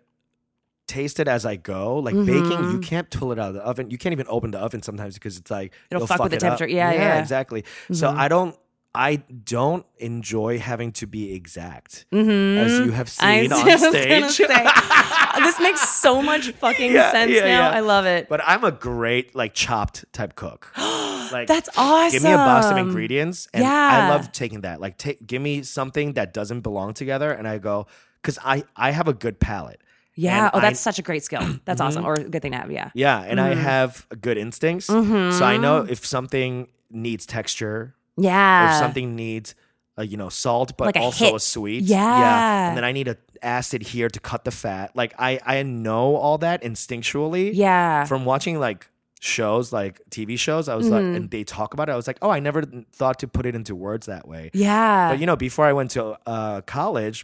Speaker 1: taste it as I go. Like baking,
Speaker 3: Mm-hmm.
Speaker 1: you can't pull it out of the oven. You can't even open the oven sometimes because it's like
Speaker 3: It'll
Speaker 1: you'll
Speaker 3: fuck with the
Speaker 1: it up.
Speaker 3: temperature. Yeah, yeah. Mm-hmm.
Speaker 1: exactly. So I don't. I don't enjoy having to be exact,
Speaker 3: Mm-hmm.
Speaker 1: as you have
Speaker 3: I
Speaker 1: seen
Speaker 3: was
Speaker 1: on
Speaker 3: just gonna
Speaker 1: stage.
Speaker 3: say, this makes so much fucking
Speaker 1: Yeah,
Speaker 3: sense
Speaker 1: yeah,
Speaker 3: now.
Speaker 1: yeah.
Speaker 3: I love it.
Speaker 1: But I'm a great like chopped type cook. Like
Speaker 3: That's
Speaker 1: Give me a box of
Speaker 3: awesome.
Speaker 1: ingredients, and I
Speaker 3: Yeah.
Speaker 1: love taking that. Like, take give me something that doesn't belong together, and I go because I I have a good palate.
Speaker 3: yeah.
Speaker 1: And
Speaker 3: Oh,
Speaker 1: I-
Speaker 3: that's such a great skill. That's awesome, or a good thing to have. Yeah.
Speaker 1: Yeah, and
Speaker 3: Mm-hmm.
Speaker 1: I have good instincts, so I know if something needs texture,
Speaker 3: Mm-hmm. Yeah.
Speaker 1: if something needs. uh you know, salt, but
Speaker 3: Like a
Speaker 1: also
Speaker 3: hit.
Speaker 1: a sweet.
Speaker 3: Yeah.
Speaker 1: And then I need a acid here to cut the fat. Like I, I know all that instinctually.
Speaker 3: Yeah.
Speaker 1: From watching like shows, like TV shows, I was like,
Speaker 3: Mm-hmm.
Speaker 1: and they talk about it. I was like, oh, I never thought to put it into words that way.
Speaker 3: yeah.
Speaker 1: But you know, before I went to uh, college,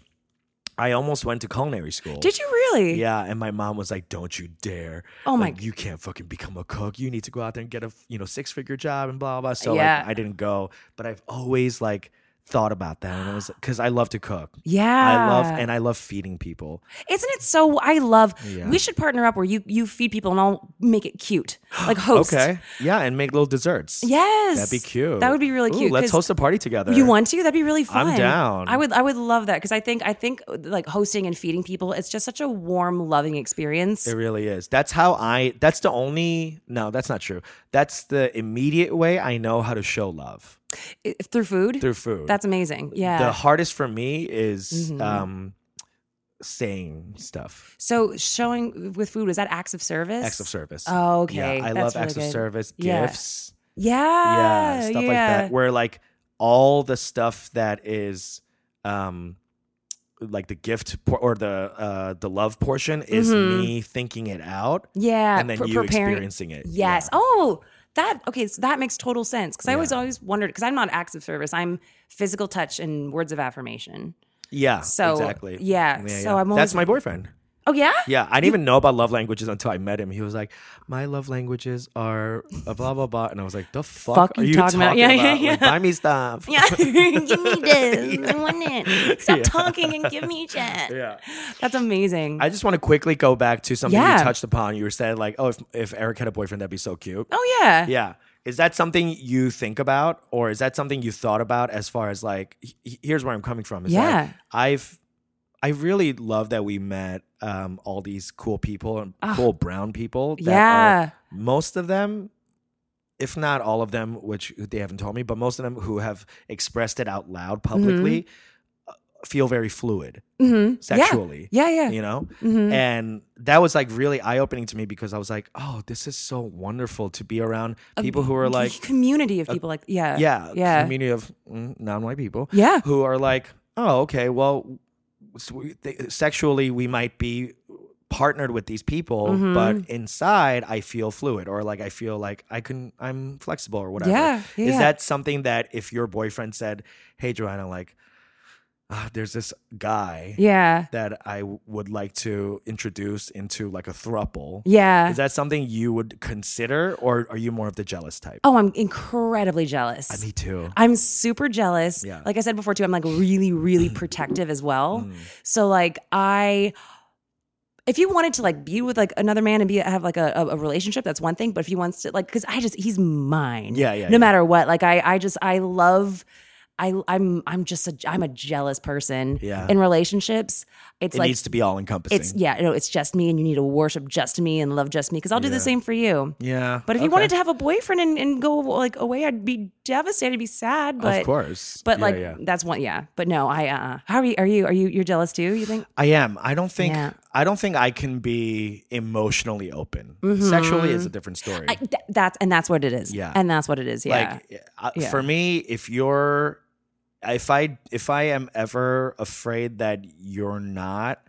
Speaker 1: I almost went to culinary school.
Speaker 3: Did you really?
Speaker 1: Yeah, and my mom was like, "Don't you dare!
Speaker 3: Oh my-
Speaker 1: Like, you can't fucking become a cook. You need to go out there and get a you know six figure job and blah blah." blah. So
Speaker 3: Yeah.
Speaker 1: like, I didn't go, but I've always like thought about that, and I was because I love to cook.
Speaker 3: Yeah.
Speaker 1: I love and I love feeding people.
Speaker 3: Isn't it so? I love.
Speaker 1: Yeah.
Speaker 3: We should partner up where you you feed people and I'll make it cute, like host.
Speaker 1: Okay, yeah, and make little desserts.
Speaker 3: Yes.
Speaker 1: that'd be cute.
Speaker 3: That would be really
Speaker 1: Ooh,
Speaker 3: cute.
Speaker 1: Let's
Speaker 3: 'cause
Speaker 1: host a party together.
Speaker 3: You want to? That'd be really
Speaker 1: I'm
Speaker 3: fun.
Speaker 1: down.
Speaker 3: I would. I would love that because I think I think like hosting and feeding people. It's just such a warm, loving experience.
Speaker 1: It really is. That's how I. That's the only. No, that's not true. That's the immediate way I know how to show love
Speaker 3: I- through food.
Speaker 1: through food.
Speaker 3: That's amazing. Yeah. Mm-hmm.
Speaker 1: the hardest for me is um saying stuff
Speaker 3: so showing with food is that acts of service?
Speaker 1: acts of service
Speaker 3: Oh, okay.
Speaker 1: yeah i love
Speaker 3: That's really
Speaker 1: acts of
Speaker 3: good.
Speaker 1: service
Speaker 3: Yeah.
Speaker 1: gifts
Speaker 3: Yeah.
Speaker 1: yeah stuff like
Speaker 3: yeah.
Speaker 1: that where like all the stuff that is um like the gift por- or the uh the love portion is
Speaker 3: Mm-hmm.
Speaker 1: me thinking it out
Speaker 3: Yeah.
Speaker 1: and then
Speaker 3: pre-
Speaker 1: you experiencing it
Speaker 3: Uh, Yes.
Speaker 1: yeah.
Speaker 3: Oh, that okay. So that makes total sense because I always
Speaker 1: Yeah.
Speaker 3: always wondered because I'm not acts of service. I'm physical touch and words of affirmation.
Speaker 1: yeah
Speaker 3: so,
Speaker 1: exactly
Speaker 3: yeah, so I'm
Speaker 1: that's
Speaker 3: always-
Speaker 1: my boyfriend
Speaker 3: Oh yeah.
Speaker 1: Yeah, I didn't even know about love languages until I met him. He was like, "My love languages are a blah blah blah," and I was like, "The fuck,
Speaker 3: Fuck
Speaker 1: are
Speaker 3: you
Speaker 1: you
Speaker 3: talking
Speaker 1: talking,
Speaker 3: about?" Yeah, yeah,
Speaker 1: about? Like,
Speaker 3: yeah.
Speaker 1: buy me stuff."
Speaker 7: Yeah, give me this. I want it. Stop talking and give me that.
Speaker 3: That's amazing.
Speaker 1: I just want to quickly go back to something
Speaker 3: Yeah.
Speaker 1: you touched upon. You were saying like, "Oh, if if Eric had a boyfriend, that'd be so cute."
Speaker 3: oh yeah.
Speaker 1: Yeah, is that something you think about, or is that something you thought about? As far as like, he- he- here's where I'm coming from. Is
Speaker 3: Yeah.
Speaker 1: like, I've. I really love that we met um, all these cool people and cool brown people. That are-
Speaker 3: Ah. Yeah.
Speaker 1: most of them if not all of them which they haven't told me but most of them who have expressed it out loud publicly uh, feel very fluid
Speaker 3: Mm-hmm. Yeah.
Speaker 1: sexually.
Speaker 3: Yeah, yeah. Mm-hmm.
Speaker 1: You know? And that was like really eye opening to me because I was like, oh, this is so wonderful to be around people who are like, uh,
Speaker 3: community of people like yeah.
Speaker 1: yeah,
Speaker 3: Yeah.
Speaker 1: community of mm, non white people.
Speaker 3: Yeah.
Speaker 1: Who are like, oh, okay, well, s- we- th- sexually, we might be partnered with these people,
Speaker 3: Mm-hmm.
Speaker 1: but inside, I feel fluid or like I feel like I can, I'm flexible or whatever.
Speaker 3: Yeah,
Speaker 1: Is
Speaker 3: yeah.
Speaker 1: that something that if your boyfriend said, hey, Joanna, like, ah, there's this guy
Speaker 3: yeah.
Speaker 1: that I w- would like to introduce into like a thruple.
Speaker 3: Yeah.
Speaker 1: Is that something you would consider or are you more of the jealous type? Ah,
Speaker 3: oh, I'm incredibly jealous.
Speaker 1: Me too.
Speaker 3: I'm super jealous.
Speaker 1: Yeah.
Speaker 3: Like I said before, too, I'm like really, really protective as well.
Speaker 1: Mm.
Speaker 3: So like I, if you wanted to like be with like another man and be have like a, a, a relationship, that's one thing. But if he wants to like, because I just he's mine.
Speaker 1: Yeah, yeah,
Speaker 3: No
Speaker 1: yeah.
Speaker 3: matter what, like I, I just I love. I, I'm I'm just a I'm a jealous person
Speaker 1: Yeah.
Speaker 3: in relationships. It's
Speaker 1: It
Speaker 3: like
Speaker 1: needs to be all encompassing.
Speaker 3: it's yeah, no, it's just me, and you need to worship just me and love just me because I'll do the same for you.
Speaker 1: yeah.
Speaker 3: But if you wanted to have a boyfriend and, and go like away, I'd be devastated, be sad. But
Speaker 1: of course.
Speaker 3: But
Speaker 1: Yeah,
Speaker 3: like
Speaker 1: yeah.
Speaker 3: that's one, yeah. But no, I uh, how are you? Are you? Are you? You're jealous too? You think?
Speaker 1: I am. I don't think
Speaker 3: Yeah.
Speaker 1: I don't think I can be emotionally open. Sexually is a different story.
Speaker 3: Mm-hmm. I, th- that's and that's what it is.
Speaker 1: Yeah.
Speaker 3: and that's what it is. Yeah,
Speaker 1: Like I,
Speaker 3: Yeah.
Speaker 1: for me, if you're if I if I am ever afraid that you're not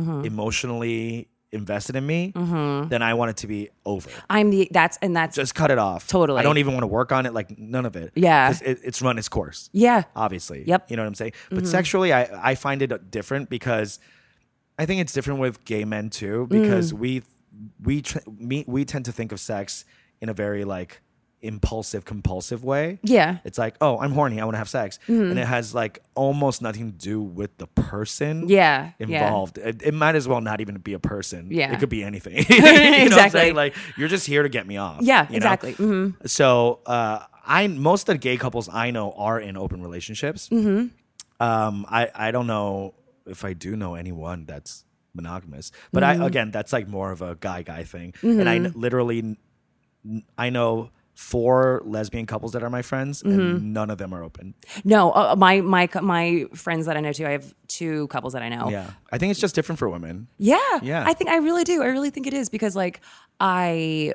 Speaker 3: Mm-hmm.
Speaker 1: emotionally invested in me, then I want it to be over.
Speaker 3: I'm the that's and that's
Speaker 1: Just cut it off.
Speaker 3: Totally.
Speaker 1: I don't even want to work on it. Like none of it.
Speaker 3: Yeah.
Speaker 1: 'Cause It, it's run its course.
Speaker 3: yeah,
Speaker 1: obviously.
Speaker 3: Yep. Mm-hmm.
Speaker 1: You know what I'm saying? But sexually, I, I find it different because I think it's different with gay men too
Speaker 3: Mm.
Speaker 1: because we we tr- me, we tend to think of sex in a very like impulsive, compulsive way.
Speaker 3: yeah,
Speaker 1: It's like, oh, I'm horny. I want to have sex,
Speaker 3: Mm-hmm.
Speaker 1: and it has like almost nothing to do with the person.
Speaker 3: Yeah, yeah.
Speaker 1: involved. It, it might as well not even be a person.
Speaker 3: Yeah.
Speaker 1: it could be anything. You know what I'm saying?
Speaker 3: Exactly.
Speaker 1: Like you're just here to get me off.
Speaker 3: yeah.
Speaker 1: you know?
Speaker 3: Exactly. hmm
Speaker 1: So uh, I most of the gay couples I know are in open relationships.
Speaker 3: Mm-hmm.
Speaker 1: Um, I I don't know if I do know anyone that's monogamous, but
Speaker 3: Mm-hmm.
Speaker 1: I again that's like more of a guy guy thing. And I kn- literally kn- I know four lesbian couples that are my friends,
Speaker 3: Mm-hmm.
Speaker 1: and none of them are open.
Speaker 3: No, uh, my my my friends that I know too. I have two couples that I know.
Speaker 1: Yeah, I think it's just different for women.
Speaker 3: Yeah.
Speaker 1: Yeah.
Speaker 3: I think I really do. I really think it is because like I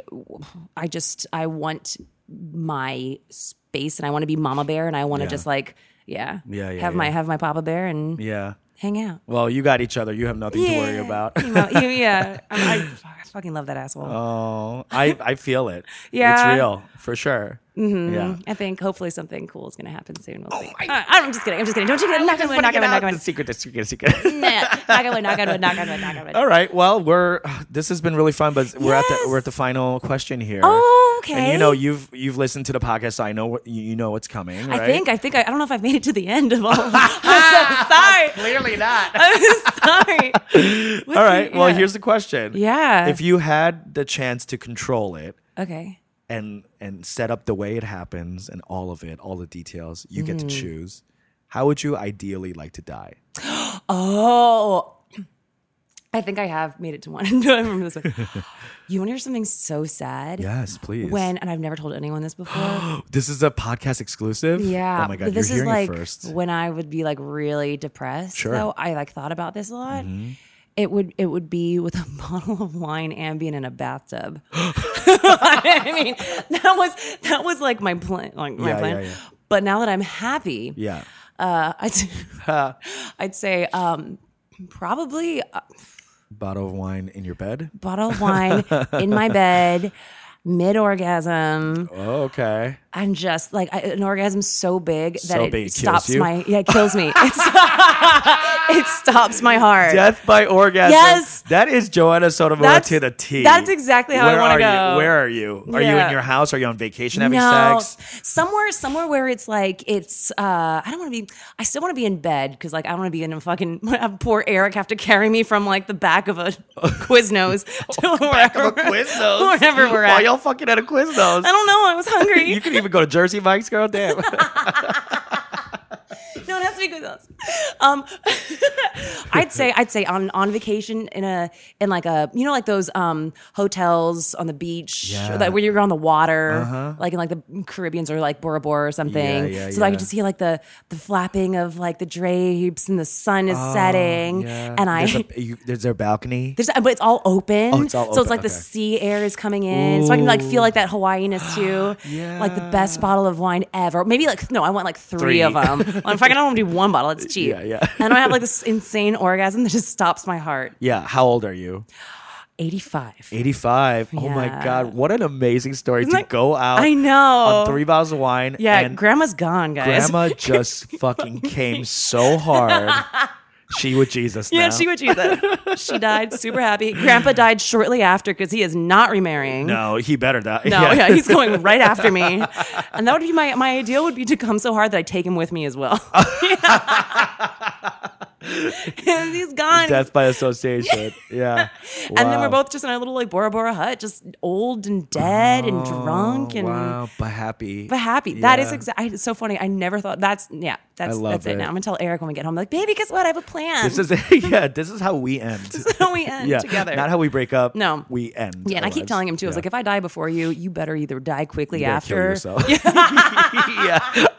Speaker 3: I just I want my space and I want to be mama bear and I want to
Speaker 1: Yeah.
Speaker 3: just like yeah.
Speaker 1: Yeah, yeah,
Speaker 3: Have my
Speaker 1: yeah.
Speaker 3: have my papa bear and
Speaker 1: Yeah.
Speaker 3: hang out.
Speaker 1: Well, you got each other. You have nothing to worry
Speaker 3: Yeah.
Speaker 1: about.
Speaker 3: You know, you- yeah. I, I, I fucking love that asshole.
Speaker 1: oh, I I feel it.
Speaker 3: Yeah. Mm-hmm.
Speaker 1: it's real for sure. Yeah.
Speaker 3: I think hopefully something cool is going to happen
Speaker 1: Oh,
Speaker 3: soon. We'll see. Uh, I'm just kidding. I'm just kidding. Don't you get knock on wood, knock on wood, knock on wood.
Speaker 1: secret, the secret, the secret.
Speaker 3: Knock on wood, knock on wood, knock on wood, knock on wood.
Speaker 1: All right. Well, we're this has been really fun, but we're at the
Speaker 3: Yes.
Speaker 1: we're at the final question here.
Speaker 3: Oh,
Speaker 1: And you
Speaker 3: okay.
Speaker 1: know you've you've listened to the podcast, so I know what you you know what's coming. Right?
Speaker 3: I think I think I, I don't know if I've made it to the end of all. I'm so sorry.
Speaker 1: clearly not.
Speaker 3: I'm sorry.
Speaker 1: All right. Well,
Speaker 3: Yeah.
Speaker 1: here's the question.
Speaker 3: Yeah.
Speaker 1: If you had the chance to control it
Speaker 3: okay.
Speaker 1: and and set up the way it happens and all of it, all the details, you get to
Speaker 3: Mm.
Speaker 1: choose. How would you ideally like to die?
Speaker 3: Oh, I think I have made it to one. No, I remember this one. you want to hear something so sad?
Speaker 1: Yes, please.
Speaker 3: When and I've never told anyone this before.
Speaker 1: this is a podcast exclusive.
Speaker 3: yeah.
Speaker 1: Oh my
Speaker 3: but
Speaker 1: god,
Speaker 3: This
Speaker 1: you're
Speaker 3: is
Speaker 1: hearing
Speaker 3: like
Speaker 1: it first.
Speaker 3: when I would be like really depressed.
Speaker 1: Sure. Mm-hmm.
Speaker 3: So I like thought about this a lot. It would it would be with a bottle of wine, Ambien, and a bathtub. I mean, that was that was like my plan. Like my
Speaker 1: Yeah, yeah,
Speaker 3: plan.
Speaker 1: yeah.
Speaker 3: But now that I'm happy,
Speaker 1: Yeah.
Speaker 3: uh, I'd, I'd say um, probably a
Speaker 1: Bottle of wine in your bed.
Speaker 3: bottle of wine in my bed, mid orgasm.
Speaker 1: Oh, okay.
Speaker 3: I'm just like I, an orgasm so big that
Speaker 1: So
Speaker 3: it
Speaker 1: big, it kills
Speaker 3: stops
Speaker 1: you?
Speaker 3: my yeah it kills me. It's- it stops my heart.
Speaker 1: Death by orgasm.
Speaker 3: Yes.
Speaker 1: That is Joanna Sotomayor
Speaker 3: That's-
Speaker 1: to the T.
Speaker 3: that's exactly how I
Speaker 1: Where
Speaker 3: wanna
Speaker 1: are you-
Speaker 3: go.
Speaker 1: Where are you? Are you in
Speaker 3: Yeah.
Speaker 1: your house? Are you on vacation having sex?
Speaker 3: somewhere, somewhere where it's like it's. uh I don't want to be. I still want to be in bed because like I want to be in a fucking. Have poor Eric have to carry me from like the back of a Quiznos to wherever,
Speaker 1: Quiznos.
Speaker 3: wherever we're
Speaker 1: While
Speaker 3: at.
Speaker 1: y'all fucking at a Quiznos.
Speaker 3: I don't know. I was hungry.
Speaker 1: you could even go to Jersey Mike's, girl. Damn.
Speaker 3: no, it has speak with us. Um, I'd say I'd say on on vacation in a in like a you know like those um hotels on the beach like where you're on the water like in like the Caribbeans or like Bora Bora or something.
Speaker 1: Uh-huh. yeah,
Speaker 3: so that I
Speaker 1: yeah.
Speaker 3: could just hear like the the flapping of like the drapes and the sun is setting and I.
Speaker 1: Ah, there's, a, you, there's a balcony.
Speaker 3: There's, but it's all open.
Speaker 1: Oh, it's all
Speaker 3: So
Speaker 1: open,
Speaker 3: it's like the
Speaker 1: okay.
Speaker 3: sea air is coming in. So I can like feel like that Hawaiiness too. Like the best bottle of wine ever. Maybe like, no, I want like three,
Speaker 1: Three.
Speaker 3: of them. I'm fucking, I don't want to do one bottle. It's cheap.
Speaker 1: Yeah, yeah.
Speaker 3: and I have like this insane orgasm that just stops my heart.
Speaker 1: yeah. How old are you?
Speaker 3: 85.
Speaker 1: 85. Oh my
Speaker 3: Yeah.
Speaker 1: God. What an amazing story
Speaker 3: Isn't
Speaker 1: to
Speaker 3: that-
Speaker 1: go out
Speaker 3: I know.
Speaker 1: on three bottles of wine.
Speaker 3: yeah,
Speaker 1: and
Speaker 3: grandma's gone, guys.
Speaker 1: grandma just fucking came so hard. She with Jesus.
Speaker 3: yeah,
Speaker 1: now.
Speaker 3: she would Jesus. she died super happy. Grandpa died shortly after because he is not remarrying.
Speaker 1: No, he better die.
Speaker 3: No, yeah. he's going right after me. And that would be my my ideal would be to come so hard that I take him with me as well. he's gone.
Speaker 1: Death by association. Yeah.
Speaker 3: And then we're
Speaker 1: Wow.
Speaker 3: both just in our little like Bora Bora hut, just old and dead and drunk and
Speaker 1: Oh, Wow, but happy.
Speaker 3: but happy. That is
Speaker 1: Yeah.
Speaker 3: exactly. It's so funny. I never thought. That's yeah. That's
Speaker 1: I love
Speaker 3: that's it.
Speaker 1: it.
Speaker 3: Now I'm gonna tell Eric when we get home. like, baby, guess what? I have a plan.
Speaker 1: This is yeah. This is how we end.
Speaker 3: how we end
Speaker 1: yeah,
Speaker 3: together.
Speaker 1: Not how we break up.
Speaker 3: No.
Speaker 1: we end.
Speaker 3: yeah, and I
Speaker 1: our
Speaker 3: keep
Speaker 1: lives.
Speaker 3: telling him too. I was
Speaker 1: Yeah.
Speaker 3: like, if I die before you, you better either die quickly
Speaker 1: better
Speaker 3: after.
Speaker 1: kill yourself. yeah,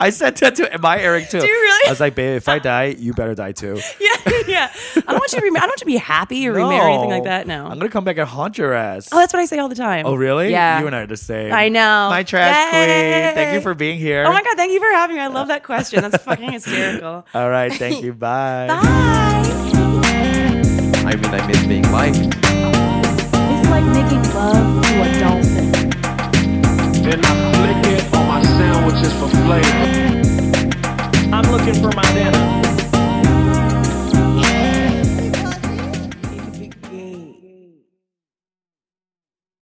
Speaker 1: I said that to my Eric too.
Speaker 3: Do you really?
Speaker 1: I was like, babe, if I die, you better die too.
Speaker 3: yeah, yeah. I don't want you to. Rem- I don't want you to be happy or remarry or anything like that. No.
Speaker 1: I'm gonna come back and haunt your ass.
Speaker 3: Oh, that's what I say all the time.
Speaker 1: Oh, really?
Speaker 3: Yeah.
Speaker 1: You and I are the same.
Speaker 3: I know.
Speaker 1: My trash
Speaker 3: Yay.
Speaker 1: queen. Thank you for being here.
Speaker 3: Oh my god! Thank you for having me. I love that question. That's fucking hysterical.
Speaker 1: All right. Thank you. Bye.
Speaker 2: I mean, I miss being liked.
Speaker 7: It's like making love to a dolphin.
Speaker 4: Then I flick it on my sandwiches for flavor.
Speaker 5: I'm looking for my dinner.